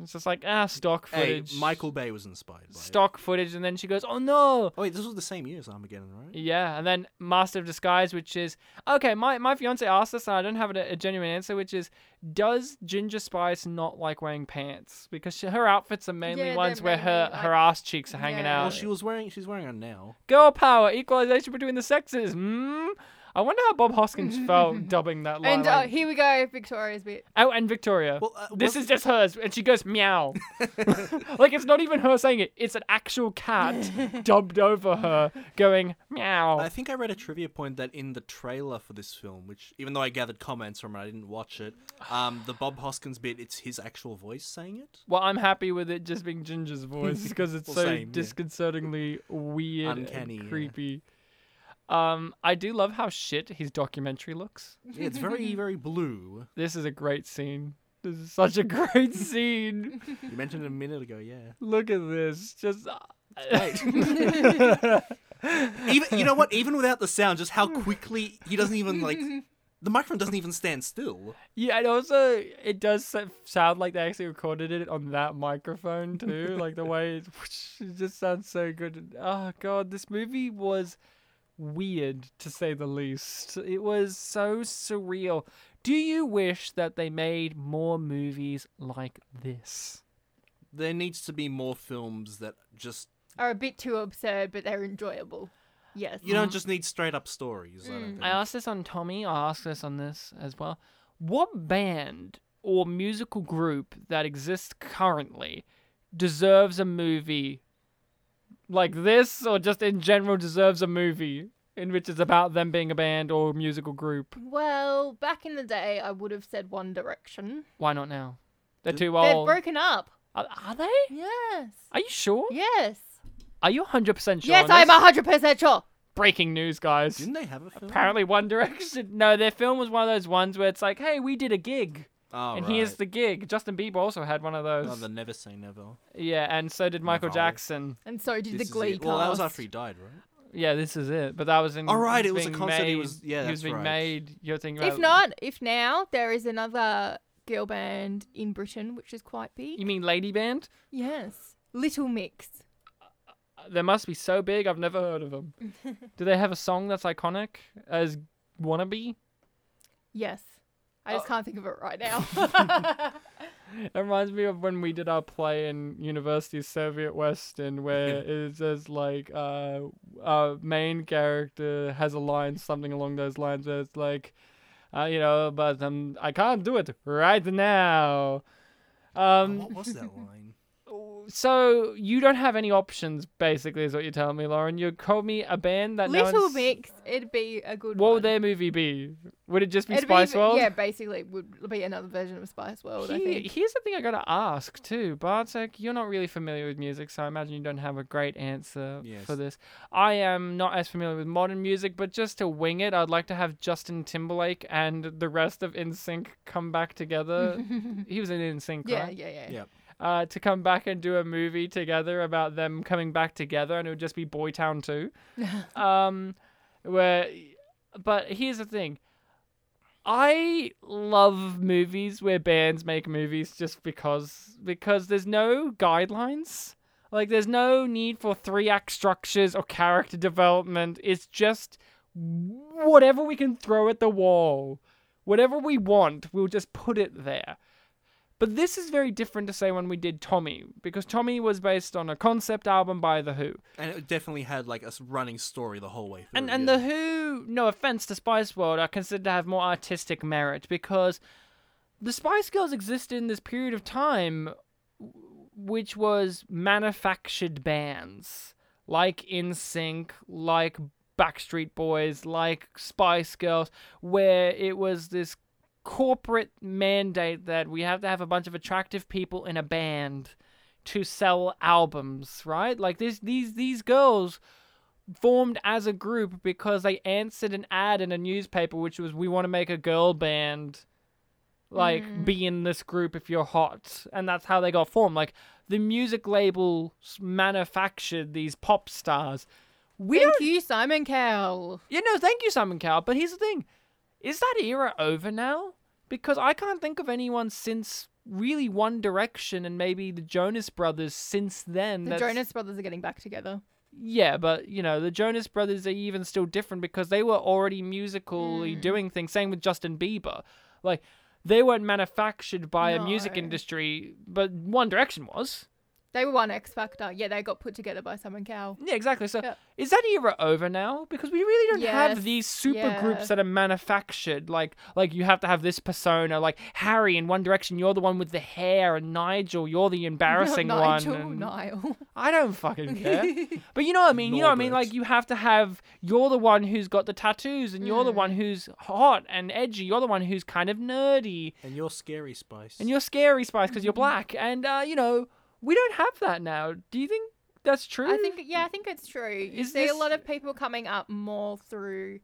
S1: It's just like ah stock
S2: hey,
S1: footage.
S2: Michael Bay was inspired by it.
S1: stock footage, and then she goes, "Oh no."
S2: Oh wait, this was the same year as Armageddon, right?
S1: Yeah, and then Master of Disguise, which is okay. My my fiance asked this, and I don't have a, a genuine answer, which is, does Ginger Spice not like wearing pants because she, her outfits are mainly
S3: Yeah, they're
S1: ones where her
S3: mainly,
S1: her
S3: like-
S1: ass cheeks are hanging
S3: Yeah.
S1: out.
S2: Well, she was wearing. She's wearing it now.
S1: Girl power, equalization between the sexes. Hmm. I wonder how Bob Hoskins
S3: (laughs)
S1: felt dubbing that line.
S3: and uh,
S1: like-
S3: here we go, Victoria's bit.
S1: Oh, and Victoria.
S2: Well, uh,
S1: this
S2: was-
S1: is just hers, and she goes
S2: (laughs)
S1: meow. (laughs) like it's not even her saying it; it's an actual
S3: (laughs)
S1: cat dubbed over her going meow.
S2: I think I read a trivia point that in the trailer for this film, which even though I gathered comments from it, I didn't watch it. Um, the Bob Hoskins bit, it's his actual voice saying it.
S1: well, I'm happy with it just being
S2: (laughs)
S1: Ginger's voice because it's
S2: Well,
S1: so
S2: same, yeah.
S1: disconcertingly weird
S2: Uncanny, yeah.
S1: and creepy. Um, I do love how shit his documentary looks.
S2: Yeah, it's (laughs) very, very blue.
S1: This is a great scene. This is such a (laughs) great scene.
S2: You mentioned it a minute ago, yeah.
S1: Look at this. Just uh,
S2: Right. even you know (laughs) what? Even without the sound, just how quickly he doesn't even (laughs) like the microphone doesn't even stand still.
S1: (laughs) Yeah, and also it does so- sound like they actually recorded it on that microphone too. like the way it, it just sounds so good. Oh god, this movie was weird to say the least. It was so surreal. Do you wish that they made more movies like this?
S2: There needs to be more films that just
S3: Are a bit too absurd, but they're enjoyable. Yes.
S2: you don't just need straight up stories. Mm-hmm. I don't
S3: Mm.
S2: think.
S1: I asked this on Tommy. I asked this on this as well. What band or musical group that exists currently deserves a movie like this, or just in general deserves a movie in which it's about them being a band or musical group?
S3: Well, back in the day, I would have said One Direction.
S1: Why not now? They're too
S3: They've
S1: old.
S3: broken up.
S1: are, are they?
S3: Yes.
S1: Are you sure?
S3: Yes.
S1: Are you 100% sure?
S3: Yes,
S1: on
S3: I'm
S1: this?
S3: hundred percent sure.
S1: Breaking news, guys.
S2: Didn't they have a film?
S1: Apparently, One Direction. No, their film was one of those ones where it's like, hey, we did a gig.
S2: Oh,
S1: and
S2: right.
S1: here's the gig. Justin Bieber also had one of those.
S2: Oh, the Never Say Never.
S1: Yeah, and so did Michael
S2: Marvel.
S1: Jackson.
S3: And so did
S2: This
S3: the
S2: is
S3: Glee
S2: it. Well, that was
S3: cast.
S2: after he died, right?
S1: Yeah, this is it. But that was in.
S2: Oh, right,
S1: was
S2: it was a
S1: being
S2: concert,
S1: Made,
S2: he was- yeah,
S1: he was
S2: that's
S1: being
S2: right.
S1: made. You're thinking about.
S3: If not, if now there is another girl band in Britain, which is quite big.
S1: You mean Lady Band?
S3: Yes, Little Mix.
S1: They must be so big. I've never heard of
S3: (laughs)
S1: them. Do they have a song that's iconic as "Wannabe"?
S3: Yes, I
S1: Oh.
S3: just can't think of it right
S1: (laughs)
S3: now.
S1: It reminds me of when we did our play in University of Soviet Western, where it says like uh, our main character has a line, something along those lines, where it's like, uh, you know, but um, I can't do it right now. Um,
S2: What
S1: (laughs)
S2: was that line?
S1: so you don't have any options, basically, is what you're telling me, Lauren. You called me a band that no
S3: (laughs) Little
S1: one's-
S3: Mix, it'd be a good.
S1: What
S3: one.
S1: would their movie be? Would it just be
S3: It'd
S1: Spice
S3: be,
S1: World?
S3: Yeah, basically, it would be another version of Spice World. I
S1: Here-
S3: think.
S1: Here's the thing I gotta ask too, Bartek. You're not really familiar with music, so I imagine you don't have a great answer
S2: Yes.
S1: for this. I am not as familiar with modern music, but just to wing it, I'd like to have Justin Timberlake and the rest of InSync come back
S3: (laughs)
S1: together. he was in InSync,
S3: Yeah,
S1: right?
S3: yeah, yeah,
S2: Yeah.
S1: Uh, to come back and do a movie together about them coming back together, and it would just be Boytown Two. um, where, but here's the thing. I love movies where bands make movies just because because there's no guidelines. Like there's no need for three act structures or character development. It's just whatever we can throw at the wall. Whatever we want, we'll just put it there. But this is very different to say when we did Tommy, because Tommy was based on a concept album by The Who.
S2: And it definitely had like a s- running story the whole way through.
S1: And and
S2: yeah.
S1: the Who, no offense to Spice World, are considered to have more artistic merit because the Spice Girls existed in this period of time, w- which was manufactured bands like In Sync, like Backstreet Boys, like Spice Girls, where it was this corporate mandate that we have to have a bunch of attractive people in a band to sell albums, right? Like this, these these girls formed as a group because they answered an ad in a newspaper which was we want to make a girl band like be in this group if you're hot and that's how they got formed like the music label s- manufactured these pop stars we
S3: Thank
S1: don't-
S3: you, Simon Cowell.
S1: you know thank you simon cowell but here's the thing is that era over now because i can't think of anyone since really one direction and maybe the jonas brothers since then
S3: The
S1: that's-
S3: Jonas Brothers are getting back together.
S1: yeah, but you know, the Jonas Brothers are even still different because they were already musically
S3: Hmm.
S1: doing things. Same with Justin Bieber. Like, they weren't manufactured by a music
S3: No.
S1: industry, but One Direction was.
S3: They were one X Factor. Yeah, they got put together by Simon Cowell.
S1: Yeah, exactly. So,
S3: Yep.
S1: is that era over now? Because we really don't have
S3: Yes,
S1: these super
S3: yeah.
S1: groups that are manufactured. Like, like you have to have this persona. Like Harry in One Direction, you're the one with the hair, and Nigel, you're
S3: (laughs)
S1: the embarrassing
S3: Nigel,
S1: one. and-
S3: Niall.
S1: I don't
S3: (laughs)
S1: fucking care. but you know what I mean. You know what I mean.
S2: Norbert.
S1: Like you have to have. You're the one who's got the tattoos, and you're the
S3: Mm.
S1: one who's hot and edgy. You're the one who's kind of nerdy,
S2: And you're scary spice.
S1: and you're scary spice
S3: (laughs)
S1: because you're black. And uh, you know we don't have that now. Do you think that's true?
S3: I think yeah, I think it's true. You
S1: Is
S3: see a
S1: this-
S3: lot of people coming up more through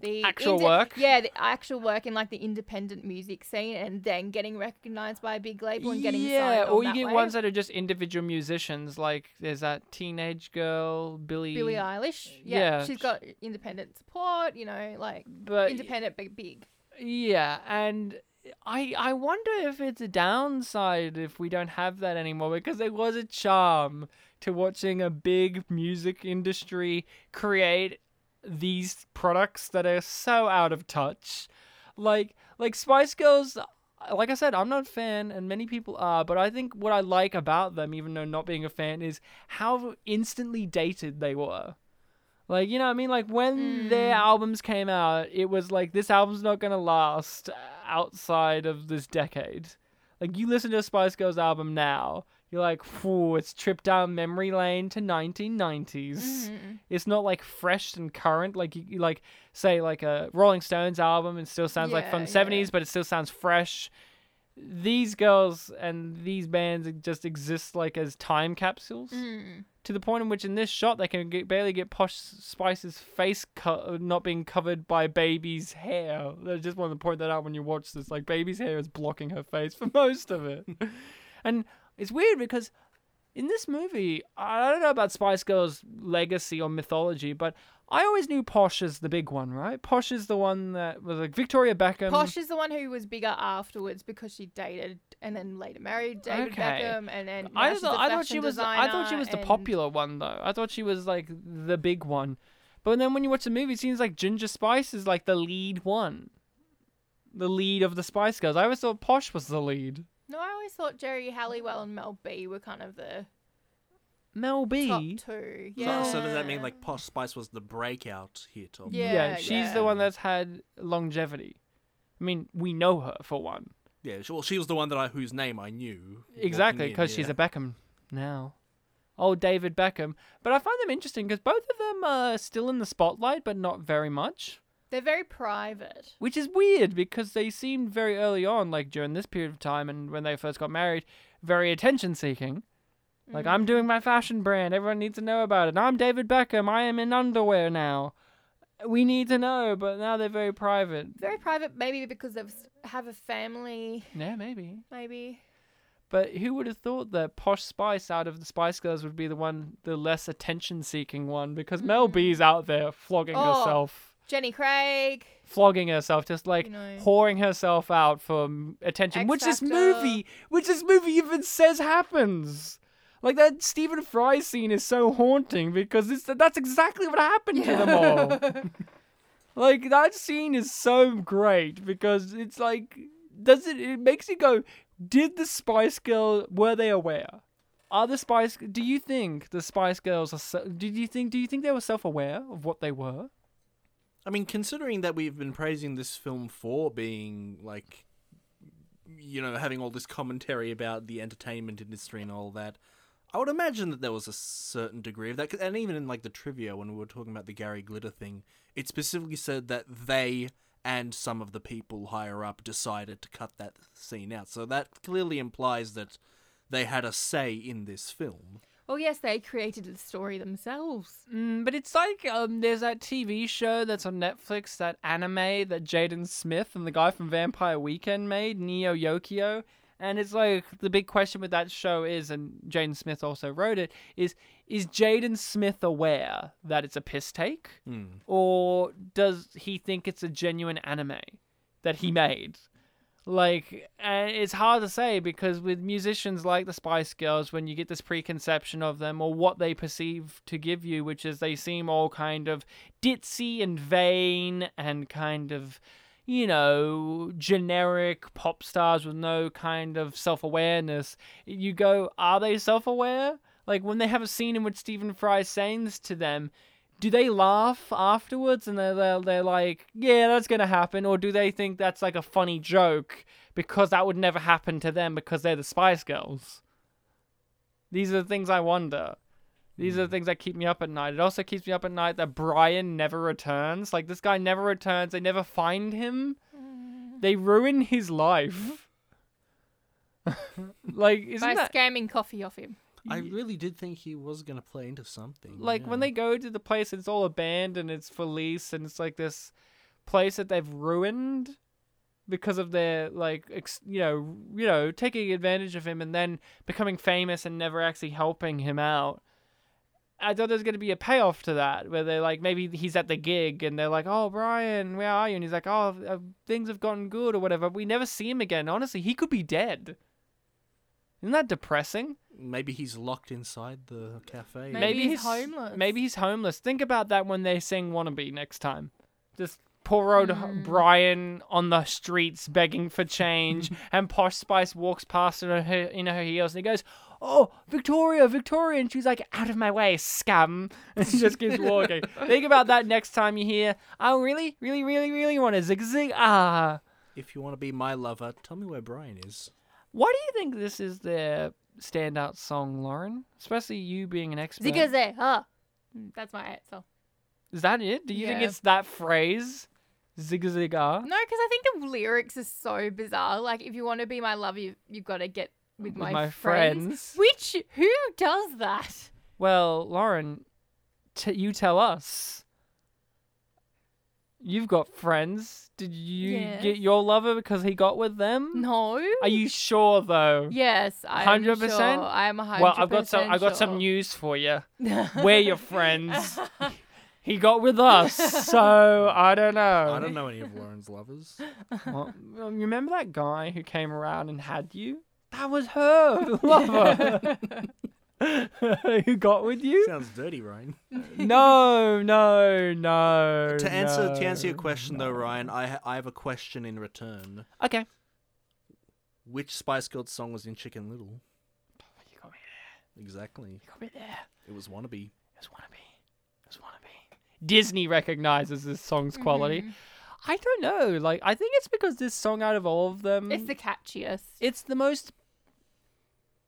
S3: the
S1: Actual work?
S3: Yeah, the actual work in like the independent music scene, and then getting recognized by a big label and getting
S1: yeah,
S3: signed
S1: or
S3: on
S1: you
S3: that
S1: get
S3: way.
S1: ones that are just individual musicians. Like there's that teenage girl Billy.
S3: Billie Eilish. Yeah,
S1: Yeah,
S3: she's
S1: sh-
S3: got independent support. You know, like
S1: but
S3: independent but big.
S1: Yeah, and I I wonder if it's a downside if we don't have that anymore because there was a charm to watching a big music industry create these products that are so out of touch. Like like Spice Girls like I said, I'm not a fan and many people are, but I think what I like about them even though not being a fan is how instantly dated they were. Like, you know what I mean? Like, when their albums came out, it was like, this album's not going to last outside of this decade. Like, you listen to a Spice Girls album now, you're like, whew, it's trip down memory lane to 1990s.
S3: Mm-hmm.
S1: It's not like fresh and current. Like, you, you like, say, like a Rolling Stones album, it still sounds like
S3: Yeah,
S1: from
S3: yeah.
S1: 70s, but it still sounds fresh. These girls and these bands just exist like as time capsules
S3: Mm.
S1: to the point in which in this shot they can get, barely get posh spice's face co- not being covered by baby's hair i just want to point that out when you watch this like baby's hair is blocking her face for (laughs) most of it and it's weird because in this movie i don't know about spice girls legacy or mythology but i always knew posh as the big one right posh is the one that was like victoria beckham
S3: Posh is the one who was bigger afterwards because she dated and then later married David
S1: Okay.
S3: Beckham, and then now
S1: I
S3: she's a
S1: thought I thought
S3: fashion
S1: she was I thought she
S3: designer
S1: was the
S3: and-
S1: popular one though. I thought she was like the big one. But then when you watch the movie, it seems like Ginger Spice is like the lead one, the lead of the Spice Girls. I always thought Posh was the lead.
S3: No, I always thought Jerry Halliwell and Mel B were kind of the
S1: Mel
S3: top
S1: B.
S3: two.
S2: So-
S3: Yeah.
S2: So, does that mean like Posh Spice was the breakout hit? Of
S1: Yeah,
S3: Yeah,
S1: she's
S3: yeah.
S1: the one that's had longevity. I mean, we know her for one,
S2: yeah. she- Well, she was the one that I whose name I knew.
S1: exactly
S2: because
S1: because she's a Beckham now. Oh, David Beckham. But I find them interesting because both of them are still in the spotlight, but not very much.
S3: They're very private.
S1: Which is weird because they seemed very early on, like during this period of time and when they first got married, very attention seeking. Like, I'm doing my fashion brand, everyone needs to know about it. And I'm David Beckham, I am in underwear now. We need to know, but now they're very private.
S3: Very private, maybe because they have a family,
S1: Yeah, maybe.
S3: maybe.
S1: But who would have thought that Posh Spice out of the Spice Girls would be the one, the less attention seeking one? Because Mel B's out there flogging
S3: Oh.
S1: herself,
S3: Jenny Craig.
S1: flogging herself, just like
S3: You know.
S1: whoring herself out for mm, attention,
S3: X
S1: which this
S3: Factor.
S1: movie, which this movie even says happens. Like that Stephen Fry
S3: (laughs)
S1: scene is so haunting because it's that's exactly what happened to them all. (laughs) Like that scene is so great because it's like does it it makes you go did the Spice Girl were they aware? Are the Spice do you think the Spice Girls are so, did you think do you think they were self-aware of what they were?
S2: I mean, considering that we've been praising this film for being like, you know, having all this commentary about the entertainment industry and all that, I would imagine that there was a certain degree of that. 'Cause- And even in like the trivia when we were talking about the Gary Glitter thing, it specifically said that they and some of the people higher up decided to cut that scene out. So that clearly implies that they had a say in this film.
S3: Well, yes, they created the story themselves.
S1: Mm, but it's like um, there's that TV show that's on Netflix, that anime that Jaden Smith and the guy from Vampire Weekend made, Neo Yokio. And it's like the big question with that show is, and Jaden Smith also wrote it, is is Jaden Smith aware that it's a piss take, or does he think it's a genuine anime that he made? Like, uh, it's hard to say because with musicians like the Spice Girls, when you get this preconception of them or what they perceive to give you, which is they seem all kind of ditzy and vain and kind of, you know, generic pop stars with no kind of self awareness, you go, are they self aware? Like, when they have a scene in which Stephen Fry sings to them, do they laugh afterwards and they're, they're, they're like, yeah, that's going to happen? Or do they think that's like a funny joke because that would never happen to them because they're the Spice Girls? These are the things I wonder. These are the things that keep me up at night. It also keeps me up at night that Brian never returns. Like, this guy never returns. They never find him. They ruin his life. (laughs) like, isn't
S3: by
S1: that...
S3: scamming coffee off him.
S2: I really did think he was going to play into something.
S1: like
S2: yeah.
S1: when they go to the place it's all abandoned it's for lease and it's like this place that they've ruined because of their like ex- you know you know taking advantage of him and then becoming famous and never actually helping him out i thought there's going to be a payoff to that where they're like maybe he's at the gig and they're like oh brian where are you and he's like oh uh, things have gotten good or whatever we never see him again honestly he could be dead isn't that depressing
S2: Maybe he's locked inside the cafe.
S3: Maybe he's homeless.
S1: Maybe he's homeless. Think about that when they sing "Wannabe" next time. Just poor old
S3: Mm.
S1: Brian on the streets begging for
S3: (laughs)
S1: change, and Posh Spice walks past in her in her heels, and he goes, "Oh, Victoria, Victoria!" And she's like, "Out of my way, scum!" (laughs) And she just keeps
S3: (laughs)
S1: walking. Think about that next time you hear, "Oh, really, really, really, really want to zig zig ah."
S2: If you want to be my lover, tell me where Brian is.
S1: Why do you think this is their standout song, Lauren? Especially you being an expert.
S3: Zigazay, huh? Mm, That's my answer.
S1: Is that it? Do you think
S3: Yeah.
S1: it's that phrase? Zig zig ah?
S3: No, because I think the lyrics are so bizarre. Like, if you want to be my lover, you, you've got to get with,
S1: With my friends.
S3: Which, who does that?
S1: Well, Lauren, t- you tell us. You've got friends. Did you get
S3: Yes.
S1: your lover because he got with them?
S3: No.
S1: Are you sure though?
S3: Yes, I am
S1: 100%?
S3: sure. I am 100%.
S1: Well, I've got some. I've got some
S3: sure.
S1: news for you.
S3: (laughs)
S1: We're your friends. he got with us,
S3: (laughs)
S1: so I don't know.
S2: I don't know any of Lauren's (laughs) lovers.
S1: Well, well, remember that guy who came around and had you? That was her (laughs) the lover who got with you.
S2: Sounds dirty, Ryan.
S1: No, no, no.
S2: To answer to answer your
S1: no.
S2: question though, Ryan, I ha- I have a question in return.
S1: Okay.
S2: Which Spice Girls song was in Chicken Little?
S1: You got me.
S2: Exactly.
S1: You got me there. It
S2: It was Wannabe.
S1: was wannabe. It was wannabe. Disney recognizes this song's quality. I don't know. Like, I think it's because this song, out of all of them,
S3: It's the catchiest.
S1: it's the most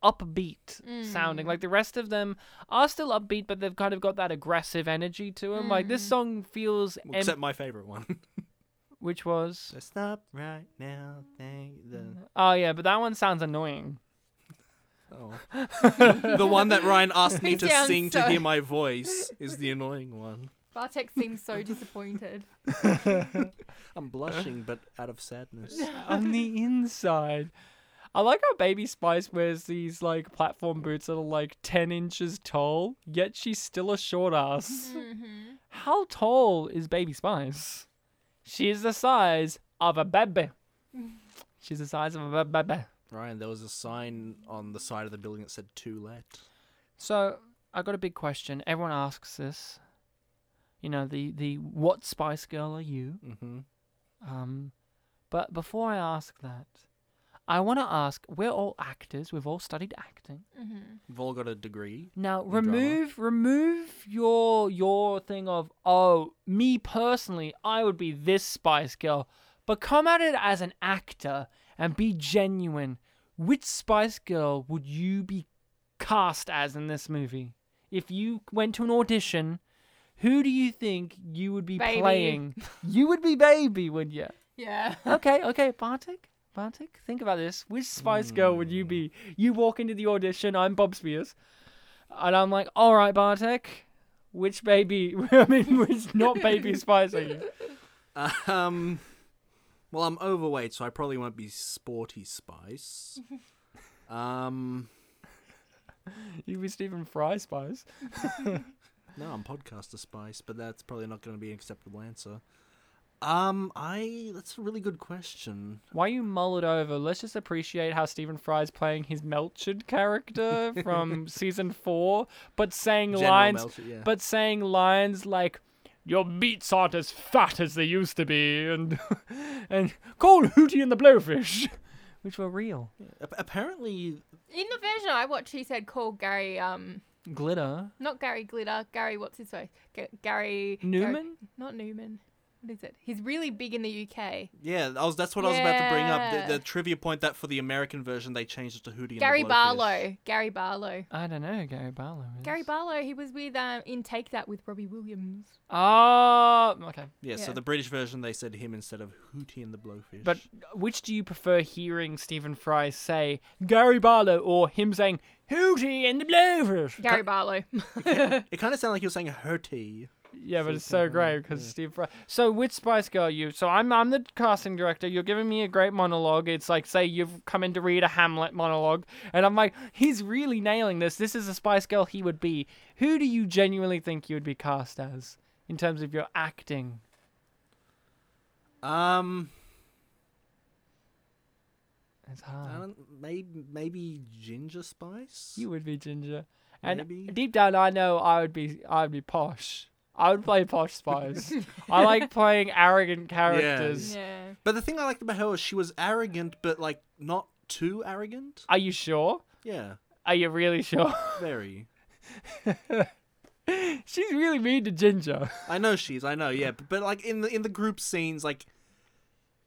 S1: upbeat sounding. Like the rest of them are still upbeat, but they've kind of got that aggressive energy to them. Like this song feels, em-
S2: Except my favorite (laughs) one.
S1: which was
S2: so stop right now. Thank the
S1: oh yeah, but that one sounds annoying.
S2: oh. (laughs) the one that Ryan asked me
S3: He
S2: to
S3: sounds
S2: sing
S3: so-
S2: to hear my voice is the annoying one.
S3: Bartek seems
S1: (laughs)
S3: so disappointed.
S2: I'm blushing, but out of sadness.
S1: (laughs) On the inside. I like how Baby Spice wears these like platform boots that are like ten inches tall, yet she's still a short ass. How tall is Baby Spice? She is the size of a baby. She's the size of a baby.
S2: Ryan, there was a sign on the side of the building that said "To Let."
S1: So I got a big question. Everyone asks this. you know the the what Spice Girl are you?
S2: Mm-hmm.
S1: Um, but before I ask that, I want to ask: We're all actors. We've all studied acting.
S2: We've all got a degree.
S1: Now
S2: In drama.
S1: remove remove your your thing of oh me personally I would be this Spice Girl, but come at it as an actor and be genuine. Which Spice Girl would you be cast as in this movie? If you went to an audition, who do you think you would be
S3: Baby.
S1: playing? You would be Baby, would you?
S3: Yeah.
S1: okay, okay, Bartek. Bartek, think about this. Which Spice Girl would you be? You walk into the audition, I'm Bob Spears. And I'm like, all right, Bartek, which baby, (laughs) I mean, which not baby Spice are you?
S2: Um, well, I'm overweight, so I probably won't be sporty
S3: (laughs)
S2: spice. Um,
S1: You'd be Stephen Fry Spice.
S2: no, I'm podcaster spice, but that's probably not going to be an acceptable answer. Um, I that's a really good question.
S1: Why you mull it over? Let's just appreciate how Stephen Fry's playing his Melchard character from season four, but saying
S2: General
S1: lines,
S2: Melchor, yeah.
S1: but saying lines like "Your meats aren't as fat as they used to be," and (laughs) and call Hootie and the Blowfish, (laughs) which were real.
S2: Ap- apparently,
S3: In the version I watched, he said call Gary, um,
S1: Glitter
S3: not Gary Glitter, Gary, what's his face? G- Gary Gar-
S1: Newman.
S3: not Newman. What is it? He's really big in the UK.
S2: yeah, I was that's what I was about to bring up. The,
S3: Yeah.
S2: the trivia point that for the American version they changed it to Hootie.
S3: Gary
S2: and the Blowfish.
S3: Barlow. Gary Barlow.
S1: I don't know who Gary Barlow. Is.
S3: Gary Barlow. He was with um in Take That with Robbie Williams.
S1: Ah, okay.
S2: Yeah,
S3: Yeah.
S2: so the British version they said him instead of Hootie and the Blowfish.
S1: But which do you prefer hearing Stephen Fry say Gary Barlow or him saying Hootie and the Blowfish? (laughs)
S3: Gary Barlow.
S2: it kind of sounded like he was saying Hootie.
S1: Yeah, but it's so great because Steve Fry. So which Spice Girl you? So I'm I'm the casting director. You're giving me a great monologue. It's like say you've come in to read a Hamlet monologue, and I'm like, he's really nailing this. This is a Spice Girl he would be. Who do you genuinely think you would be cast as in terms of your acting?
S2: Um,
S1: It's
S2: I
S1: hard.
S2: don't, maybe maybe ginger spice.
S1: Oh. You would be Ginger, and
S2: Maybe.
S1: deep down I know I would be I would be posh. I would play posh Spice. I like playing arrogant
S3: (laughs)
S1: characters.
S3: yeah.
S2: But the thing I liked about her was she was arrogant, but like not too arrogant.
S1: Are you sure?
S2: Yeah,
S1: Are you really sure?
S2: very.
S1: She's really mean to Ginger.
S2: I know she's. I know. Yeah, but, but like in the in the group scenes, like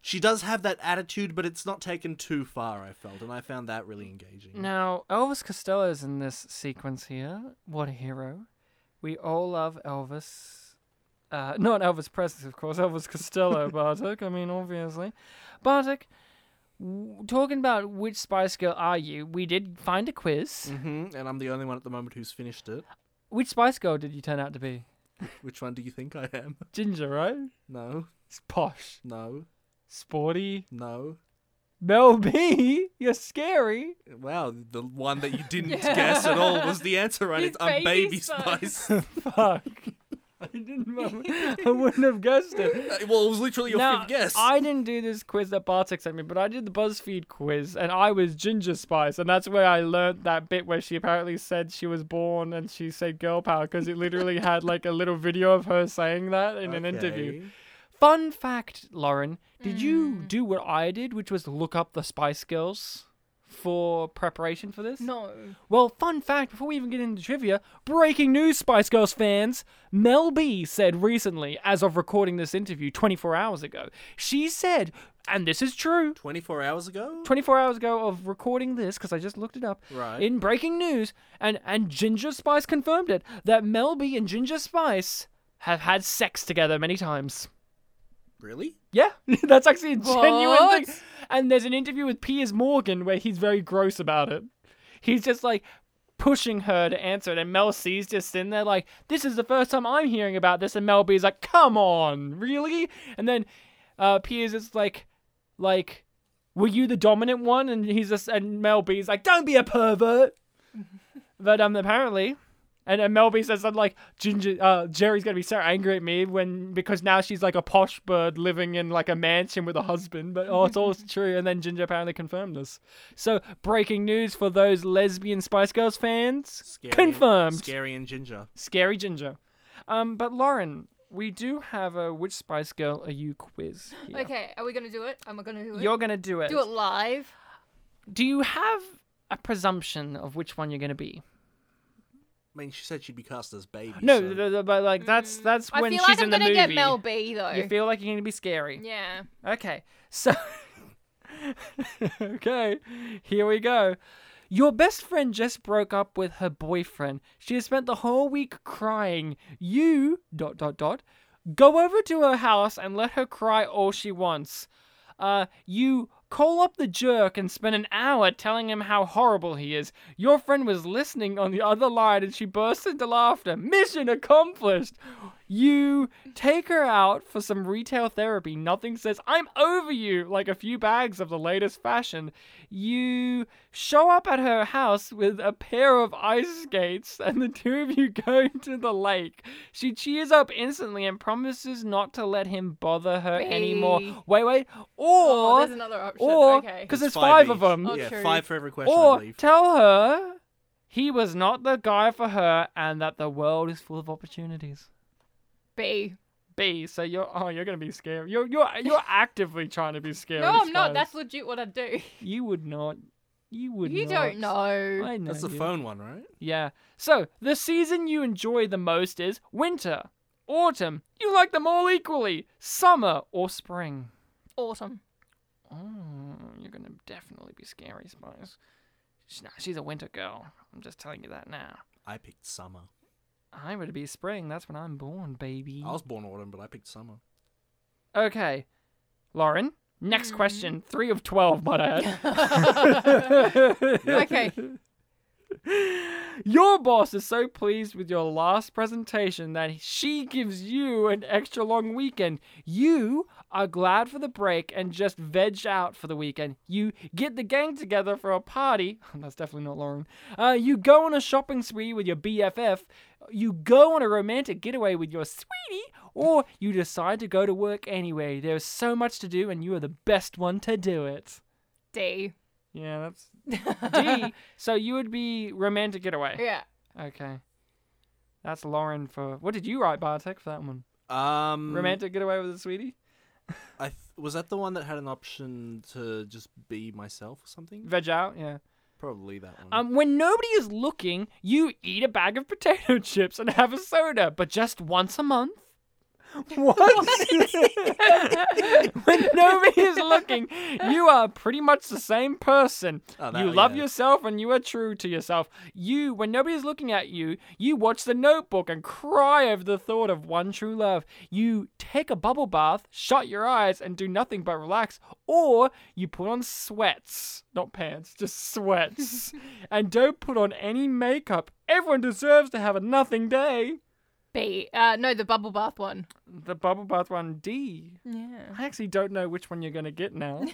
S2: she does have that attitude, but it's not taken too far. I felt, and I found that really engaging.
S1: Now, Elvis Costello's in this sequence here. What a hero. We all love Elvis. Uh, not Elvis Presley, of course, Elvis (laughs) Costello, Bartek. I mean, obviously. Bartek, w- talking about which Spice Girl are you, we did find a quiz.
S2: hmm And I'm the only one at the moment who's finished it.
S1: Which Spice Girl did you turn out to be?
S2: Which one do you think I am? (laughs)
S1: Ginger, right?
S2: No,
S1: It's posh,
S2: no,
S1: sporty.
S2: no.
S1: Mel B, (laughs) you're scary.
S2: Wow, the
S1: (laughs)
S2: one that you didn't guess at all was the answer, right?
S3: It's
S2: It's, I'm
S3: Baby
S2: Baby
S3: Spice.
S2: Spice. (laughs)
S1: Fuck. (laughs) I didn't. I wouldn't have guessed it.
S2: Uh, well, it was literally your
S1: Now,
S2: fifth guess.
S1: I didn't do this quiz that Bartek sent me, but I did the BuzzFeed quiz, and I was Ginger Spice, and that's where I learnt that bit where she apparently said she was born and she said girl power because it literally had like a little video of her saying that in an interview.
S2: Okay.
S1: Fun fact, Lauren, did you do what I did, which was look up the Spice Girls? For preparation for this?
S3: No.
S1: Well, fun fact before we even get into trivia, breaking news, Spice Girls fans. Mel B said recently, as of recording this interview 24 hours ago, she said, and this is true,
S2: 24 hours ago?
S1: 24 hours ago of recording this, because I just looked it up,
S2: Right.
S1: in breaking news, and, and Ginger Spice confirmed it, that Mel B and Ginger Spice have had sex together many times.
S2: Really?
S1: Yeah, (laughs) that's actually a genuine
S3: What?
S1: thing. And there's an interview with Piers Morgan where he's very gross about it. He's just like pushing her to answer it, and Mel C's just in there like, "This is the first time I'm hearing about this," and Mel B's like, "Come on, really?" And then uh, Piers is like, "Like, were you the dominant one?" And he's just and Mel B's like, "Don't be a (laughs) pervert." but um, apparently, and, and Melby says something like Ginger, uh, Jerry's gonna be so angry at me when because now she's like a posh bird living in like a mansion with a husband. But oh, it's (laughs) all true. And then Ginger apparently confirmed this. So breaking news for those lesbian Spice Girls fans:
S2: Scary.
S1: confirmed.
S2: Scary and Ginger.
S1: Scary Ginger. Um, but Lauren, we do have a which Spice Girl are you quiz. here.
S3: Okay, are we gonna do it? Am I gonna do it?
S1: You're gonna do it.
S3: do it live.
S1: Do you have a presumption of which one you're gonna be?
S2: I mean, she said she'd be cast as baby.
S1: No,
S2: so-
S1: th- th- but like that's that's
S3: Mm. I
S1: when
S3: feel
S1: she's
S3: like
S1: in
S3: I'm
S1: the
S3: gonna
S1: movie.
S3: get Mel B though.
S1: You feel like you're gonna be scary.
S3: yeah.
S1: Okay, so (laughs) okay, here we go. Your best friend just broke up with her boyfriend. She has spent the whole week crying. You dot dot dot. Go over to her house and let her cry all she wants. Uh, you call up the jerk and spend an hour telling him how horrible he is. Your friend was listening on the other line and she burst into laughter. Mission accomplished! You take her out for some retail therapy. Nothing says, I'm over you, like a few bags of the latest fashion. You show up at her house with a pair of ice skates and the two of you (laughs) go to the lake. She cheers up instantly and promises not to let him bother her anymore.
S3: Bee.
S1: Wait, wait.
S3: Oh,
S1: Or
S3: there's another option.
S1: or
S3: okay.
S1: because there's
S2: It's
S1: five,
S2: each.
S1: of them.
S3: Oh,
S2: yeah,
S3: true.
S2: five for every question, I
S1: or
S2: believe.
S1: tell her he was not the guy for her and that the world is full of opportunities.
S3: B.
S1: B. So you're oh you're gonna be scared. You're you're (laughs) you're actively trying to be scared.
S3: No, I'm not. That's legit what I do.
S1: you would not. You would.
S3: You
S1: not.
S3: don't know.
S1: I know.
S2: That's the
S1: you.
S2: phone one, right?
S1: Yeah. So the season you enjoy the most is winter, autumn. You like them all equally. Summer or spring. (laughs)
S3: Autumn.
S1: Oh, you're gonna definitely be scary, Spice. She's not, she's a winter girl. I'm just telling you that now.
S2: I picked summer.
S1: I would be spring. That's when I'm born, baby.
S2: I was born autumn, but I picked summer.
S1: Okay, Lauren. Next question. Three of twelve, might (laughs) I add.
S3: Okay.
S1: (laughs) Your boss is so pleased with your last presentation that she gives you an extra long weekend. You are glad for the break and just veg out for the weekend. You get the gang together for a party. (laughs) That's definitely not Lauren. Uh, you go on a shopping spree with your BFF. You go on a romantic getaway with your sweetie, or you decide to go to work anyway. There's so much to do, and you are the best one to do it.
S3: D.
S1: Yeah, that's (laughs) D. So you would be romantic getaway.
S3: Yeah.
S1: Okay. That's Lauren for what did you write, Bartek, for that one?
S2: Um,
S1: Romantic getaway with a sweetie?
S2: I th- was that the one that had an option to just be myself or something.
S1: Veg out, yeah.
S2: Probably that one.
S1: Um, when nobody is looking, you eat a bag of potato (laughs) chips and have a soda, but just once a month. What? (laughs) when nobody is looking, you are pretty much the same person.
S2: Oh, that-
S1: you
S2: oh,
S1: love
S2: yeah.
S1: yourself and you are true to yourself. You, when nobody is looking at you, you watch The Notebook and cry over the thought of one true love. You take a bubble bath, shut your eyes, and do nothing but relax, or you put on sweats, not pants, just
S2: (laughs)
S1: sweats, and don't put on any makeup. Everyone deserves to have a nothing day.
S3: B. Uh, no, the bubble bath one.
S1: The bubble bath one D.
S3: (laughs) Yeah.
S1: I actually don't know which one you're gonna get
S2: (laughs)
S1: now.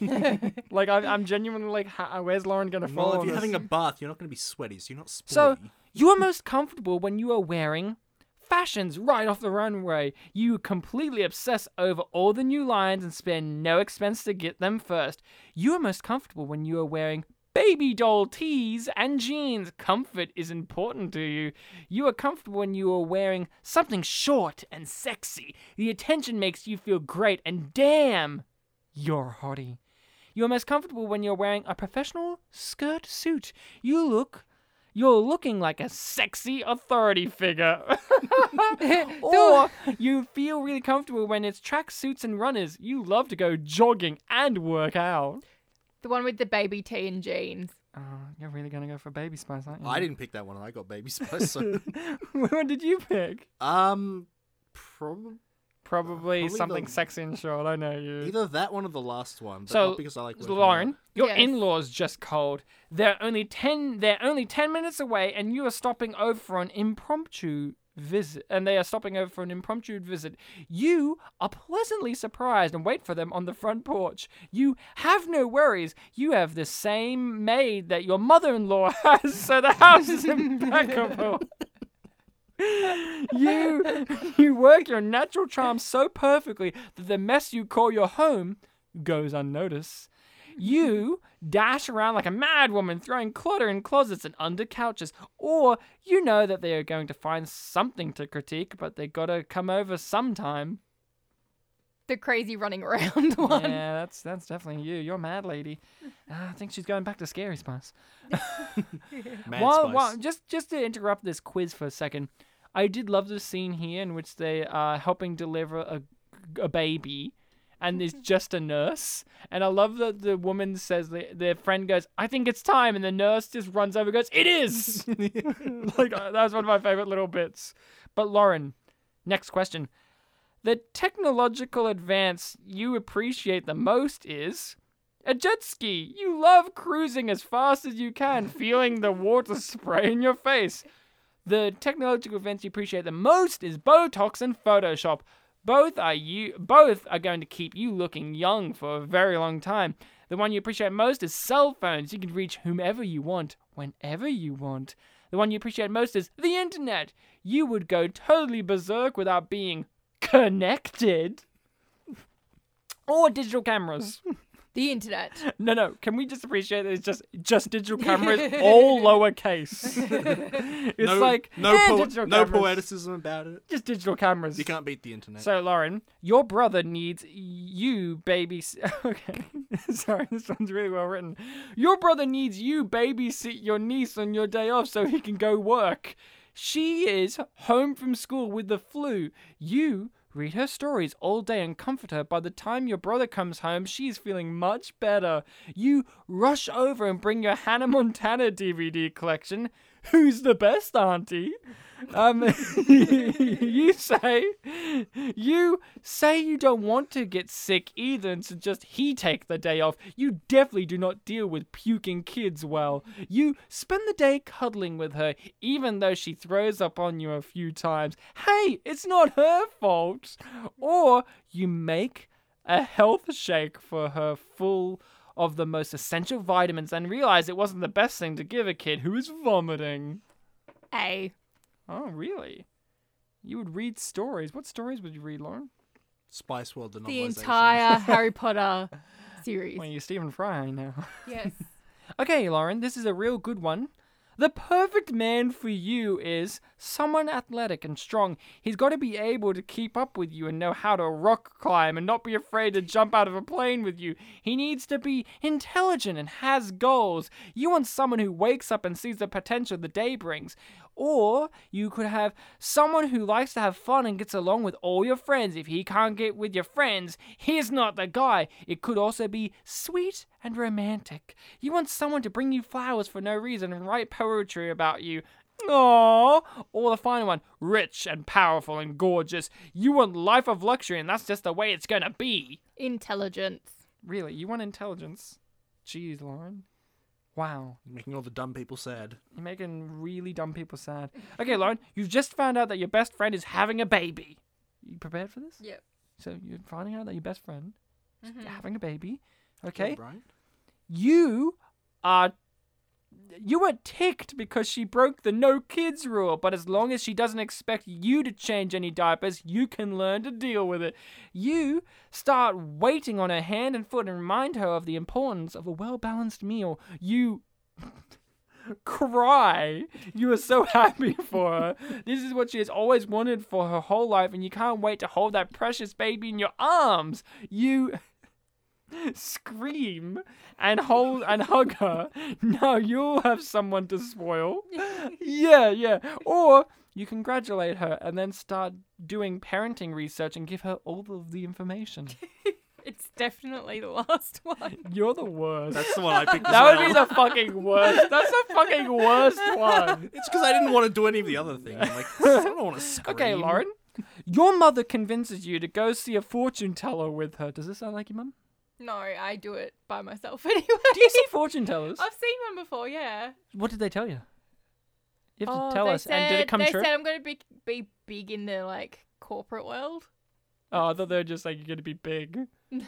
S1: (laughs) like I'm, I'm genuinely like, ha- where's Lauren gonna fall?
S2: well, if
S1: on
S2: you're
S1: this?
S2: having a bath, you're not going to be sweaty, so you're not
S1: So
S2: sporty.
S1: you are most comfortable when you are wearing fashions right off the runway. You completely obsess over all the new lines and spare no expense to get them first. You are most comfortable when you are wearing baby doll tees and jeans. Comfort is important to you. You are comfortable when you are wearing something short and sexy. The attention makes you feel great and damn, you're a hottie. You are most comfortable when you're wearing a professional skirt suit. You look you're looking like a sexy authority figure. (laughs) or you feel really comfortable when it's track suits and runners. You love to go jogging and work out.
S3: The one with the baby tee and jeans.
S1: Oh, you're really gonna go for baby spice, aren't you?
S2: I didn't pick that one. I got baby spice. So.
S1: (laughs)
S2: (laughs)
S1: what did you pick?
S2: um, probably
S1: Probably,
S2: Probably
S1: something
S2: the-
S1: sexy and short. I know you.
S2: either that one or the last one. But
S1: So,
S2: not because I like working
S1: Lauren,
S2: out.
S1: your
S3: Yes.
S1: in-laws just called. They're only ten. They're only ten minutes away, and you are stopping over for an impromptu visit. And they are stopping over for an impromptu visit. You are pleasantly surprised and wait for them on the front porch. You have no worries. You have the same maid that your mother-in-law (laughs) has, so the house is impeccable you you work your natural charm so perfectly that the mess you call your home goes unnoticed. You dash around like a mad woman, throwing clutter in closets and under couches, or you know that they are going to find something to critique, but they gotta come over sometime.
S3: The crazy running around (laughs) one.
S1: Yeah, that's that's definitely you. You're a mad lady. Ah, I think she's going back to Scary Spice.
S2: Mad
S1: While,
S2: Spice.
S1: while- just just to interrupt this quiz for a second, I did love the scene here in which they are helping deliver a, a baby, and there's just a nurse. And I love that the woman says the, their friend goes, "I think it's time," and the nurse just runs over, and goes, "It is." (laughs) like uh, that was one of my favorite little bits. But Lauren, next question: The technological advance you appreciate the most is. A jet ski. You love cruising as fast as you can, feeling the water (laughs) spray in your face. The technological events you appreciate the most is Botox and Photoshop. Both are you both are going to keep you looking young for a very long time. The one you appreciate most is cell phones. You can reach whomever you want, whenever you want. The one you appreciate most is the internet. You would go totally berserk without being connected. (laughs) Or digital cameras.
S3: The internet.
S1: No, no. Can we just appreciate that it's just just digital cameras, all lowercase? it's
S2: no,
S1: like
S2: no,
S1: eh,
S2: po-
S1: digital
S2: no
S1: cameras.
S2: poeticism about it.
S1: Just digital cameras.
S2: You can't beat the internet.
S1: So Lauren, your brother needs you, babys. (laughs) Okay, sorry, this one's really well written. Your brother needs you babysit your niece on your day off so he can go work. She is home from school with the flu. You read her stories all day and comfort her. By the time your brother comes home, she is feeling much better. You rush over and bring your Hannah Montana DVD collection. Who's the best auntie? Um, (laughs) you say, you say you don't want to get sick either, and suggest he take the day off. You definitely do not deal with puking kids well. You spend the day cuddling with her, even though she throws up on you a few times. Hey, it's not her fault. Or you make a health shake for her full of the most essential vitamins and realize it wasn't the best thing to give a kid who is vomiting.
S3: A.
S1: Oh, really? You would read stories. What stories would you read, Lauren?
S2: Spice World, the
S3: The entire Harry Potter series.
S1: Well, you're Stephen Fry now. (laughs)
S3: Yes.
S1: okay, Lauren, this is a real good one. The perfect man for you is someone athletic and strong. He's got to be able to keep up with you and know how to rock climb and not be afraid to jump out of a plane with you. He needs to be intelligent and has goals. You want someone who wakes up and sees the potential the day brings. Or you could have someone who likes to have fun and gets along with all your friends. If he can't get with your friends, he's not the guy. It could also be sweet and romantic. You want someone to bring you flowers for no reason and write poetry about you. Aww. Or the final one, rich and powerful and gorgeous. You want life of luxury, and that's just the way it's gonna be.
S3: Intelligence.
S1: Really, you want intelligence? Jeez, Lauren. Wow.
S2: Making all the dumb people sad.
S1: You're making really dumb people sad. Okay, Lauren, you've just found out that your best friend is having a baby. You prepared for this?
S3: Yep.
S1: So you're finding out that your best friend is having a baby. Okay.
S2: Right?
S1: You are. You were ticked because she broke the no kids rule, but as long as she doesn't expect you to change any diapers, you can learn to deal with it. You start waiting on her hand and foot and remind her of the importance of a well balanced meal. You (laughs) cry. You are so (laughs) happy for her. This is what she has always wanted for her whole life, and you can't wait to hold that precious baby in your arms. You scream and hold and hug her. Now you'll have someone to spoil. Yeah, yeah. Or you congratulate her and then start doing parenting research and give her all of the
S3: (laughs)
S1: information.
S3: It's definitely the last (laughs) one.
S1: You're the worst.
S2: That's the one I
S1: (laughs)
S2: picked. as
S1: that would be
S2: well.
S1: the fucking worst. That's the fucking worst one.
S2: It's because I didn't want to do any of the other things. I'm like, I don't want to
S1: (laughs)
S2: scream.
S1: Okay, Lauren. Your mother convinces you to go see a fortune teller with her. Does this sound like your mum?
S3: No, I do it by myself (laughs) anyway.
S1: Do you see fortune
S3: (laughs)
S1: tellers?
S3: I've seen one before, yeah.
S1: What did they tell you? You have
S3: Oh,
S1: to tell
S3: they
S1: us. and did it
S3: said-
S1: come
S3: they
S1: true?
S3: said I'm going to be, be big in the like corporate world.
S1: Oh, I thought they were just like, you're going to be big.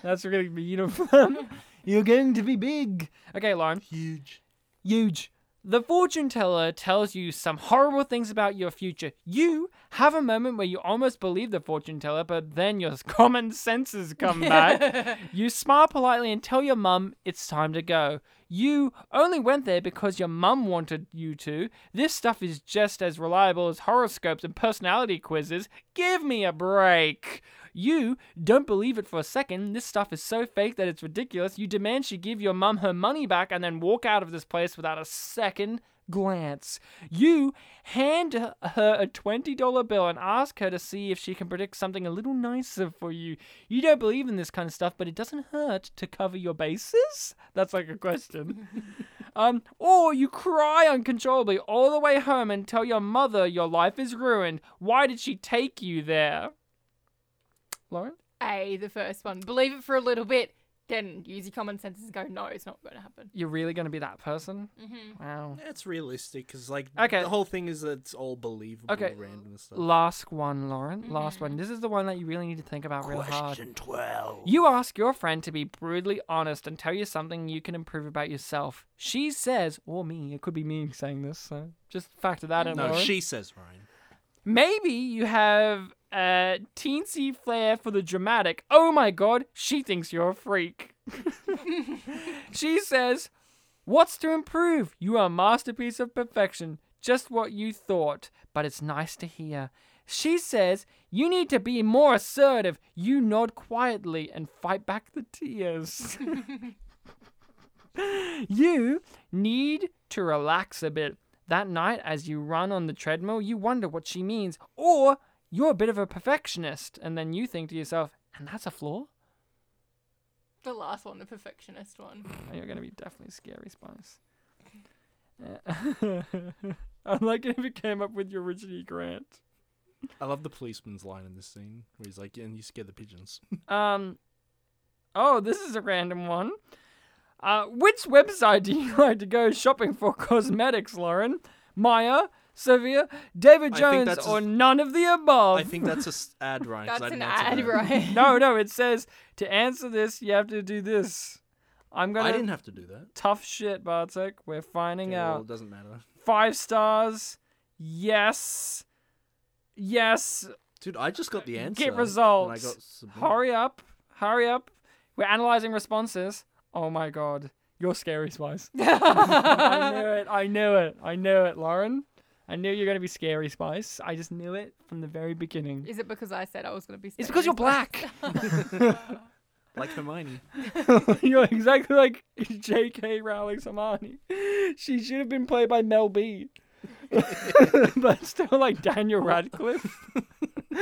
S1: That's really mean of them. (laughs) you're going to be big. Okay, Lauren.
S2: Huge.
S1: Huge. The fortune teller tells you some horrible things about your future. You Have a moment where you almost believe the fortune teller, but then your (laughs) common senses come back. you smile politely and tell your mum it's time to go. You only went there because your mum wanted you to. This stuff is just as reliable as horoscopes and personality quizzes. Give me a break. You don't believe it for a second. This stuff is so fake that it's ridiculous. You demand she give your mum her money back and then walk out of this place without a second glance. You hand her a $20 bill and ask her to see if she can predict something a little nicer for you. You don't believe in this kind of stuff, but it doesn't hurt to cover your bases? That's like a question. Um, or you cry uncontrollably all the way home and tell your mother your life is ruined. Why did she take you there? Lauren?
S3: A, the first one. Believe it for a little bit, then use your common sense and go, no, it's not going to happen.
S1: You're really going to be that person?
S3: Mm-hmm.
S1: Wow.
S2: It's realistic because like
S1: Okay.
S2: the whole thing is that it's all believable,
S1: Okay.
S2: random and stuff.
S1: Last one, Lauren. Last one. This is the one that you really need to think about real hard.
S2: Question twelve.
S1: You ask your friend to be brutally honest and tell you something you can improve about yourself. She says, or me, it could be me saying this, so just factor that in.
S2: no,
S1: Lauren.
S2: she says Ryan.
S1: Maybe you have a teensy flair for the dramatic. Oh my god, she thinks you're a freak. she says, What's to improve? You are a masterpiece of perfection. Just what you thought, but it's nice to hear. She says, You need to be more assertive. You nod quietly and fight back the tears. (laughs) you need to relax a bit. That night, as you run on the treadmill, you wonder what she means. Or you're a bit of a perfectionist, and then you think to yourself, And that's a flaw?
S3: The last one, the perfectionist one.
S1: Oh, You're gonna be definitely scary spice. (laughs) Uh, I'm like if you came up with your Richard E. Grant.
S2: I love the policeman's line in this scene where he's like, "And you scare the pigeons."
S1: Um, oh, this is a random one. Uh, which website do you (laughs) like to go shopping for (laughs) cosmetics, Lauren? Maya, Sylvia, David
S2: I think
S1: Jones,
S2: that's a-
S1: or none of the above?
S2: I think
S1: (laughs)
S2: that's a s- ad, Ryan. 'cause
S3: That's
S2: I
S3: an
S2: didn't answer
S3: ad,
S2: that.
S3: right?
S1: no, no. It says to answer this, you have to do this. I'm gonna
S2: I didn't have to do that.
S1: tough shit, Bartek. We're finding
S2: Yeah, well,
S1: out.
S2: it doesn't matter,
S1: Five stars. Yes. Yes.
S2: dude. I just got the answer.
S1: Get
S2: when I
S1: results.
S2: got submitted.
S1: Hurry up. Hurry up. We're analyzing responses. Oh my god. You're scary,
S2: (laughs)
S1: Spice. I knew it. I knew it. I knew it, Lauren. I knew you were going to be scary, Spice. I just knew it from the very beginning.
S3: Is it because I said I was going to be
S1: It's because you're black. (laughs)
S2: like Hermione.
S1: you're exactly like (laughs) J.K. Rowling Samani. She should have been played by Mel B. (laughs) but still like Daniel Radcliffe. (laughs)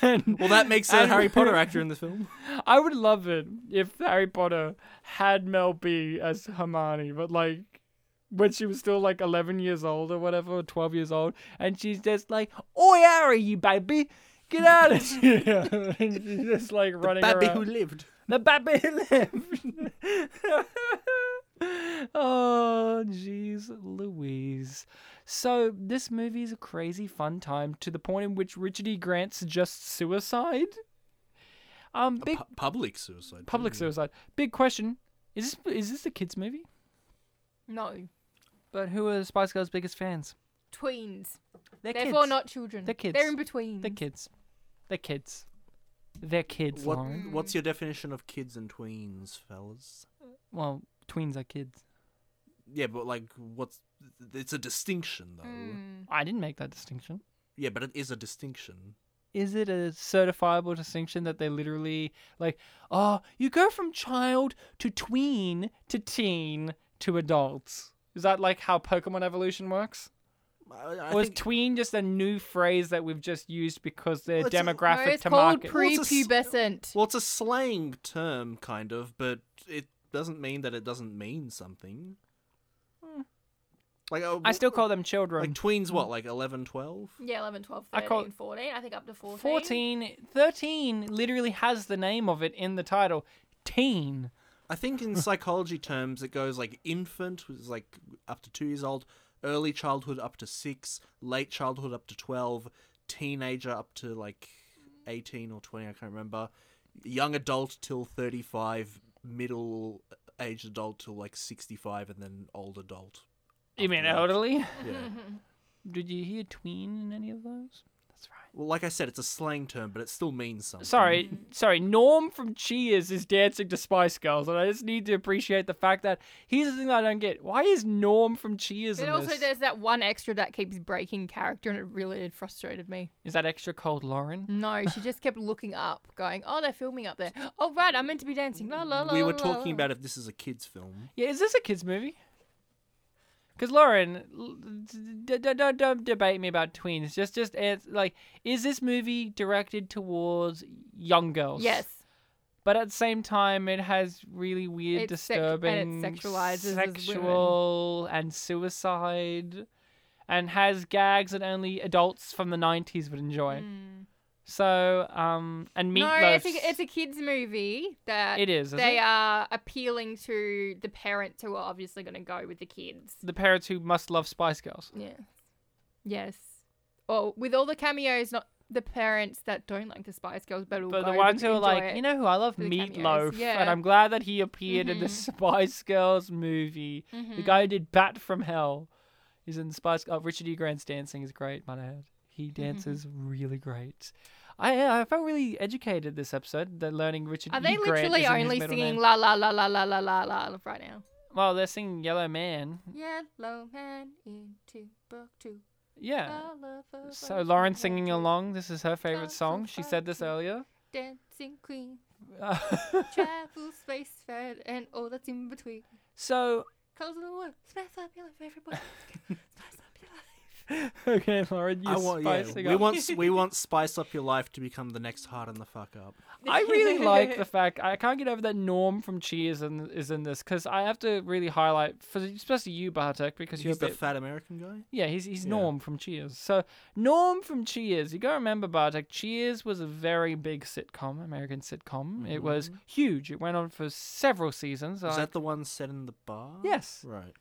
S1: and
S2: Well, that makes a
S1: And-
S2: Harry Potter
S1: (laughs)
S2: actor in the film.
S1: I would love it if Harry Potter had Mel B as Hermione, but like when she was still like 11 years old or whatever, or 12 years old, and she's just like, Oi, Harry, you baby, get out
S2: (laughs)
S1: of here. (laughs) and she's just like running
S2: Baby
S1: around.
S2: who lived.
S1: The baby lived. (laughs) oh, jeez, Louise. So this movie is a crazy fun time to the point in which Richard E. Grant suggests suicide. Um, big
S2: Pu- public suicide.
S1: public suicide.
S2: suicide.
S1: Big question: Is this is this a kids movie?
S3: No.
S1: But who are Spice Girls' biggest fans?
S3: Tweens.
S1: They're
S3: Therefore,
S1: kids.
S3: not children.
S1: They're kids.
S3: They're in between.
S1: They're kids. They're kids. They're kids,
S2: What,
S1: Lauren.
S2: what's your definition of kids and tweens, fellas?
S1: Well, tweens are kids.
S2: Yeah, but like, what's? It's a distinction, though.
S3: Mm.
S1: I didn't make that distinction.
S2: Yeah, but it is a distinction.
S1: is it a certifiable distinction that they literally like oh you go from child to tween to teen to adults is that like how pokemon evolution works
S2: I, I
S1: or is
S2: think-
S1: tween just a new phrase that we've just used because they're
S2: Well, it's a- No,
S1: demographic
S3: no, it's
S1: to
S3: called
S1: market
S2: Well, it's a s-
S3: prepubescent.
S2: well, it's a slang term, kind of, but it doesn't mean that it doesn't mean something. Like, uh,
S1: Hmm. i still call them children
S2: like tweens. What, like 11, 12?
S3: Yeah, 11, 12,
S1: I
S3: 13,
S1: call-
S3: 14. I think up to 14.
S1: 14 13 literally has the name of it in the title teen
S2: I think
S1: (laughs)
S2: in psychology terms, it goes like infant, which is like up to two years old, early childhood up to six, late childhood up to 12, teenager up to like 18 or 20, I can't remember, young adult till 35, middle aged adult till like 65, and then old adult.
S1: you mean
S2: after that.
S1: elderly
S2: Yeah.
S1: did you hear tween in any of those That's right.
S2: Well, like I said, it's a slang term, but it still means something.
S3: Mm-hmm.
S1: Sorry, sorry. Norm from Cheers is dancing to Spice Girls, and I just need to appreciate the fact that here's the thing that I don't get. Why is Norm from Cheers
S3: And
S1: in
S3: also,
S1: this?
S3: there's that one extra that keeps breaking character, and it really had frustrated me.
S1: Is that extra cold, Lauren?
S3: No, she just kept looking up, going, "Oh, they're filming up there. Oh, right, I'm meant to be dancing." La la la.
S2: We
S3: la,
S2: were
S3: la,
S2: talking
S3: la."
S2: about if this is a kids' film.
S1: Yeah, is this a kids movie? Because Lauren, l- d- d- don't don't debate me about tweens. Just just it's like, is this movie directed towards young girls?
S3: Yes,
S1: but at the same time, it has really weird,
S3: It's sec- and it
S1: disturbing,
S3: sexualizes as women.
S1: sexual and suicide, and has gags that only adults from the '90s would enjoy. So, um, and meatloaf.
S3: Mm. no, it's a, it's a kids movie that
S1: It is, is
S3: they
S1: it?
S3: are appealing to the parents who are obviously going to go with the kids.
S1: the parents who must love Spice Girls.
S3: Yeah. Yes. Well, with all the cameos, not the parents that don't like the Spice Girls, but, will
S1: But
S3: go
S1: the ones who
S3: because
S1: are like,
S3: enjoy it.
S1: you know who I love?
S3: for the cameos.
S1: Meatloaf. And
S3: Yeah.
S1: I'm glad that he appeared in the
S3: Mhm.
S1: (laughs) Spice Girls movie. The guy who did Bat from Hell is in the Spice Girls. Richard E. Grant's dancing is great, might I add. He
S3: Mm-hmm.
S1: dances really great. I I felt really educated this episode, that learning Richard
S3: are
S1: E.
S3: they
S1: Grant
S3: literally
S1: is in his
S3: only
S1: middle
S3: singing
S1: name.
S3: la la la la la la la la right now?
S1: Well, they're singing Yellow Man.
S3: Yellow man in Timbuktu.
S1: Yeah.
S3: all over
S1: So
S3: Russia
S1: Lauren's
S3: had
S1: singing
S3: to
S1: along. This is her favorite
S3: Lots of
S1: song. She said this
S3: fun. (laughs)
S1: earlier. (laughs)
S3: Dancing queen, travel, space, fed, and all that's in between.
S1: so
S3: Colors of the world, smash up your life,
S1: (laughs)
S3: everybody. smash up your life.
S1: okay, Lauren, you're
S2: I want, yeah,
S1: spicing
S2: we
S1: up.
S2: want s-
S1: (laughs)
S2: we want spice up your life to become the next hard on the fuck up.
S1: I really like
S3: (laughs)
S1: the fact I can't get over that Norm from Cheers in, is in this because I have to really highlight for especially you Bartek because you're
S2: He's
S1: a bit
S2: the fat American guy.
S1: yeah he's he's
S2: Yeah.
S1: Norm from Cheers so Norm from Cheers you gotta remember Bartek Cheers was a very big sitcom American sitcom it was huge it went on for several seasons
S2: Is
S1: I-
S2: Mm-hmm. that the one set in the bar?
S1: Yes.
S2: Right.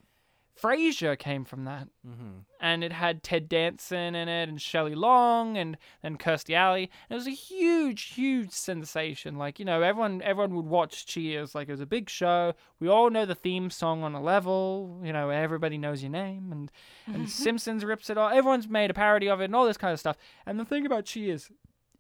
S1: Frasier came from that
S2: Mm-hmm.
S1: and it had Ted Danson in it and Shelley Long and and Kirstie Alley. And it was a huge, huge sensation. Like you know, everyone everyone would watch Cheers. Like it was a big show. We all know the theme song on a level. You know, everybody knows your name. And and Simpsons rips it off. Everyone's made a parody of it and all this kind of stuff. And the thing about Cheers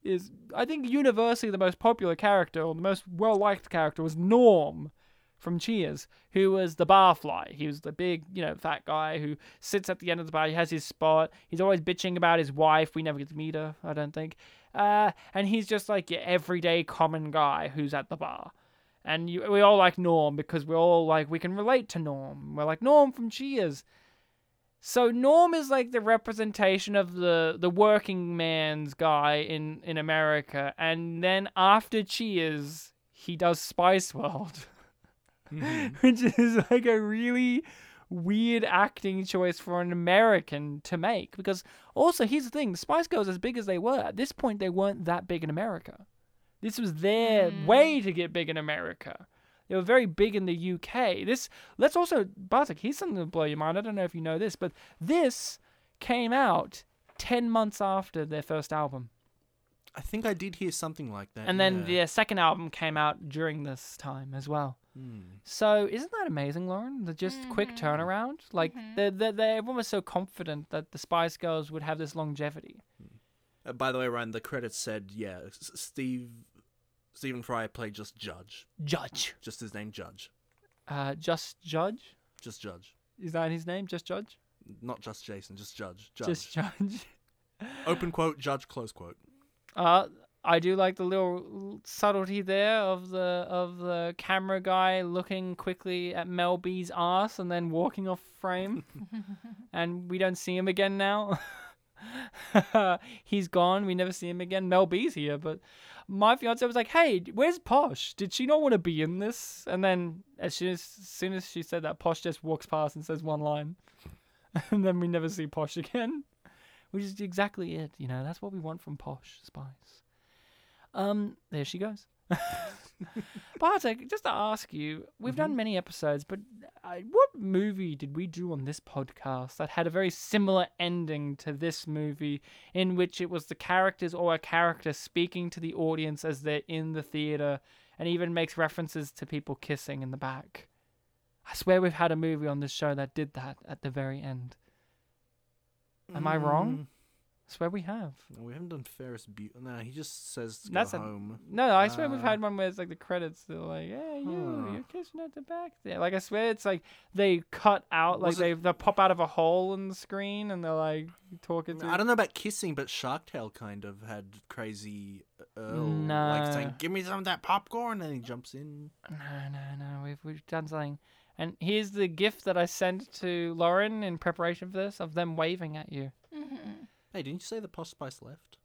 S1: is, I think universally the most popular character or the most well liked character was Norm from Cheers, who was the barfly. He was the big, you know, fat guy who sits at the end of the bar. He has his spot. He's always bitching about his wife. We never get to meet her, I don't think. Uh, and he's just like your everyday common guy who's at the bar. And you, we all like Norm because we're all like, we can relate to Norm. We're like, Norm from Cheers. So Norm is like the representation of the the working man's guy in in America, and then after Cheers, he does Spice World, (laughs) which is like a really weird acting choice for an American to make. Because also here's the thing: the Spice Girls, as big as they were at this point, they weren't that big in America. This was their way to get big in America. They were very big in the UK. This let's also Bartek, here's something to blow your mind. I don't know if you know this, but this came out ten months after their first album.
S2: I think I did hear something like that.
S1: And then uh,
S2: yeah.
S1: their second album came out during this time as well.
S2: Mm.
S1: So isn't that amazing, Lauren? The just quick turnaround. Like they're, they're, they're, everyone was so confident that the Spice Girls would have this longevity.
S2: Uh, by the way, Ryan, the credits said yeah, S- Steve Stephen Fry played just Judge,
S1: Judge.
S2: just his name Judge,
S1: Uh, just Judge.
S2: just Judge,
S1: Is that his name? Just Judge.
S2: not just Jason, just Judge, Judge.
S1: Just Judge. (laughs)
S2: Open quote, Judge close quote.
S1: Uh, I do like the little subtlety there of the of the camera guy looking quickly at Mel B's ass and then walking off frame, and we don't see him again now. (laughs) He's gone. We never see him again. Mel B's here, but my fiance was like, "Hey, where's Posh? Did she not want to be in this?" And then as soon as, as soon as she said that, Posh just walks past and says one line, (laughs) and then we never see Posh again which is exactly it. You know, that's what we want from posh spice. Um, there she goes. Bartek, just to ask you, we've done many episodes, but uh, what movie did we do on this podcast that had a very similar ending to this movie, in which it was the characters or a character speaking to the audience as they're in the theater, and even makes references to people kissing in the back? I swear we've had a movie on this show that did that at the very end. Am I wrong? swear we have.
S2: No, we haven't done Ferris Bueller. No, he just says to
S1: That's
S2: go
S1: a-
S2: home.
S1: No, I swear we've
S2: Uh,
S1: had one where it's like the credits. They're like, "Yeah, you,
S2: Huh.
S1: you're kissing at the back there." Like I swear it's like they cut out, like
S2: Was it-
S1: they they pop out of a hole in the screen and they're like talking.
S2: I
S1: To...
S2: don't know about kissing, but Shark Tale kind of had crazy Earl like saying,
S1: Nah.
S2: "Give me some of that popcorn," and he jumps in.
S1: No, no, no. We've we've done something. And here's the gift that I sent to Lauren in preparation for this of them waving at you.
S2: Hey, didn't you say the posh spice left?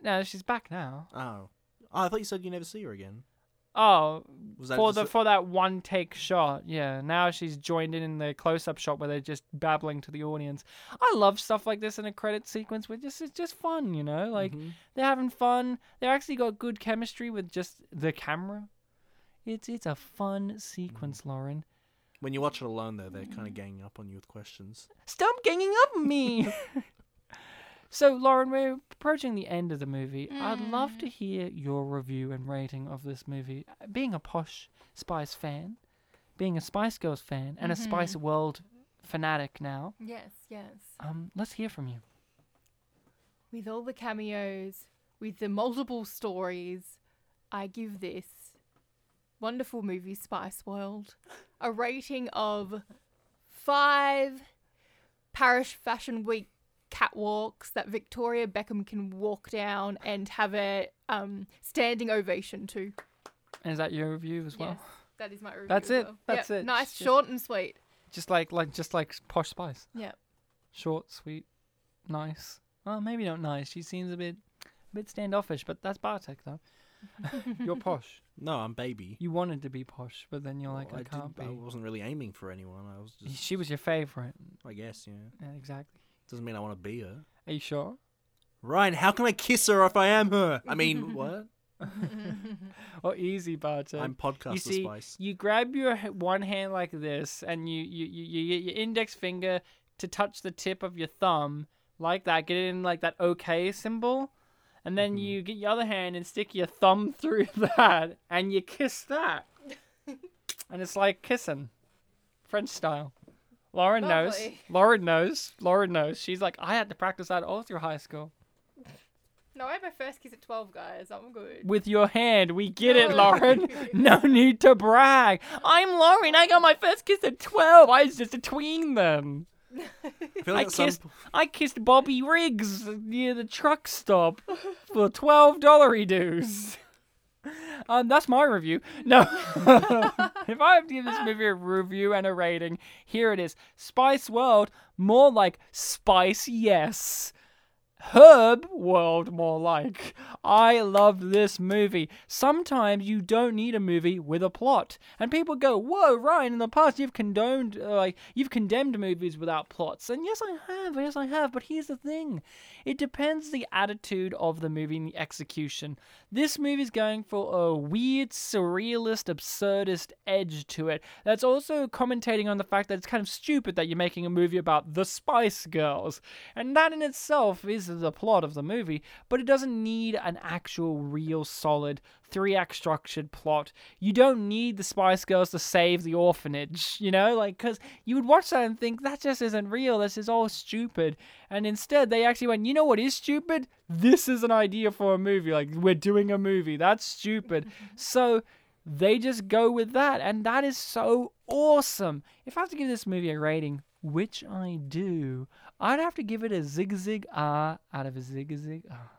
S1: No, she's back now.
S2: Oh. oh, I thought you said you never see her again.
S1: Oh,
S2: Was that
S1: for
S2: just
S1: the
S2: a-
S1: for that one take shot, yeah. Now she's joined in in the close up shot where they're just babbling to the audience. I love stuff like this in a credit sequence where just it's just fun, you know. Like
S2: Mhm.
S1: they're having fun. They're actually got good chemistry with just the camera. It's it's a fun
S2: Mm.
S1: sequence, Lauren.
S2: When you watch it alone, though, they're kind of ganging up on you with questions.
S1: Stop ganging up on me. (laughs) so Lauren, we're approaching the end of the movie. I'd love to hear your review and rating of this movie. Uh, Being a posh Spice fan, being a Spice Girls fan, and a Spice World fanatic now.
S3: Yes, yes.
S1: Um, let's hear from you.
S3: With all the cameos, with the multiple stories, I give this wonderful movie, Spice World, a rating of five Parish Fashion Week catwalks that Victoria Beckham can walk down and have a um, standing ovation to.
S1: Is that your review as well?
S3: Yes, that is my review.
S1: That's
S3: as
S1: it,
S3: well.
S1: that's
S3: Yep,
S1: it.
S3: Nice,
S1: Shit.
S3: short, and sweet.
S1: Just like like just like posh Spice.
S3: Yep.
S1: Short, sweet, nice. Well, maybe not nice. She seems a bit a bit standoffish, but that's Bartek (laughs) though. You're posh.
S2: No, I'm baby.
S1: You wanted to be posh, but then you're like,
S2: Well,
S1: I, can't
S2: didn't- Oh, I
S1: be.
S2: wasn't really aiming for anyone. I was
S1: (laughs)
S2: just,
S1: She was your favorite.
S2: I guess, yeah.
S1: Yeah, exactly.
S2: Doesn't mean I want to be her.
S1: Are you sure?
S2: Ryan, how can I kiss her if I am her?
S1: (laughs)
S2: I mean, what?
S1: Or easy, Bartek.
S2: I'm podcaster
S1: you see,
S2: spice.
S1: you grab your h- one hand like this, and you you you you get your index finger to touch the tip of your thumb like that. Get it in like that OK symbol, and then you get your other hand and stick your thumb (laughs) through that, and you kiss that, and it's like kissing, French style. Lauren knows.
S3: Lovely.
S1: Lauren knows. Lauren knows. She's like, I had to practice that all through high school.
S3: No, I had my first kiss at 12, guys. I'm good.
S1: with your hand. We get it, Lauren. No need to brag. I'm Lauren. I got my first kiss at 12. I was just a tween then.
S2: I feel
S1: I
S2: like at some
S1: kissed,
S2: po-
S1: I kissed Bobby Riggs near the truck stop for $12 dues. Um, that's my review. No. (laughs) if I have to give this movie a review and a rating, here it is Spice World, more like Spice Yes. Herb World, more like. I love this movie. Sometimes you don't need a movie with a plot. And people go, Whoa, Ryan, in the past you've condoned, uh, like, you've condemned movies without plots. And yes, I have. Yes, I have. But here's the thing it depends the attitude of the movie and the execution. This movie's going for a weird, surrealist, absurdist edge to it. That's also commentating on the fact that it's kind of stupid that you're making a movie about the Spice Girls. And that in itself is the plot of the movie, but it doesn't need an actual, real, solid, three act structured plot. You don't need the Spice Girls to save the orphanage, you know? Like, because you would watch that and think, that just isn't real. This is all stupid. And instead, they actually went, you know what is stupid? This is an idea for a movie. Like, we're doing a movie. That's stupid. so they just go with that. And that is so awesome. If I have to give this movie a rating, which I do, I'd have to give it a zig zig ah out of a zig zig ah.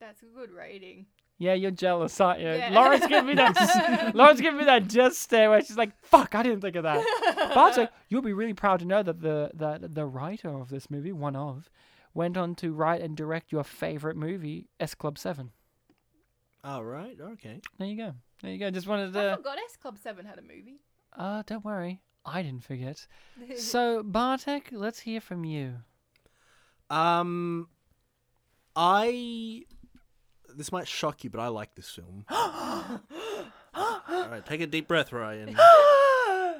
S3: That's a good rating.
S1: Yeah, you're jealous, aren't you?
S3: Yeah.
S1: Lauren's giving me
S3: (laughs)
S1: that. Lauren's giving me that just stare where she's like, "Fuck, I didn't think of that." Bartek, you'll be really proud to know that the that the writer of this movie, one of, went on to write and direct your favorite movie, S Club Seven.
S2: Oh, right. Okay.
S1: There you go. There you go. Just wanted
S3: I
S1: to.
S3: forgot S Club 7 had a movie.
S1: Uh, don't worry, I didn't
S3: (laughs)
S1: forget. so Bartek, let's hear from you.
S2: Um, I. This might shock you, but I like this (gasps) film. All right, take a deep breath, (laughs) Ryan. Ah!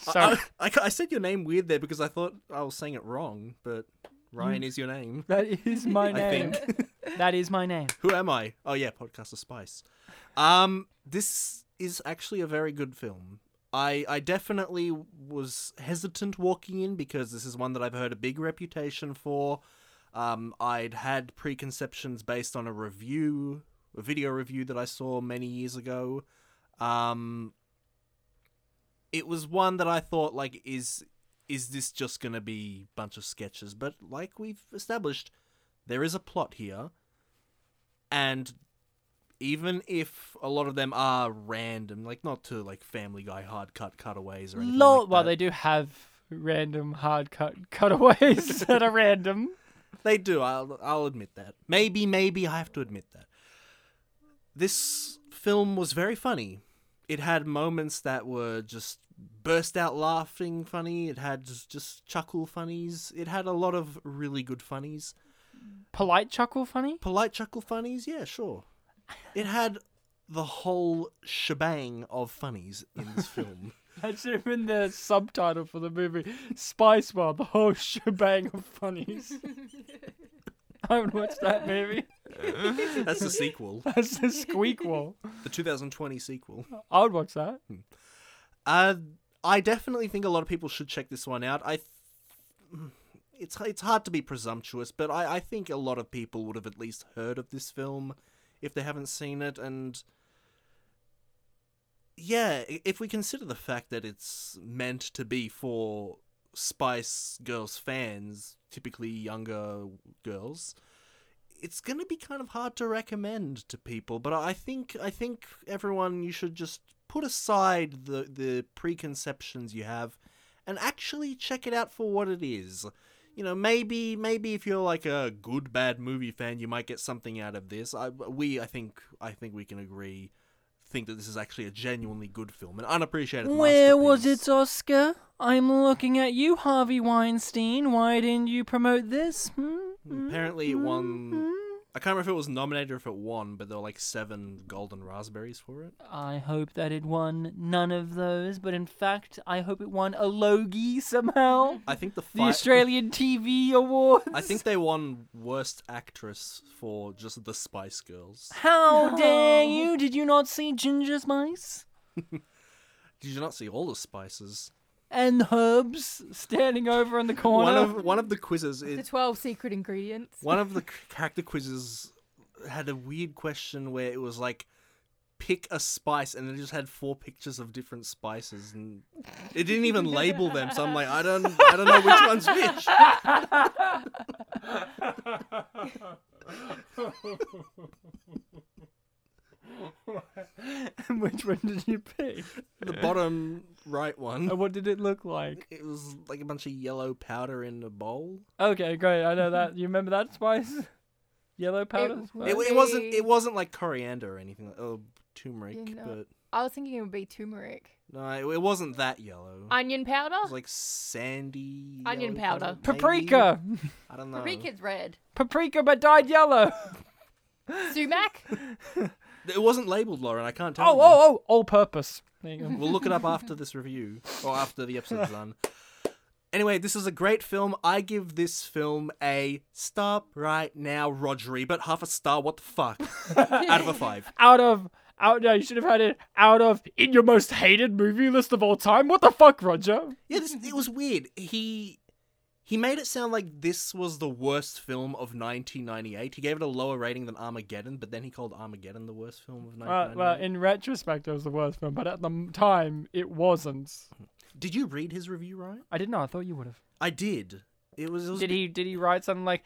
S1: Sorry.
S2: I, I, I said your name weird there because I thought I was saying it wrong, but Ryan is your name.
S1: (laughs) That is my
S2: Mm. I
S1: name.
S2: think. (laughs)
S1: That is my name.
S2: Who am I? Oh yeah, podcaster Spice. Um, this is actually a very good film. I I definitely was hesitant walking in because this is one that I've heard a big reputation for. Um, I'd had preconceptions based on a review, a video review that I saw many years ago. Um, it was one that I thought like is is this just gonna be a bunch of sketches? But like we've established, there is a plot here, and even if a lot of them are random, like not to like Family Guy hard cut cutaways or anything
S1: Lol.
S2: like
S1: well,
S2: that,
S1: they do have random hard cut
S2: (laughs)
S1: cutaways that are random.
S2: They do. I'll I'll admit that. Maybe maybe I have to admit that. This film was very funny. It had moments that were just burst out laughing funny. It had just, just chuckle funnies. It had a lot of really good funnies.
S1: Polite chuckle funny.
S2: Polite chuckle funnies, yeah, sure. It had the whole shebang of funnies in this film.
S1: That should have been the subtitle for the movie. Spice World, the whole shebang of funnies.
S2: (laughs)
S1: I haven't watched that movie.
S2: That's the sequel,
S1: That's the squeak wall.
S2: the 2020 sequel.
S1: I would watch that.
S2: Uh, I definitely think a lot of people should check this one out. I, th- it's it's hard to be presumptuous, but I, I think a lot of people would have at least heard of this film if they haven't seen it, and yeah, i- if we consider the fact that it's meant to be for Spice Girls fans, typically younger girls, it's gonna be kind of hard to recommend to people, but I think I think everyone you should just put aside the the preconceptions you have and actually check it out for what it is. You know, maybe maybe if you're like a good bad movie fan, you might get something out of this. I we I think I think we can agree think that this is actually a genuinely good film, an unappreciated masterpiece.
S1: Oscar? I'm looking at you, Harvey Weinstein. Why didn't you promote this? Hmm?
S2: Apparently, it
S1: Mm-hmm.
S2: won. I can't remember if it was nominated or if it won, but there were like seven golden raspberries for it.
S1: I hope that it won none of those, but in fact, I hope it won a Logie
S2: (laughs)
S1: somehow.
S2: I think the
S1: The
S2: fi-
S1: Australian TV Awards.
S2: I think they won worst actress for just the Spice Girls.
S1: (laughs) How dare you? Did you not see Ginger Spice
S2: Did you not see all the spices?
S1: and Herbs standing over in the corner?
S2: One of one of the quizzes,
S3: The
S2: it,
S3: 12 secret ingredients.
S2: one of the character quizzes had a weird question where it was like pick a spice and it just had four pictures of different spices and it didn't even label them so i'm like i don't i don't know which one's which (laughs)
S1: (laughs) and which one did you pick?
S2: the bottom right one
S1: And what did it look like?
S2: it was like a bunch of yellow powder in a bowl
S1: Okay, great. I know that. You remember that spice? Yellow powder.
S2: it,
S1: spice?
S2: it wasn't
S3: Okay.
S2: it wasn't like coriander or anything like oh turmeric
S3: You know-
S2: but
S3: I was thinking it would be turmeric.
S2: No, it, it wasn't that yellow.
S3: Onion powder?
S2: it was like sandy.
S3: Onion
S2: yellow colour,
S3: powder.
S2: maybe?
S1: Paprika.
S2: I don't know.
S3: Paprika's red.
S1: Paprika, but dyed yellow. (laughs)
S3: Sumac?
S2: It wasn't labeled, Lauren. I can't tell.
S1: Oh,
S2: you.
S1: oh, oh! All purpose. There you go.
S2: We'll look it up after this review or after
S1: (laughs)
S2: the episode's done. Anyway, this is a great film. I give this film a stop right now, Rodri, but half a star. What
S1: (laughs)
S2: the fuck? Out of a five.
S1: out of out no, you should have had it out of in your most hated movie list of all time. What the fuck, Roger?
S2: Yeah, this, it was weird. He he made it sound like this was the worst film of 1998. He gave it a lower rating than Armageddon, but then he called Armageddon the worst film of
S1: Uh,
S2: 1998.
S1: well, in retrospect, it was the worst film, but at the m- time, it wasn't.
S2: Did you read his review, Ryan?
S1: I didn't know. I thought you would have.
S2: I did. It was. It was
S1: Did he? Did he write something like,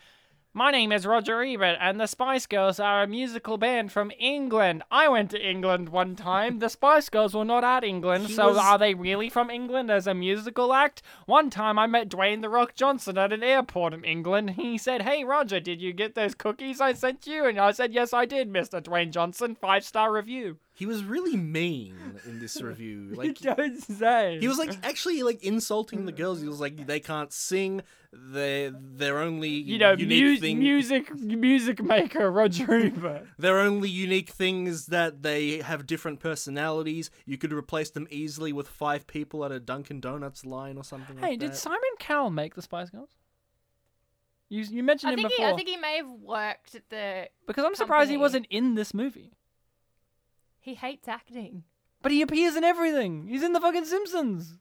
S1: "My name is Roger Ebert, and the Spice Girls are a musical band from England. I went to England one time. The Spice Girls were not at England,
S2: He
S1: so
S2: was-
S1: are they really from England as a musical act? One time, I met Dwayne the Rock Johnson at an airport in England. He said, "Hey Roger, did you get those cookies I sent you?" And I said, "Yes, I did, Mister Dwayne Johnson. Five star review."
S2: He was really mean in this
S1: (laughs)
S2: review. Like
S1: don't say.
S2: he was like actually like insulting the girls. He was like they can't sing. They their only
S1: You know, mu-
S2: unique thing.
S1: music music maker (laughs) Roger Ebert.
S2: Their only unique thing is that they have different personalities. You could replace them easily with five people at a Dunkin' Donuts line or something.
S1: Hey,
S2: like
S1: did
S2: that.
S1: Simon Cowell make the Spice Girls? You you (laughs) mentioned
S3: I
S1: him
S3: think, he,
S1: before
S3: I think he may have worked at the.
S1: because I'm surprised he
S3: company.
S1: wasn't in this movie.
S3: He hates acting.
S1: But he appears in everything. He's in the fucking Simpsons.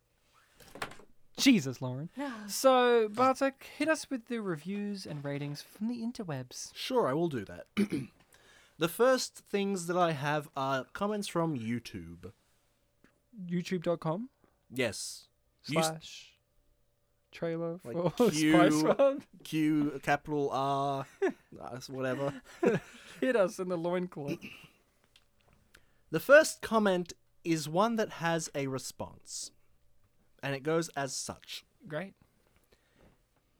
S1: Jesus, Lauren. So, Bartek, hit us with the reviews and ratings from the interwebs.
S2: Sure, I will do that. (clears throat) the first things that I have are comments from YouTube.
S1: YouTube.com
S2: Yes. You-
S1: slash trailer
S2: Like
S1: for (laughs)
S2: Q-
S1: Spice World.
S2: Q capital
S1: (laughs)
S2: R, uh, whatever.
S1: Hit us in the loincloth.
S2: The first comment is one that has a response, and it goes as such.
S1: Great.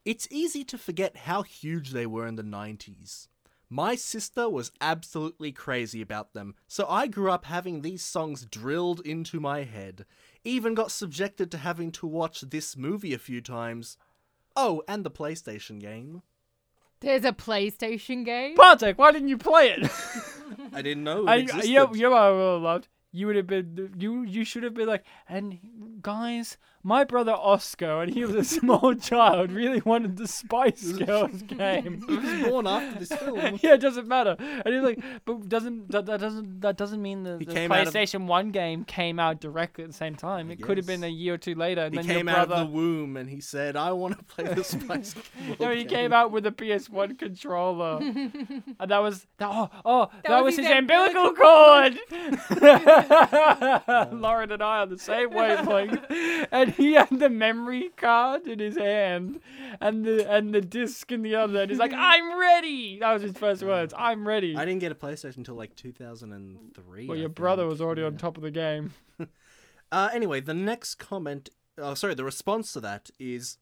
S2: It's easy to forget how huge they were in the 90s. My sister was absolutely crazy about them, so I grew up having these songs drilled into my head. Even got subjected to having to watch this movie a few times. Oh, and the PlayStation game.
S3: There's a PlayStation game.
S1: Bartek, why didn't you play it?
S2: I didn't know. It
S1: I,
S2: existed.
S1: you,
S2: (laughs)
S1: you know what I would have loved? You would have been you. You should have been like, and guys, my brother Oscar, and he
S2: (laughs)
S1: was a small child, really wanted the Spice Girls game. (laughs)
S2: He was born after this film.
S1: yeah, it doesn't matter. And he's like, but doesn't that, that doesn't that doesn't mean the,
S2: He
S1: the
S2: came out of-
S1: PlayStation One game came out directly at the same time? It could have been a
S2: Yes.
S1: year or two later, and
S2: He
S1: then
S2: came
S1: your brother.
S2: out of the womb and he said, I want
S1: (laughs)
S2: to play the Spice Girls
S1: no, he
S2: game."
S1: came out with a PS1 (laughs) controller, and that was that. Oh, oh that, was,
S3: was
S1: his
S3: his
S1: umbilical cord. (laughs) Lauren and I on the same wavelength, and he had the memory card in his hand, and the and the disc in the other. And he's (laughs) like, "I'm ready." That was his first words. I'm ready.
S2: I didn't get a PlayStation until like 2003.
S1: well,
S2: I
S1: your
S2: think.
S1: brother was already on top of the (laughs) game.
S2: Uh, anyway, the next comment, oh, sorry, the response to that is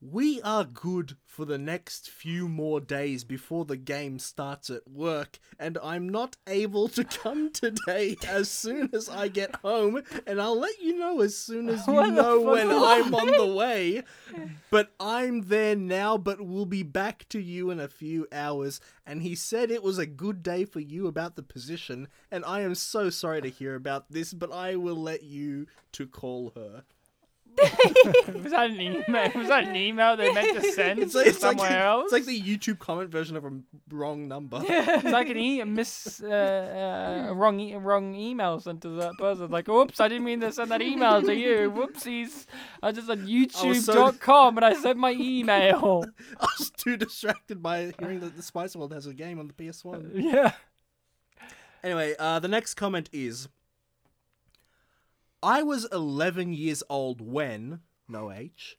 S2: We are good for the next few more days before the game starts at work, and I'm not able to come today as soon as I get home, and I'll let you know as
S1: (laughs)
S2: soon as you
S1: What the
S2: know
S1: fuck?
S2: when I'm on the way. But I'm there now, but will be back to you in a few hours. And he said it was a good day for you about the position, and I am so sorry to hear about this, but I will let you to call her.
S1: Was that an email? Was that an email they meant (laughs) to send
S2: It's like, it's like,
S1: somewhere else?
S2: it's like the YouTube comment version of a
S1: (laughs)
S2: wrong number. (laughs)
S1: It's like an e- a miss, uh, uh, a wrong, e- a wrong email sent to that person. It's Like, oops, I didn't mean to send that email to you. Whoopsies. I was just on
S2: was so-
S1: YouTube.com and I sent my email.
S2: I was too distracted by hearing that the Spice World has a game on the PS1.
S1: (laughs) yeah.
S2: Anyway, uh, the next comment is I was 11 years old when, no H,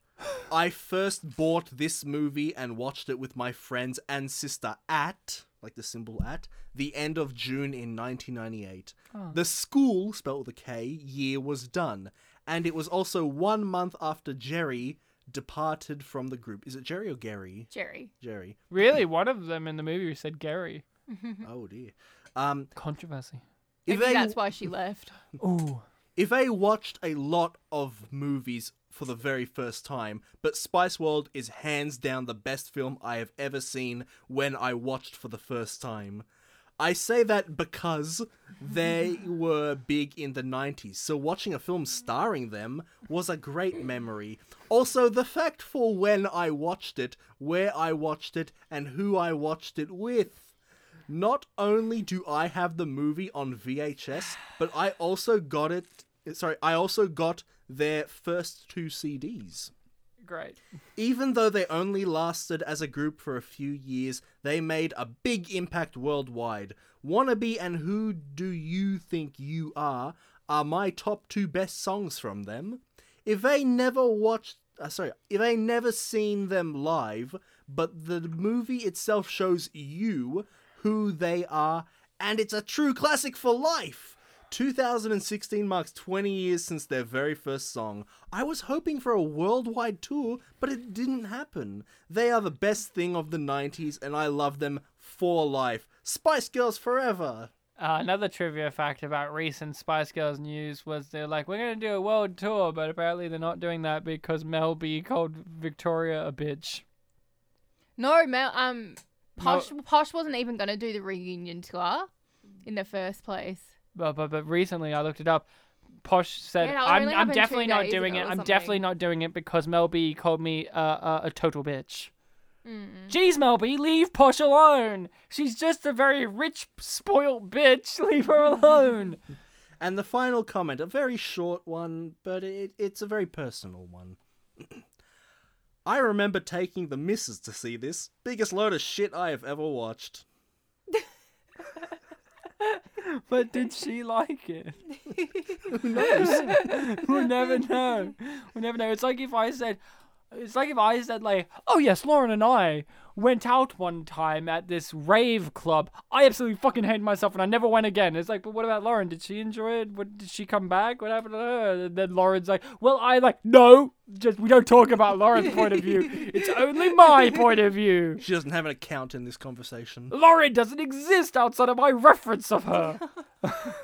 S2: I first bought this movie and watched it with my friends and sister at, like the symbol at, the end of June in 1998.
S3: Oh.
S2: The school, spelled with a K, year was done. And it was also one month after Jerry departed from the group. Is it Jerry or Gary?
S3: Jerry.
S2: Jerry.
S1: Really, one of them in the movie said Gary.
S2: Oh dear. Um,
S1: Controversy.
S2: if
S3: Mm-hmm.
S2: they-
S3: Maybe that's why
S1: (sighs)
S3: she left.
S1: Ooh.
S2: if I watched a lot of movies for the very first time, but Spice World is hands down the best film I have ever seen when I watched for the first time. I say that because they were big in the 90s, so watching a film starring them was a great memory. Also, the fact for when I watched it, where I watched it, and who I watched it with. Not only do I have the movie on VHS, but I also got it. Sorry, I also got their first two CDs.
S1: Great.
S2: Even though they only lasted as a group for a few years, they made a big impact worldwide. Wannabe and Who Do You Think You Are are my top two best songs from them. If I never watched, uh, sorry, if I never seen them live, but the movie itself shows you who they are, and it's a true classic for life. 2016 marks 20 years since their very first song. I was hoping for a worldwide tour, but it didn't happen. They are the best thing of the 90s, and I love them for life. Spice Girls forever!
S1: Uh, another trivia fact about recent Spice Girls news was they're like, we're going to do a world tour, but apparently they're not doing that because Mel B called Victoria a bitch.
S3: No, Mel. Um,
S1: Mel-
S3: Posh, Posh wasn't even going to do the reunion tour in the first place.
S1: but but, but recently I looked it up. Posh said,
S3: Yeah, that
S1: "I'm,
S3: only
S1: I'm
S3: happened two
S1: definitely not
S3: days
S1: doing
S3: ago
S1: it.
S3: or
S1: I'm
S3: something."
S1: definitely not doing it because Mel B called me uh, uh, a total bitch."
S3: Mm.
S1: Jeez, Mel B, leave Posh (laughs) alone. She's just a very rich, spoiled bitch. Leave her alone.
S2: And the final comment, a very short one, but it, it's a very personal one. (clears throat) I remember taking the missus to see this. Biggest load of shit I have ever watched.
S1: But did she like it? Who knows? we'll never know. We'll never know. It's like if I said, it's like if I said, like, oh yes, Lauren and I went out one time at this rave club. I absolutely fucking hated myself and I never went again. It's like, but what about Lauren? Did she enjoy it? What did she come back? What happened to her? And then Lauren's like, well, I like no, just we don't talk about Lauren's point of view. It's only my point of view.
S2: She doesn't have an account in this conversation.
S1: Lauren doesn't exist outside of my reference of her. (laughs)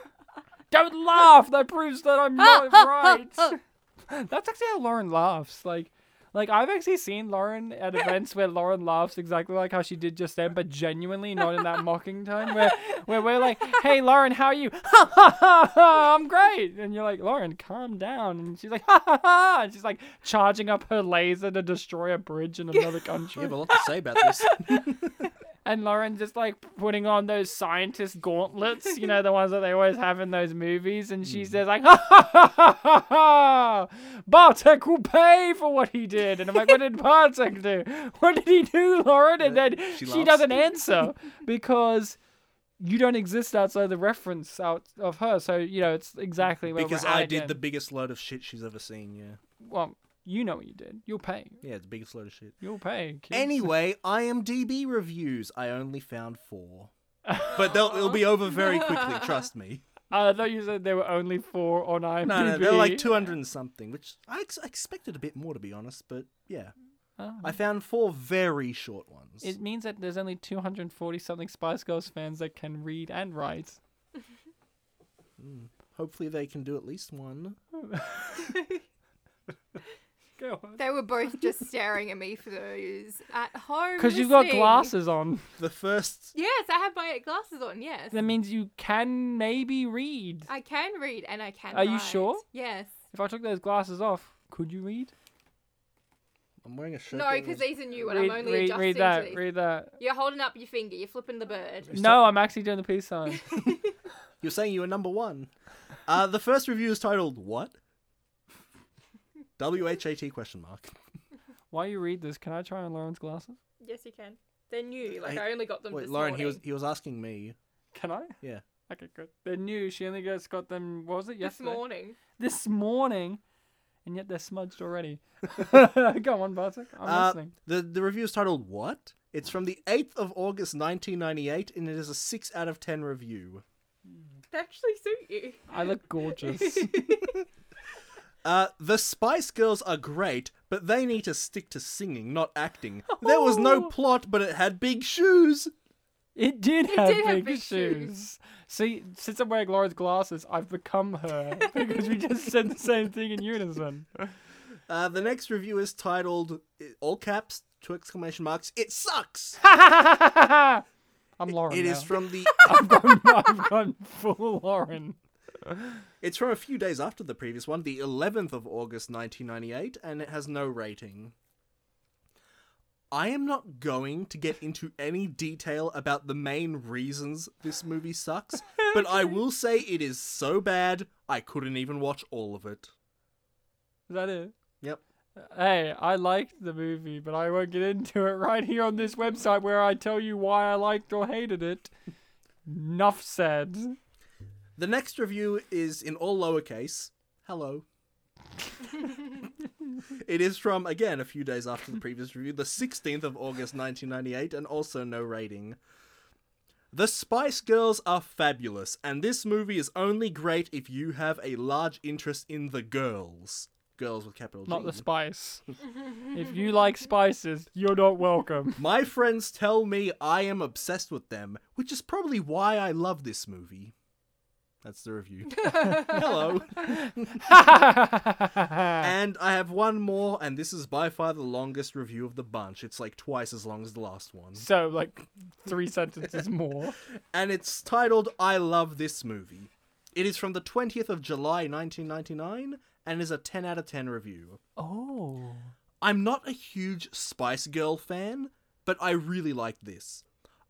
S1: Don't laugh. That proves that I'm (laughs) not right. That's actually how Lauren laughs. Like, like I've actually seen Lauren (laughs) at events where Lauren laughs exactly like how she did just then, but genuinely not in that mocking tone where, where we're like, "Hey, Lauren, how are you? (laughs) Ha ha ha! ha I'm great." And you're like, "Lauren, calm down." And she's like, (laughs) "Ha ha ha!" And she's like charging up her laser to destroy a bridge in another
S2: You
S1: country.
S2: have a lot to say about this. (laughs)
S1: And Lauren just like putting on those scientist gauntlets, you know, the ones that they always have in those movies. And
S2: Hmm.
S1: she says, like, (laughs) ha ha ha ha ha ha! Bartek will pay for what he did. And I'm like, what did Bartek do? What did he do, Lauren? And then she,
S2: She laughs. (laughs)
S1: doesn't answer because you don't exist outside the reference out of her. So, you know, it's exactly where
S2: because
S1: we're at
S2: I did the
S1: again.
S2: biggest load of shit she's ever seen, yeah.
S1: Well, you know what you did. You'll pay.
S2: Yeah, it's the biggest load of shit.
S1: You'll pay. kid.
S2: Anyway, IMDb reviews. I only found
S1: (laughs)
S2: four. But they'll, it'll be over very quickly, trust me.
S1: Uh, I thought you said there were only four on IMDb.
S2: No, no, they're like 200 and something, which I ex- expected a bit more, to be honest, but yeah.
S1: Oh.
S2: I found four very short ones.
S1: It means that there's only 240 something Spice Girls fans that can read and write.
S2: Hopefully, they can do at least one.
S1: Go on.
S3: They were both just staring at me for those at home.
S1: Because you've got
S3: listening.
S1: glasses on.
S2: The first.
S3: Yes, I have my glasses on. Yes,
S1: That means you can maybe read.
S3: I can read and I can.
S1: Are you
S3: write.
S1: sure?
S3: Yes.
S1: If I took those glasses off, could you read?
S2: I'm wearing a shirt.
S3: No,
S2: that
S3: because
S2: was-
S3: these are new and
S1: read,
S3: I'm only
S1: read,
S3: adjusting
S1: read
S3: to
S1: that.
S3: these.
S1: Read that.
S3: You're holding up your finger. You're flipping the bird.
S1: No, I'm actually doing the peace
S3: (laughs)
S1: sign.
S2: You're saying you were number one. Uh, the first review is titled, What? WHAT question mark.
S1: While you read this, can I try on Lauren's glasses?
S3: Yes, you can. They're new. Like
S2: I-
S3: I, only got them.
S2: Wait,
S3: this
S2: Lauren, he was
S3: morning.
S2: he was asking me.
S1: Can I?
S2: Yeah.
S1: Okay, good. They're new. She only just got them. What was it
S3: this
S1: yesterday?
S3: morning.
S1: This morning, and yet they're smudged (laughs) already. Go on, Bartek. I'm
S2: Uh,
S1: listening.
S2: the the review is titled What? It's from the 8th of August 1998 and it is a 6 out of 10 review.
S3: They actually suit you.
S1: I look gorgeous.
S3: (laughs)
S2: Uh, the Spice Girls are great, but they need to stick to singing, not acting. There
S1: (laughs)
S2: was no
S1: Oh.
S2: plot, but it had big shoes.
S1: It did
S3: It
S1: have,
S3: did have
S1: big,
S3: big
S1: shoes.
S3: shoes.
S1: See, since I'm wearing Lauren's glasses, I've become (laughs) her because we just said the same thing in (laughs) unison.
S2: Uh, the next review is titled i- all caps two exclamation marks. It sucks.
S1: I'm Lauren.
S2: It
S1: now.
S2: is from the.
S1: (laughs) I've gone, I've gone full Lauren.
S2: It's from a few days after the previous one, the 11th of August 1998, and it has no rating. I am not going to get into any detail about the main reasons this movie sucks, but I will say it is so bad I couldn't even watch all of it.
S1: Is that it?
S2: Yep.
S1: Hey, I liked the movie, but I won't get into it right here on this website where I tell you why I liked or hated it. Nuff said.
S2: The next review is in all lowercase. Hello. it is from, again, a few days after the previous review, the 16th of August 1998, and also no rating. The Spice Girls are fabulous, and this movie is only great if you have a large interest in the girls. Girls with capital G.
S1: Not the (laughs) spice. if you like spices, you're not (laughs) welcome.
S2: My friends tell me I am obsessed with them, which is probably why I love this movie. That's
S1: (laughs)
S2: the review. Hello.
S1: Ah.
S2: And I have one more, and this is by far the longest review of the bunch. It's like twice as long as the last one.
S1: So, like, three
S2: (laughs)
S1: sentences more.
S2: And it's titled I Love This Movie. It is from the 20th of July 1999 and is a 10 out of 10 review.
S1: Oh.
S2: I'm not a huge Spice Girl fan, but I really like this.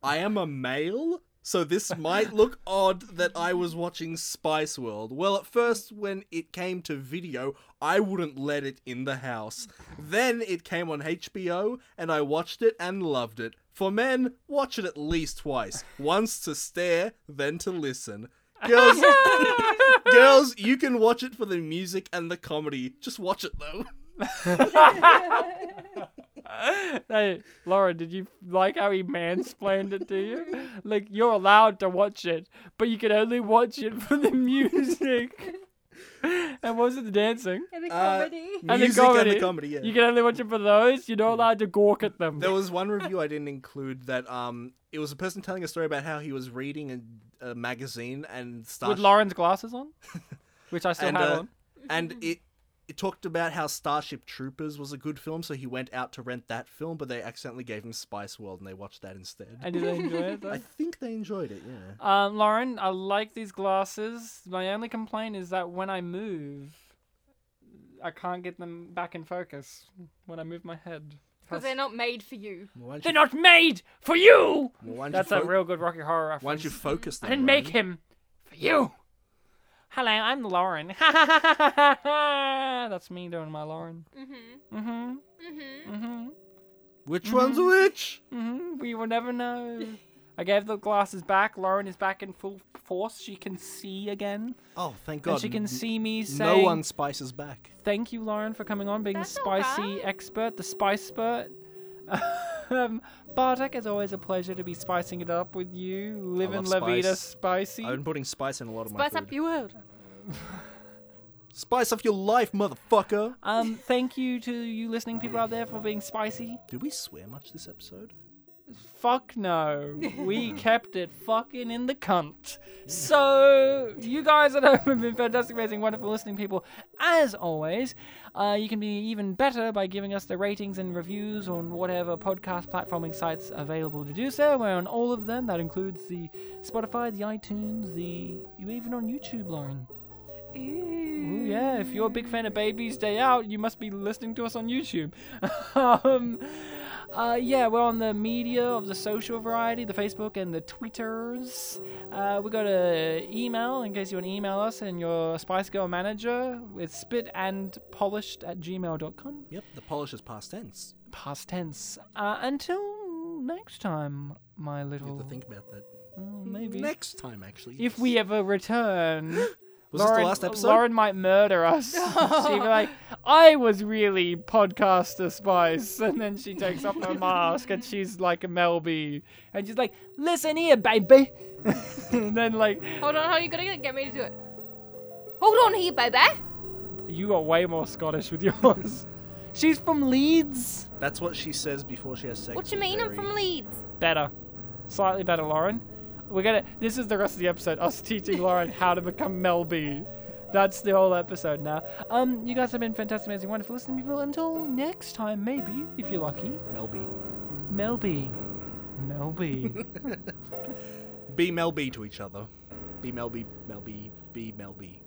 S2: I am a male, So this might look odd that I was watching Spice World. Well, at first, when it came to video, I wouldn't let it in the house. Then it came on HBO, and I watched it and loved it. For men, watch it at least twice. Once to stare, then to listen. Girls, (laughs) girls, you can watch it for the music and the comedy. Just watch it though.
S1: Hey, Laura, did you like how he mansplained it to you? Like, you're allowed to watch it, but you can only watch it for the
S2: (laughs)
S1: music. and what was it, the dancing?
S4: In the
S2: Uh,
S4: comedy.
S1: And the
S2: music and
S1: comedy.
S2: the comedy. Yeah.
S1: You can only watch it for those. You're not allowed to gawk at them. (laughs)
S2: There was one review I didn't include that um it was a person telling a story about how he was reading a, a magazine and
S1: With
S2: Starship
S1: Lauren's glasses
S2: (laughs)
S1: on, which I still
S2: and
S1: have
S2: uh,
S1: on.
S2: and it it talked about how Starship Troopers was a good film, so he went out to rent that film, but they accidentally gave him Spice World and they watched that instead.
S1: And did I enjoy it?
S2: I
S1: Though?
S2: think they enjoyed it, yeah.
S1: Um, Lauren, I like these glasses. My only complaint is that when I move, I can't get them back in focus when I move my head.
S3: Because they're not made for you.
S2: Well, why don't
S1: They're
S2: you,
S1: not made for you.
S2: well, why don't
S1: That's
S2: you
S1: a
S2: fo-
S1: real good Rocky Horror reference.
S2: Why don't you focus?
S1: I
S2: then,
S1: didn't make
S2: Ronan?
S1: him for you. Hello, I'm Lauren. (laughs) That's me doing my Lauren.
S3: Mm-hmm.
S1: Mhm.
S3: Mm-hmm.
S1: Mhm.
S2: Which one's
S1: Mm-hmm.
S2: which?
S1: Mhm. We will never
S3: (laughs)
S1: know. I gave the glasses back. Lauren is back in full force. She can see again.
S2: Oh, thank
S1: and
S2: God!
S1: she can
S2: n-
S1: see me
S2: No
S1: saying,
S2: one spices back.
S1: Thank you, Lauren, for coming on, being the
S3: That's all
S1: spicy
S3: right.
S1: expert, (laughs) the spice spurt. um, Bartek, it's always a pleasure to be spicing it up with you. Live in
S2: love
S1: La Vida
S2: spice.
S1: Spicy.
S2: I've been putting spice in a lot of
S3: Spice
S2: my
S3: up
S2: food.
S3: your world.
S2: Spice up your life, motherfucker!
S1: Um, thank you to you listening people out there for being spicy.
S2: Did we swear much this episode?
S1: Fuck no. We kept it fucking in the cunt. So, you guys at home have been fantastic, amazing, wonderful listening people. As always, uh, you can be even better by giving us the ratings and reviews on whatever podcast platforming sites available to do so. We're on all of them. That includes the Spotify, the iTunes, the. You're even on YouTube, Lauren. Ooh, yeah, if you're a big fan of Babies Day Out, you must be listening to us on YouTube. (laughs) um, uh, yeah, we're on the media of the social variety, the Facebook and the Twitters. Uh, we got a email in case you want to email us and your Spice Girl manager. It's spit and polished at gmail.com.
S2: Yep, the polish is past tense.
S1: Past tense. Uh, until next time, my
S2: You
S1: little.
S2: have to think about that.
S1: Mm, Oh. maybe.
S2: Next time, actually.
S1: If we ever return.
S2: (gasps) Was this the last episode?
S1: Lauren might murder
S2: (laughs)
S1: us. She'd be like, I was really podcaster spice. (laughs) And then she takes off her mask and she's like a Melby. And she's like, listen here, baby. (laughs) and then, like,
S3: Hold on, how are you gonna get- get me to do it? Hold on here, baby.
S1: you got way more Scottish with yours. (laughs) She's from Leeds.
S2: That's what she says before she has sex.
S3: What you
S2: with
S3: mean? I'm
S2: Barry.
S3: from Leeds.
S1: Better. Slightly better, Lauren. We're gonna. This is the rest of the episode. Us teaching Lauren how to become Melby. That's the whole episode now. Um, you guys have been fantastic, amazing, wonderful listening people. Until next time, maybe, if you're lucky.
S2: Melby.
S1: Melby. Melby.
S2: Be Melby to each other. Be Melby, Melby, be Melby.